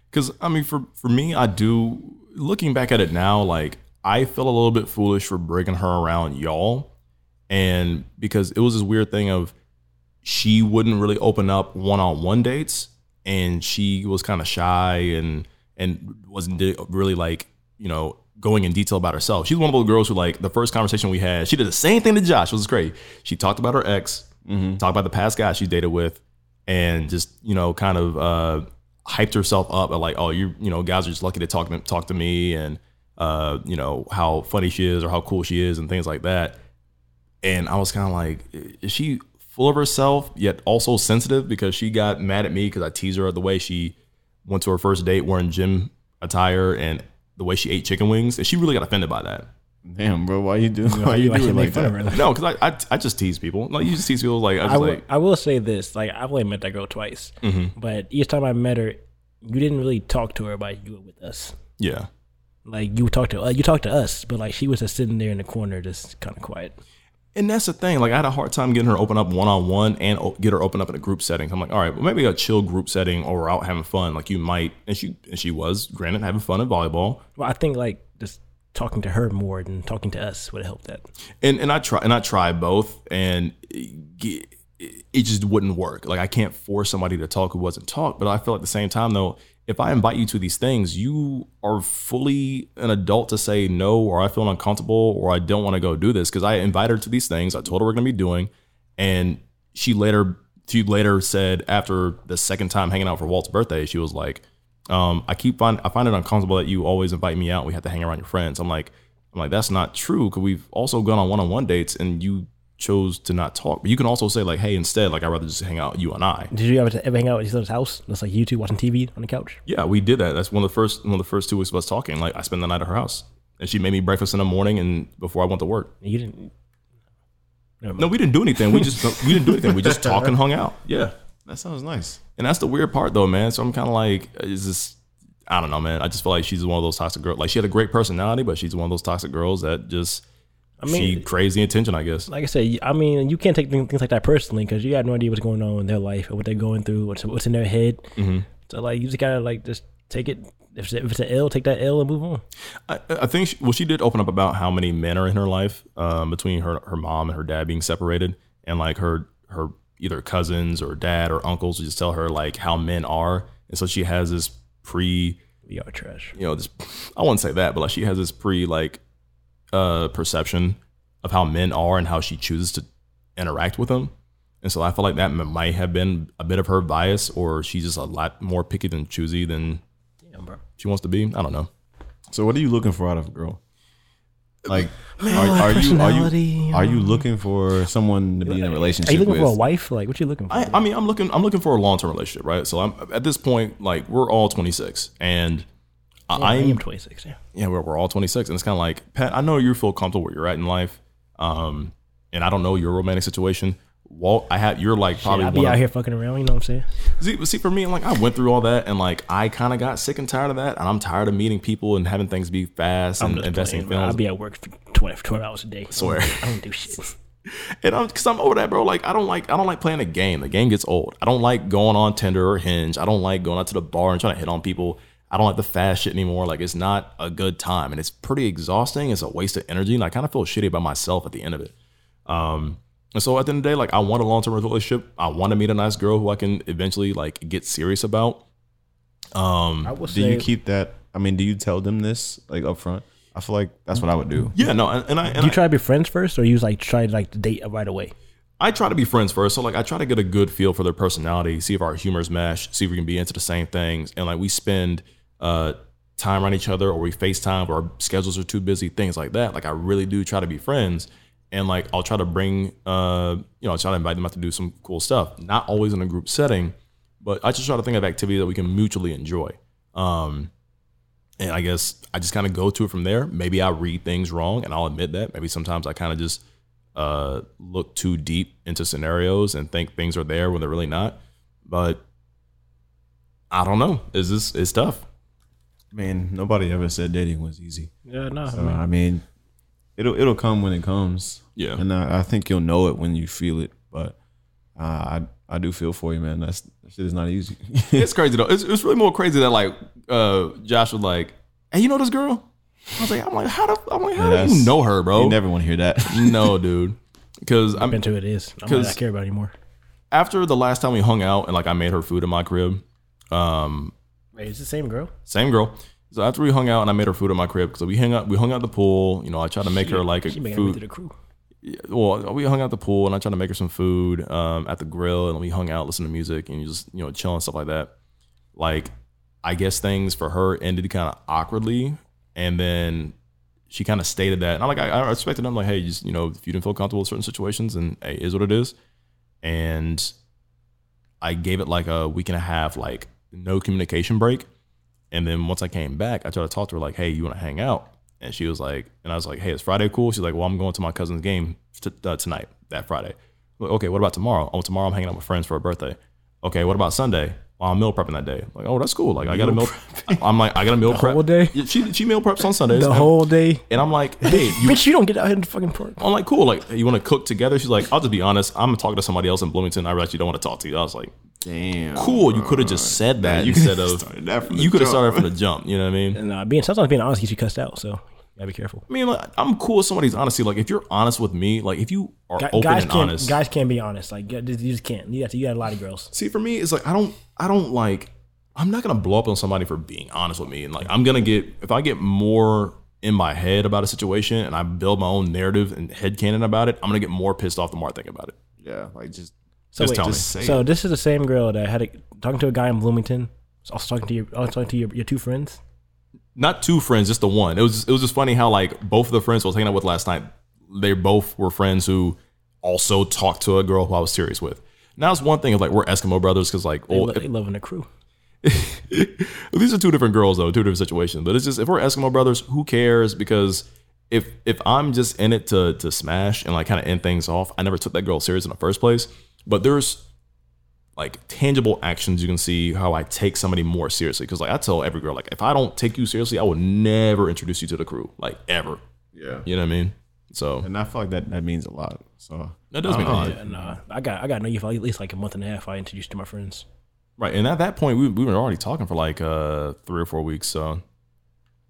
S5: Because I mean, for for me, I do looking back at it now, like I feel a little bit foolish for bringing her around y'all, and because it was this weird thing of she wouldn't really open up one on one dates, and she was kind of shy and and wasn't di- really like you know going in detail about herself. She's one of those girls who like the first conversation we had, she did the same thing to Josh, which was great. She talked about her ex, talked about the past guy she dated with, and just you know kind of uh, hyped herself up at like, oh, you you know guys are just lucky to talk to, talk to me and uh, you know how funny she is or how cool she is and things like that. And I was kind of like, is she full of herself yet also sensitive because she got mad at me because I teased her the way she went to her first date wearing gym attire and the way she ate chicken wings and she really got offended by that.
S10: Damn, bro, why you do why you
S2: I
S10: do
S2: should
S10: it
S2: make
S10: like
S2: fun of
S10: that?
S2: her. Like,
S5: No, because I, I I just tease people. Like you just tease people. Like I was
S2: I, w-
S5: like, Mm-hmm.
S2: I will say this: like, I've only met that girl twice, but each time I met her, you didn't really talk to her about you were with us.
S5: yeah.
S2: Like, you talked to uh, you talked to us, but like she was just sitting there in the corner, just kind of quiet.
S5: And that's the thing. Like I had a hard time getting her open up one on one and o- get her open up in a group setting. I'm like, all right, well maybe a chill group setting or we're out having fun. Like you might, and she and she was granted having fun at volleyball.
S2: Well, I think like just talking to her more than talking to us would help that.
S5: and and I try and I try both, and it, ge- it just wouldn't work. Like I can't force somebody to talk who wasn't talk. But I feel at the same time though, if I invite you to these things, you are fully an adult to say no, or I feel uncomfortable, or I don't want to go do this because I invited her to these things. I told her we're gonna be doing, and she later she later said after the second time hanging out for Walt's birthday, she was like. Um, I keep find I find it uncomfortable that you always invite me out. and We have to hang around your friends. I'm like, I'm like, that's not true because we've also gone on one-on-one dates and you chose to not talk. But you can also say like, hey, instead, like I'd rather just hing out you and I.
S2: Did you ever, ever hang out at each other's house? That's like you two watching TV on the couch.
S5: Yeah, we did that. That's one of the first one of the first two weeks of us talking. Like I spent the night at her house and she made me breakfast in the morning and before I went to work.
S2: You didn't.
S5: No, we didn't do anything. We just we didn't do anything. We just talked and hung out. Yeah,
S10: That sounds nice.
S5: and that's the weird part though, man. So I'm kind of like, is this? I don't know, man. I just feel like she's one of those toxic girls. Like she had a great personality, but she's one of those toxic girls that just
S2: I mean,
S5: she crazy attention, I guess.
S2: like I said, I mean, you can't take thing- things like that personally because you got no idea what's going on in their life or what they're going through, what's what's in their head. So like, you just gotta like just take it. If it's, if it's an L, take that L and move on.
S5: I, I think she, well, she did open up about how many men are in her life um, between her her mom and her dad being separated, and like her her either cousins or dad or uncles just tell her like how men are, and so she has this pre
S2: We are trash.
S5: you know this I wouldn't say that, but like she has this pre like uh perception of how men are and how she chooses to interact with them. And so I feel like that m- might have been a bit of her bias, or she's just a lot more picky than choosy than
S2: Damn, bro.
S5: she wants to be. I don't know.
S10: So what are you looking for out of a girl? Like, are, are you are
S2: personality,
S10: you are you looking for someone to be in a
S2: Are
S10: relationship
S2: you looking
S10: with?
S2: for a wife? Like, what you looking for?
S5: I, I mean, I'm looking, I'm looking for a long term relationship, right? So I'm at this point, like we're all 26, and I,
S2: I am
S5: I'm
S2: 26. Yeah.
S5: yeah, we're, we're all 26, and it's kind of like Pat. I know you feel comfortable where you're at in life, um, and I don't know your romantic situation. Walt, I have you're like probably
S2: I'll be
S5: one of-
S2: out here fucking around. You know what I'm saying?
S5: See, but see, for me, like I went through all that, and like I kind of got sick and tired of that, and I'm tired of meeting people and having things be fast and investing in
S2: Playing, bro. I'll
S5: films.
S2: be at work for 12, 12 hours a day.
S5: Swear.
S2: I don't, do shit.
S5: and I'm because I'm over that, bro. Like I don't like I don't like playing a game. The game gets old. I don't like going on Tinder or Hinge. I don't like going out to the bar and trying to hit on people. I don't like the fast shit anymore. Like it's not a good time, and it's pretty exhausting. It's a waste of energy, and I kind of feel shitty about myself at the end of it. Um, and so at the end of the day, like I want a long term relationship. I want to meet a nice girl who I can eventually like get serious about. Um,
S2: I will
S10: do
S2: say,
S10: you keep that? I mean, do you tell them this like up front? I feel like that's what I would do.
S5: yeah, no, and, and I and
S2: you
S5: I-
S2: try to be friends first, or you like try to like date right away?
S5: I try to be friends first. So like I try to get a good feel for their personality, see if our humors mesh, see if we can be into the same things. And like we spend uh time around each other or we FaceTime or our schedules are too busy, things like that. Like I really do try to be friends. And like I'll try to bring uh, you know, I'll try to invite them out to do some cool stuff. Not always in a group setting, but I just try to think of activity that we can mutually enjoy. Um and I guess I just kind of go to it from there. Maybe I read things wrong and I'll admit that. Maybe sometimes I kind of just uh, look too deep into scenarios and think things are there when they're really not. But I don't know. Is this it's tough?
S10: I mean, nobody ever said dating was easy.
S2: Yeah, no.
S10: So, I mean, it'll it'll come when it comes.
S5: Yeah.
S10: and I, I think you'll know it when you feel it. But uh, I I do feel for you, man. That's that shit is not easy.
S5: It's crazy though. It's, it's really more crazy that like uh, Josh was like, "Hey, you know this girl?" I was like, "I'm like, how do I'm like, how do you
S10: that's-
S5: know her, bro?"
S10: you never want to hear that.
S5: no, dude. Because I'm
S2: Into it is. I'm not, I
S5: 'Cause-
S2: care about it anymore.
S5: after the last time we hung out and like I made her food in my crib. Um,
S2: Wait, it's the same girl.
S5: Same girl. So after we hung out and I made her food at my crib, so we hung out, we hung out at the pool. You know, I tried to make her like a
S2: She making it
S5: food.
S2: through the crew.
S5: well, we hung out at the pool and I tried to make her some food um, at the grill, and we hung out, listened to music, and just you know, chill and stuff like that. Like, I guess things for her ended kind of awkwardly, and then she kind of stated that, and I'm like, I, I respected. I'm like, hey, just you know, if you didn't feel comfortable with certain situations, and hey, it is what it is. And I gave it like a week and a half, like no communication break. And then once I came back, I tried to talk to her like, "Hey, you want to hang out?" And she was like, and I was like, "Hey, is Friday cool?" She's like, "Well, I'm going to my cousin's game t- uh, tonight, that Friday." I'm like, okay, what about tomorrow? Oh, tomorrow I'm hanging out with friends for her birthday. Okay, what about Sunday? Well, I'm meal prepping that day. Like, oh, that's cool. Like, I got a meal. I'm like, I got a meal prep
S2: whole day?
S5: Yeah, She she meal preps on Sundays.
S2: The whole day.
S5: and I'm like, hey, you
S2: Bitch, you don't get out here in the fucking park.
S5: I'm like, cool. Like, you want to cook together? She's like, I'll just be honest. I'm talking to somebody else in Bloomington. I actually don't want to talk to you. I was like, damn. Cool. You could have just said that
S10: you
S5: instead
S10: coulda
S5: of.
S10: started that from the
S5: you could have
S10: jump.
S5: started from the jump. You know what I mean?
S2: And uh, being sometimes being honest gets you cussed out, so you gotta be careful.
S5: I mean, like, I'm cool with somebody's honesty. Like, if you're honest with me, like, if you are
S2: Gu-
S5: open
S2: guys
S5: and
S2: can't
S5: honest.
S2: guys can't be honest. Like you just- you just can't. You got to, you got a lot of girls.
S5: See, for me, it's like I don't, I don't like. I'm not gonna blow up on somebody for being honest with me, and like I'm gonna get if I get more in my head about a situation and I build my own narrative and headcanon about it, I'm gonna get more pissed off the more I think about it.
S10: yeah, like just
S2: So
S5: Just
S2: wait,
S5: tell me.
S2: so this is the same girl that had a, talking to a guy in Bloomington. was Also talking to your also talking to your, your two friends.
S5: not two friends, just the one. It was it was just funny how like both of the friends I was hanging out with last night, they both were friends who also talked to a girl who I was serious with. Now it's one thing if like we're Eskimo brothers because like
S2: They,
S5: well,
S2: lo- they loving the crew.
S5: these are two different girls though, two different situations. But it's just if we're Eskimo brothers, who cares? Because if if I'm just in it to to smash and like kind of end things off, I never took that girl serious in the first place. But there's like tangible actions you can see how I take somebody more seriously. Because like I tell every girl, like if I don't take you seriously, I will never introduce you to the crew, like ever.
S10: yeah.
S5: You know what I mean? So
S1: And I feel like that, that means a lot. So
S5: that does mean a lot.
S2: Yeah, nah. I got I got to know you for at least like a month and a half. I introduced you to my friends.
S5: Right. And at that point, we, we were already talking for like uh, three or four weeks. So,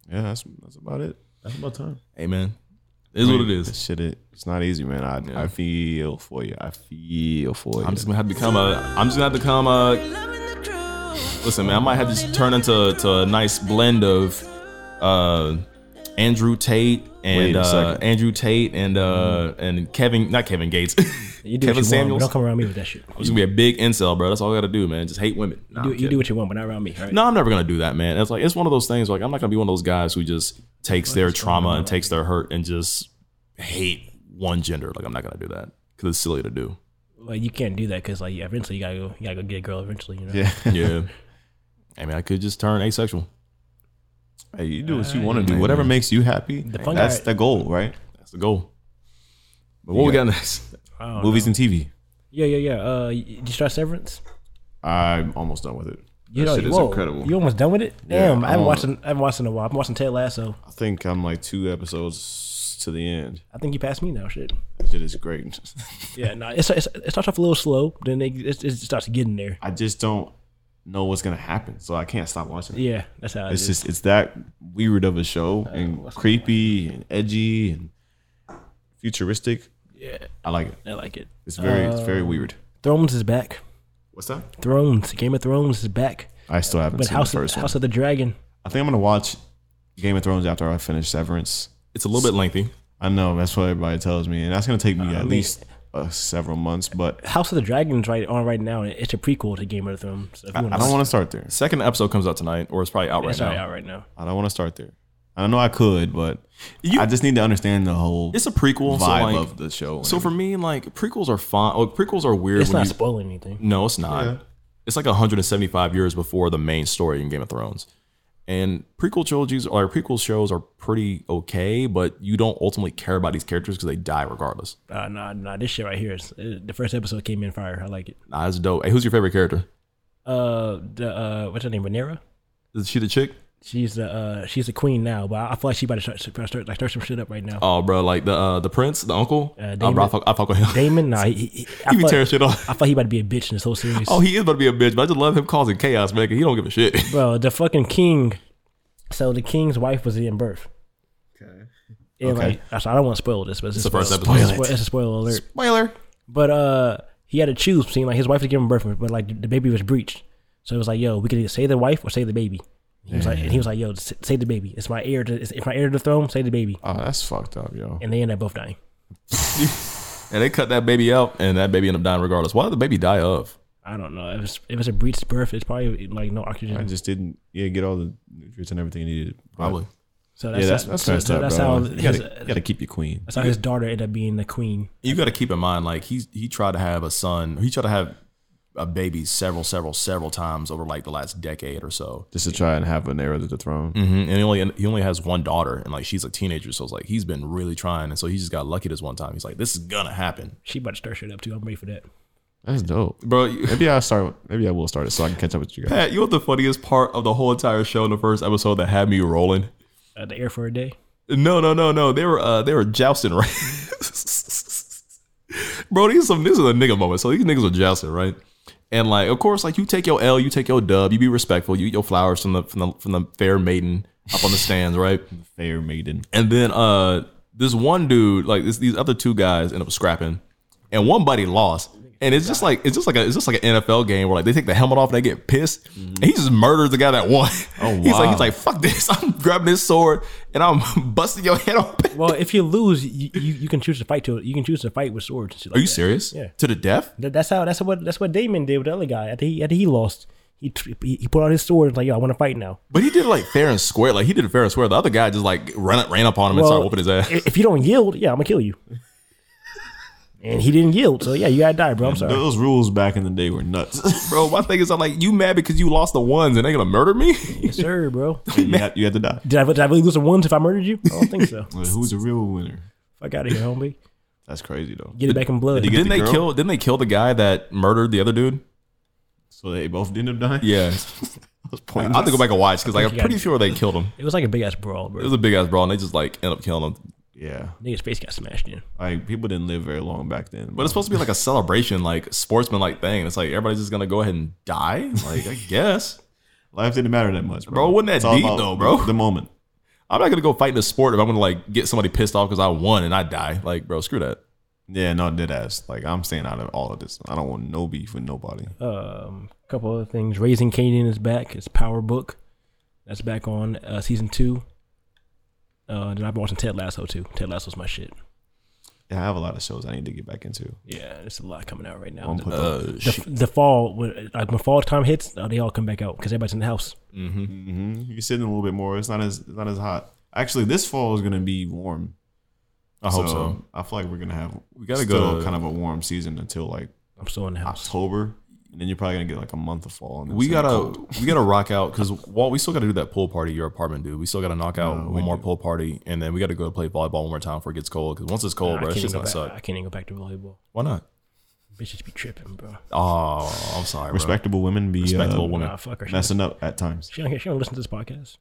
S1: yeah, that's that's about it. That's about time.
S5: hey, man, it is what it
S1: That
S5: is.
S1: shit, it, it's not easy, man. I, I feel for you. I feel for you.
S5: I'm just gonna have to become a. I'm just gonna have to become a. Listen, man, I might have to just turn into to a nice blend of uh, Andrew Tate
S1: Wait
S5: and
S1: a
S5: uh,
S1: second. Mm-hmm.
S5: Andrew Tate and uh, and Kevin, not Kevin Gates.
S2: You do what you
S5: Kevin
S2: want, but
S5: Samuels.
S2: don't come around me with that shit.
S5: I'm just gonna be a big incel, bro. That's all I gotta do, man. Just hate women.
S2: You,
S5: Nah, I'm
S2: do, you
S5: kidding.
S2: do what you want, but not around me. all right?
S5: No, I'm never gonna do that, man. It's like it's one of those things. Like I'm not gonna be one of those guys who just takes their trauma and takes their hurt and just hate one gender. Like I'm not gonna do that because it's silly to do.
S2: Like you can't do that because like eventually you gotta go you gotta go get a girl eventually. You know.
S1: yeah.
S5: Yeah. I mean, I could just turn asexual.
S1: Hey, you do what you want to do. Whatever makes you happy.
S2: fungi-
S1: That's the goal, right?
S5: That's the goal. But what we got next?
S2: I don't know.
S1: Movies and TV.
S2: Yeah, yeah, yeah. Uh, y- did you start Severance?
S1: I'm almost done with it.
S2: You
S1: that
S2: know,
S1: shit is
S2: whoa,
S1: incredible.
S2: You almost done with it?
S1: Yeah, Um,
S2: Damn, I haven't
S1: I'm-
S2: watched in, I haven't watched in a while. I'm watching Ted Lasso.
S1: I think I'm like two episodes to the end.
S2: I think you passed me now. Shit.
S1: That shit is great.
S2: Yeah, no, it's, it's it starts off a little slow, then it, it, it starts getting there.
S1: I just don't know what's gonna happen, so I can't stop watching. It.
S2: Yeah, that's how Uh,
S1: It's just it's that weird of a show and creepy and edgy and futuristic.
S2: yeah,
S1: I like it.
S2: I like it. Um,
S1: It's very it's very weird.
S2: Thrones is back.
S1: What's that?
S2: Thrones, Game of Thrones is back.
S1: I still haven't
S2: But
S1: seen
S2: House
S1: the
S2: of,
S1: first one.
S2: House of the Dragon.
S1: I think I'm gonna watch Game of Thrones after I finish Severance.
S5: It's a little bit lengthy.
S1: I know that's what everybody tells me, and that's gonna take me at least uh, several months. But
S2: House of the Dragon's right on right now. and It's a prequel to Game of Thrones. So if you
S1: I, I
S2: wanna
S1: don't
S2: watch-
S1: want to start there.
S5: Second episode comes out tonight, or it's probably out right
S2: It's
S5: now.
S2: already out right now.
S1: I don't want to start there. I know I could, but
S5: You-
S1: I just need to understand the whole
S5: It's a prequel,
S1: vibe
S5: so like,
S1: of the show.
S5: so for me, like prequels are fine. Well, prequels are weird.
S2: It's
S5: when
S2: not
S5: you-
S2: spoiling anything.
S5: No, it's not. It's like 175 years before the main story in Game of Thrones. And prequel trilogies or prequel shows are pretty okay, but you don't ultimately care about these characters because they die regardless.
S2: Uh, nah, nah, this shit right here is it, the first episode came in fire. I like it.
S5: Nah, that's dope. Hey, who's your favorite character?
S2: Uh, the uh, what's her name, Renera?
S5: Is she the chick?
S2: She's the uh, she's the queen now, but I I feel like she about to start, start, start like start some shit up right now.
S5: Oh, bro, like the uh, the prince, the uncle.
S2: Uh,
S5: uh,
S2: Damon.
S5: bro, I, fuck, I fuck with him.
S2: Damon, nah, he, he, he- I
S5: he be
S2: feel-
S5: tearing shit off.
S2: I thought he about to be a bitch in this whole series.
S5: Oh, he is about to be a bitch, but I just love him causing chaos, man. 'cause He don't give a shit.
S2: bro, the fucking king. So the king's wife was in birth. Okay. And like, I- so I don't want to spoil this, but it's,
S5: the
S2: a
S5: first
S2: spoil-
S5: episode.
S2: It's, a spoiler alert.
S5: Spoiler.
S2: But uh, he had to choose between like his wife was giving birth, but like the baby was breached. So it was like, yo, we could either save the wife or save the baby. He was like, and he was like, yo, s- save the baby. It's my heir to, it's, it's my heir to the throne. Save the baby.
S1: oh, that's fucked up, yo.
S2: And they end up both dying.
S5: And they cut that baby out, and that baby ended up dying regardless. Why did the baby die of?
S2: I don't know. If it's if it's a breached birth, it's probably like no oxygen.
S1: I just didn't yeah get all the nutrients and everything you needed. But-
S5: Probably.
S2: so
S1: Yeah,
S2: that's
S1: that's that's,
S2: so-
S1: messed
S2: so
S1: up,
S2: that's
S1: bro.
S2: how
S1: you,
S2: his,
S1: gotta, you gotta keep your queen.
S2: that's how his daughter ended up being the queen.
S5: you got to keep in mind, like he he tried to have a son. He tried to have a baby several, several, several times over like the last decade or so.
S1: Just to try and have an heir to the throne.
S5: And he only and he only has one daughter, and like she's a teenager, so it's like he's been really trying, and so he just got lucky this one time. He's like, this is gonna happen,
S2: She about to stir shit up too. I'm ready for that.
S1: That's dope.
S5: bro. You,
S1: Maybe I'll start. Maybe I will start it so I can catch up with you guys.
S5: Pat, you know what the funniest part of the whole entire show in the first episode that had me rolling?
S2: Uh, the air for a day.
S5: No, no, no, no. They were uh they were jousting, right? Bro, these some this is a nigga moment. So these niggas were jousting, right? And like, of course, like you take your L, you take your dub, you be respectful, you eat your flowers from the from the from the fair maiden up on the stands, right?
S1: Fair maiden.
S5: And then uh this one dude, like this, these other two guys end up scrapping, and one buddy lost. And it's just like it's just like a it's just like an NFL game where like they take the helmet off and they get pissed. And he just murders the guy that won. Oh He's like
S1: wow.
S5: he's like fuck this. I'm grabbing his sword and I'm busting your head open.
S2: Well, if you lose, you, you, you can choose to fight to you can choose to fight with swords. And shit like
S5: Are you
S2: that.
S5: serious?
S2: Yeah.
S5: To the death?
S2: That- That's how. That's what. That's what Damon did with the other guy. After he, after he lost, he tr- he he put out his sword and was like, "Yo, I want to fight now."
S5: But he did it like fair and square. Like he did it fair and square. The other guy just like ran ran up on him and started whooping his ass.
S2: i- If you don't yield, yeah, I'm gonna kill you. And he didn't yield, so yeah, you gotta die, bro. I'm sorry.
S1: Those rules back in the day were nuts.
S5: Bro, my thing is I'm like, you mad because you lost the ones and they gonna murder me?
S2: Yes, sir, bro.
S1: you, had, you had to die.
S2: Did I, did I really lose the ones if I murdered you? I don't think so.
S1: Like, who's a real winner?
S2: Fuck out of here, homie.
S1: That's crazy though.
S2: Get it back in blood.
S1: get
S5: didn't
S1: the
S5: they
S1: girl?
S5: kill didn't they kill the guy that murdered the other dude?
S1: So they both ended up dying.
S5: Yeah.
S1: That was
S5: I
S1: pointless.
S5: have to go back and watch because like
S2: you
S5: I'm
S2: got
S5: pretty
S2: it.
S5: sure they killed him.
S2: It was like a big ass brawl,
S5: It
S2: bro.
S5: was a big ass brawl and they just like end up killing him.
S1: Yeah,
S2: Nigga's face got smashed in.
S1: like people didn't live very long back then.
S5: But it's supposed to be like a celebration, like sportsman like thing. It's like everybody's just gonna go ahead and die. Like I guess.
S1: life didn't matter that much, bro.
S5: Bro, wasn't that
S1: It's all
S5: deep
S1: about
S5: though, bro?
S1: The moment.
S5: I'm not gonna go fight in a sport if I'm gonna like get somebody pissed off because I won and I die. Like, bro, screw that.
S1: Yeah, no, dead ass. Like I'm staying out of all of this. I don't want no beef with nobody.
S2: Um, a couple other things. Raising Canaan is back. It's Power Book. That's back on uh, season two. Uh, then I've been watching Ted Lasso too. Ted Lasso's my shit.
S1: Yeah, I have a lot of shows I need to get back into.
S2: Yeah, there's a lot coming out right now.
S1: One
S2: The,
S1: put
S5: Uh,
S2: the, the fall, when, like when fall time hits, uh, they all come back out because everybody's in the house. Mm-hmm.
S1: hmm You're sitting a little bit more. It's not as it's not as hot. Actually, this fall is gonna be warm.
S5: I hope so.
S1: I feel like we're gonna have we
S5: gotta go
S1: still
S5: to-
S1: kind of a warm season until like
S2: I'm still in the house.
S1: October, and then you're probably gonna get like a month of fall. And then
S5: We
S1: it's gonna be
S5: gotta
S1: cold.
S5: we gotta rock out because Walt, we still gotta do that pool party at your apartment, dude. We still gotta knock out one more pool party, and then we gotta go play volleyball one more time before it gets cold. Because once it's cold,
S2: I,
S5: bro,
S2: can't
S5: it's
S2: even
S5: just
S2: go
S5: gonna
S2: back,
S5: suck.
S2: I can't even go back to volleyball.
S5: Why not?
S2: Bitches be tripping, bro.
S5: Oh, I'm sorry. Respect.
S1: respectable women be
S5: Respectable
S1: uh,
S5: women.
S2: Nah, fuck her. She,
S1: messing up at times.
S2: she don't, she don't listen to this podcast.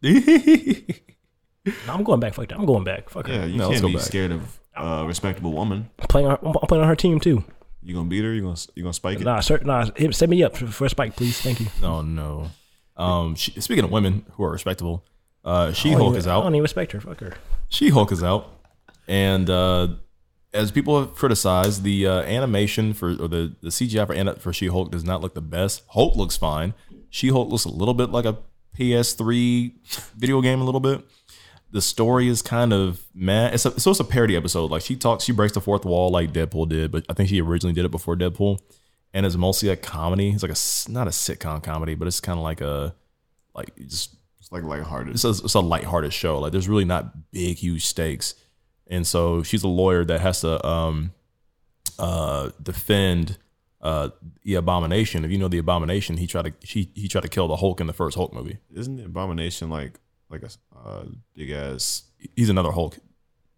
S2: Nah, I'm going back. Fuck that. I'm going back. Fuck her.
S1: Yeah, you
S5: No,
S1: can't
S5: let's go
S1: be
S5: back.
S1: scared of uh, respectable woman.
S2: I'm playing. On, I'm playing on her team too.
S1: You gonna beat her? You gonna you gonna spike it?
S2: Nah, sir, nah. hit- Set me up for, for a spike, please. Thank you.
S5: Oh no. Um, she, speaking of women who are respectable, uh, She Hulk is
S2: I
S5: out.
S2: don't even respect her. Fuck her.
S5: She Hulk is out, and uh, as people have criticized, the uh, animation for or the, the CGI for ana- for She Hulk does not look the best. Hulk looks fine. She Hulk looks a little bit like a PS3 video game, a little bit. The story is kind of mad. It's a, so it's a parody episode. Like she talks, she breaks the fourth wall like Deadpool did, but I think she originally did it before Deadpool. And it's mostly a comedy. It's like a s- not a sitcom comedy, but it's kind of like a like just
S1: It's like lighthearted.
S5: it's a, it's a lighthearted show. Like there's really not big, huge stakes. And so she's a lawyer that has to um, uh, defend uh, the abomination. If you know the abomination, he tried to she he tried to kill the Hulk in the first Hulk movie.
S1: Isn't the abomination like like a uh, big ass?
S5: He's another Hulk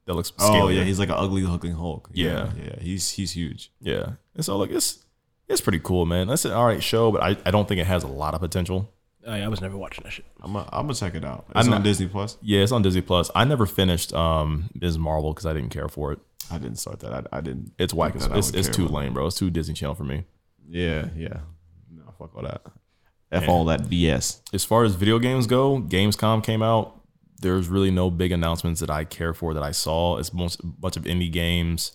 S5: that looks
S1: Oh
S5: scalier.
S1: yeah, he's like an ugly looking Hulk.
S5: Yeah.
S1: yeah, he's he's huge.
S5: yeah. And so like it's it's pretty cool, man. That's an all right show, but I, I don't think it has a lot of potential.
S2: Oh, I, I was never watching that shit.
S1: I'm gonna I'm check it out. It's
S5: I'm
S1: on
S5: not-
S1: Disney Plus.
S5: Yeah, it's on Disney Plus. I never finished um, Ms. Marvel because I didn't care for it.
S1: I didn't start that. I, I didn't.
S5: It's whack. as
S1: That I
S5: It's,
S1: would
S5: it's
S1: care
S5: too
S1: about.
S5: lame, bro. It's too Disney Channel for me.
S1: Yeah, yeah. No, fuck all that. F all that BS.
S5: as far as video games go, Gamescom came out. There's really no big announcements that I care for that I saw. It's most a bunch of indie games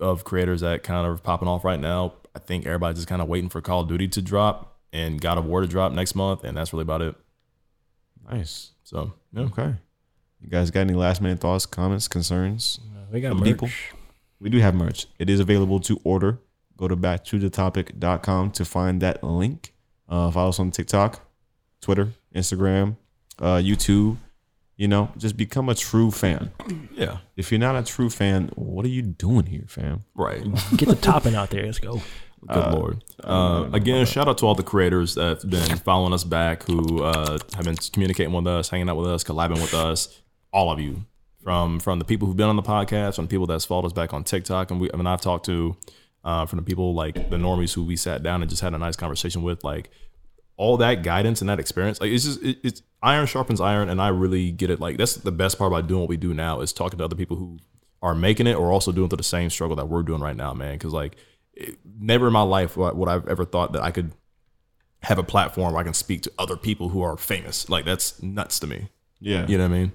S5: of creators that kind of popping off right now. I think everybody's just kind of waiting for Call of Duty to drop and God of War to drop next month, and that's really about it.
S1: Nice.
S5: So yeah.
S1: Okay. You guys got any last minute thoughts, comments, concerns?
S2: We got
S1: merch. people. We do have merch. It is available to order. Go to backtothetopic.com to find that link. Uh, follow us on TikTok, Twitter, Instagram, uh, YouTube. You know, just become a true fan.
S5: yeah,
S1: If you're not a true fan, what are you doing here, fam?
S5: right.
S2: Get the topping out there. Let's go.
S5: Good lord. Uh, again, shout out to all the creators that have been following us back, who uh, have been communicating with us, hanging out with us, collabing with us. All of you, from from the people who've been on the podcast, from people that's followed us back on TikTok, and we, I mean, I've talked to uh, from the people like the normies who we sat down and just had a nice conversation with, like all that guidance and that experience like it's just it, it's iron sharpens iron and i really get it like that's the best part about doing what we do now is talking to other people who are making it or also doing through the same struggle that we're doing right now man because like it, never in my life would I- would i've ever thought that i could have a platform where i can speak to other people who are famous like that's nuts to me
S1: Yeah.
S5: you know what i mean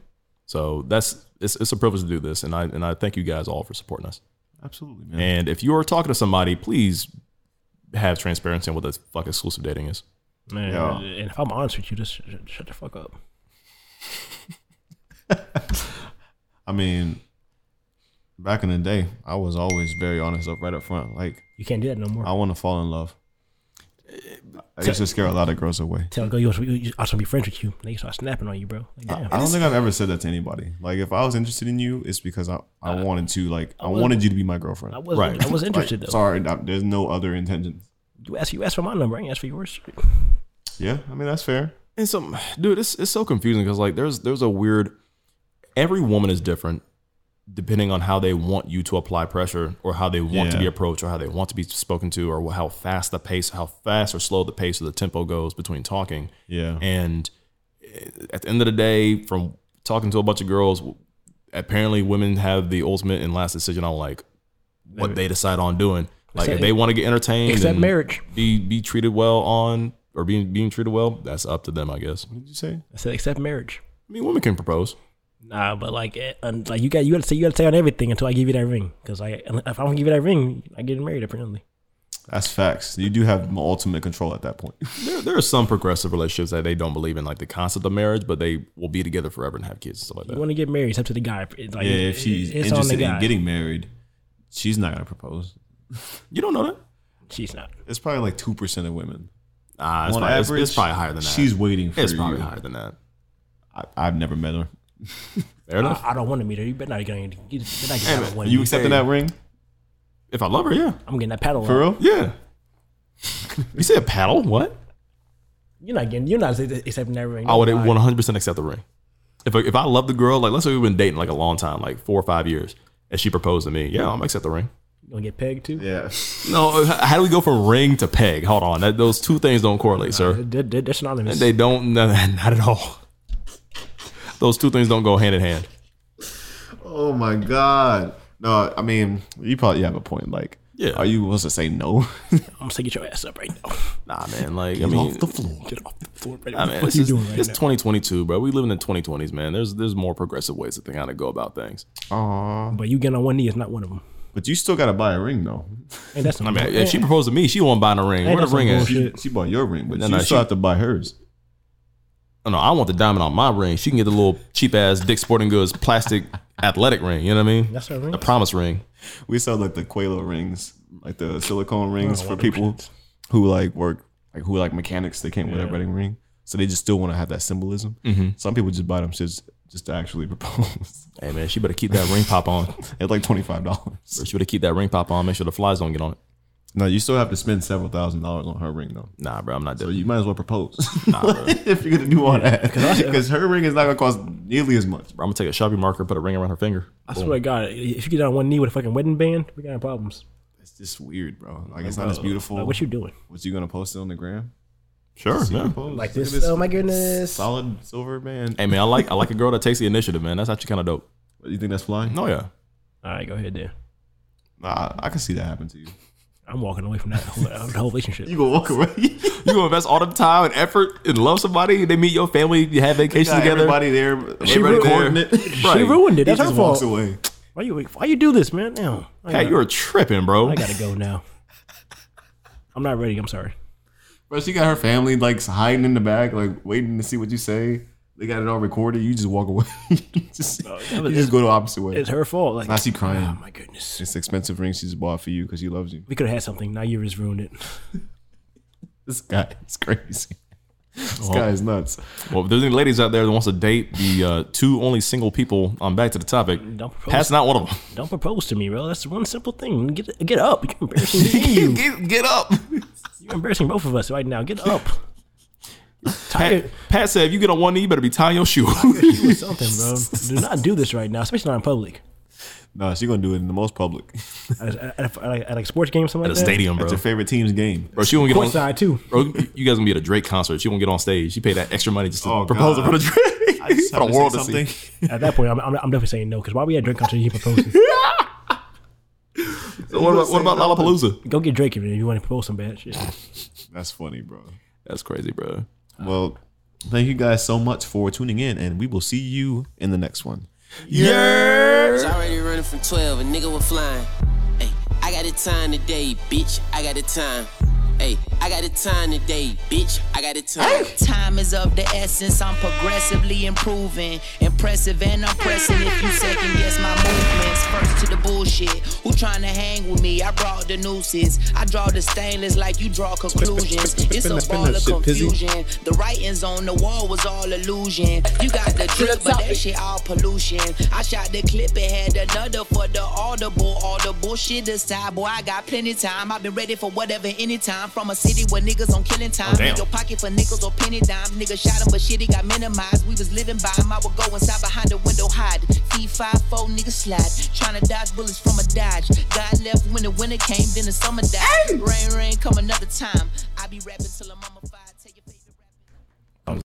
S5: so that's it's, it's a privilege to do this and i and i thank you guys all for supporting us
S1: Absolutely, man.
S5: and if you are talking to somebody please have transparency on what the fuck exclusive dating is
S2: Man,
S1: Yeah.
S2: and if I'm honest with you, just sh- sh- shut the fuck up.
S1: I mean, back in the day, I was always very honest up right up front. Like,
S2: You can't do that no more.
S1: I want to fall in love. I used to scare a lot of girls away.
S2: Tell a girl you want to be, I want to be friends with you. They start snapping on you, bro. Like, damn.
S1: I don't think I've ever said that to anybody. Like, if I was interested in you, it's because I, I wanted to, like, I wanted you to be my girlfriend.
S2: Uh, I was
S5: Right.
S2: I was interested
S1: Like,
S2: though.
S1: Sorry, I- there's no other intentions.
S2: You asked you asked for my number. I ain't asked for yours.
S1: Yeah, I mean, that's fair.
S5: And so, dude, it's it's so confusing because like there's there's a weird. Every woman is different, depending on how they want you to apply pressure, or how they want to
S1: Yeah.
S5: be approached, or how they want to be spoken to, or how fast the pace, how fast or slow the pace or the tempo goes between talking. eh,
S1: Yeah.
S5: And at the end of the day, from talking to a bunch of girls, apparently women have the ultimate and last decision on like what they decide on doing. Like
S2: Except-
S5: if they want to get entertained,
S2: Except
S5: and
S2: marriage.
S5: be be treated well on or being being treated well. That's up to them, I guess. I
S1: Did you say?
S2: I said except marriage.
S5: mean, women can propose.
S2: Nah, but like, eh, un- like you got you got to say you got to say on everything until I give you that ring. Because I if I don't give you that ring, I get married apparently.
S1: That's facts. You do have ultimate control at that point.
S5: There, there are some progressive relationships that they don't believe in, like the concept of marriage, but they will be together forever and have kids and stuff like
S2: You
S5: that.
S2: want to get married? It's up to the guy. It's like,
S1: Yeah, if
S2: it-
S1: she's
S2: it's on the
S1: interested in
S2: guy.
S1: getting married, she's not gonna propose.
S5: You don't know that?
S2: she's not.
S1: It's probably like two percent of women.
S5: Ah, it's,
S1: On
S5: probably, it's-
S1: average,
S5: it's probably higher than that.
S1: She's waiting for
S5: it's
S1: you.
S5: probably higher than that.
S1: I, I've never met her.
S5: Fair enough.
S2: I, I don't want to meet her. You better not get on. Ah, You better not get on one.
S1: Are you accepting
S5: Hey.
S1: that ring
S5: if I love her, yeah,
S2: I'm getting that paddle.
S1: for real?
S5: yeah. you say a paddle? What?
S2: You're not getting. You're not accepting that ring.
S5: I would
S2: Why?
S5: 100% accept the ring. If I, if I love the girl, like let's say we've been dating like a long time, like four or five years, and she proposed to me, yeah, I'm gonna accept the ring.
S2: You gonna get pegged too?
S1: Yeah.
S5: No, h- how do we go from ring to peg? Hold on, that, those two things don't correlate, sir.
S2: They're, they're, they're synonymous.
S5: They don't, no, not at all. Those two things don't go hand in hand.
S1: Oh my god. No, I mean you probably have a point. Like,
S5: Yeah.
S1: are you supposed to say no?
S2: I'm gonna say get your ass up right now.
S5: Nah, man. Like, I mean,
S1: floor.
S2: Get off the floor. Right now.
S5: I mean,
S2: what
S5: it's,
S2: you
S5: just-
S2: doing right
S5: it's
S2: now?
S5: 2022, bro. We live in the 2020s, man. There's there's more progressive ways to think how to go about things.
S1: Aw.
S2: but you getting on one knee is not one of them.
S1: But you still gotta buy a ring though.
S2: And that's
S5: I mean, if she proposed to me, she won't buy a ring. Where
S2: that's
S5: the ring
S2: some
S5: at?
S2: bullshit.
S1: She, she bought your ring, but
S5: No,
S1: you
S5: no,
S1: still
S5: she-
S1: have to buy hers.
S5: Oh, no, I want the diamond on my ring. She can get the little cheap ass Dick Sporting Goods plastic athletic ring. You know what I mean?
S2: That's her ring?
S5: The promise ring.
S1: We sell like the Quelo rings, like the silicone rings for people who like work, like who like mechanics. They can't wear that wedding ring, so they just still want to have that symbolism.
S5: Mm-hmm.
S1: Some people just buy them just just to actually propose.
S5: Hey man, she better keep that ring pop on.
S1: it's like twenty five dollars.
S5: She better keep that ring pop on. Make sure the flies don't get on it.
S1: No, you still have to spend several thousand dollars on her ring though.
S5: Nah, bro, I'm not
S1: So
S5: doing.
S1: you might as well propose if you're gonna do all that, because her ring is not gonna cost nearly as much.
S5: Bro, I'm gonna take a sharpie marker, put a ring around her finger.
S2: I swear to God, if you get on one knee with a fucking wedding band, we got problems.
S1: It's just weird, bro. Like it's not as beautiful.
S2: Like, what you doing?
S1: What you gonna post it on the gram?
S5: Sure. Yeah.
S2: Like this? Oh my goodness!
S1: Solid silver band.
S5: Hey man, I like I like a girl that takes the initiative, man. That's actually kind of dope.
S1: You think that's flying?
S5: No, yeah.
S2: All right, go ahead, then.
S1: Nah, I can see that happen to you.
S2: I'm walking away from that whole, uh, the whole relationship.
S1: You gonna walk away?
S5: You gonna invest all the time and effort and love somebody? They meet your family, you have vacations together.
S1: Everybody there,
S5: everybody
S1: everybody
S5: there.
S1: there. He
S2: she
S5: Right.
S2: ruined it. That's her
S1: just walks
S2: fault.
S1: away.
S2: Why you why you do this, man? Damn. I,
S5: Hey,
S2: gotta,
S5: you're tripping, bro.
S2: I gotta go now. I'm not ready. I'm sorry.
S1: Bro, she got her family like hiding in the back, like waiting to see what you say. They got it all recorded. You just walk away. you just, you just go the opposite way.
S2: It's her fault. Like,
S1: Now she crying.
S2: Oh my goodness.
S1: It's expensive ring she just bought for you because she loves you.
S2: We could have had something. Now you just ruined it.
S1: This guy is crazy. This guy is nuts.
S5: Well, if there's any ladies out there that wants to date the uh, two only single people, um, back to the topic.
S2: Don't propose.
S5: Pat's not one of them.
S2: Don't propose to me, bro. That's one simple thing. Get get up. You're embarrassing me. and you.
S5: Get, get up.
S2: You're embarrassing both of us right now. Get up.
S5: Pat,
S2: Tired
S5: Pat said, if you get on one knee, you better be tying your shoe.
S2: or something, bro. Do not do this right now, especially not in public.
S1: No, she gonna do it in the most public.
S2: At a, at a, at a, at a sports game, something
S5: at a
S2: like that.
S5: stadium, bro.
S1: It's your favorite team's game.
S5: Bro, she won't get on.
S2: Courtside too.
S5: Bro, you guys gonna be at a Drake concert. She won't get on stage. She paid that extra money just to
S1: Oh,
S5: propose in
S1: God.
S5: front of Drake.
S1: I just
S5: for the
S1: have to say
S5: world to see.
S1: something.
S2: At that point, I'm, I'm, I'm definitely saying no because why we at Drake concert you proposing?
S5: So what, about, what about Lollapalooza?
S2: Go get Drake if you want to propose some bad shit.
S1: That's funny, bro.
S5: That's crazy, bro.
S1: Well, thank you guys so much for tuning in, and we will see you in the next one.
S11: It's already running from 12, a nigga was flying. Hey, I got the time today, bitch. I got the time. Hey, I got the time today, bitch. I got the time.
S12: Time is of the essence. I'm progressively improving. Impressive and I'm pressing. If you second guess my movements, first to the bullshit. Who tryna hang with me? I brought the nooses. I draw the stainless like you draw conclusions. It's a ball of confusion. The writings on the wall was all illusion. You got the drip, but that shit all pollution. I shot the clip and had another for the audible. All the bullshit aside, boy, I got plenty time. I've been ready for whatever, anytime. From a city where niggas on killing time.
S5: damn.
S12: Your pocket for nickels or penny dime. Nigga shot him, but shit, he got minimized. We was living by him. I would go inside behind the window, hide. Feet five, four, nigga slide. Tryna dodge bullets from a dodge. God left when the winter came, then the summer died. Rain, rain, come another time. I be rapping till I'm on my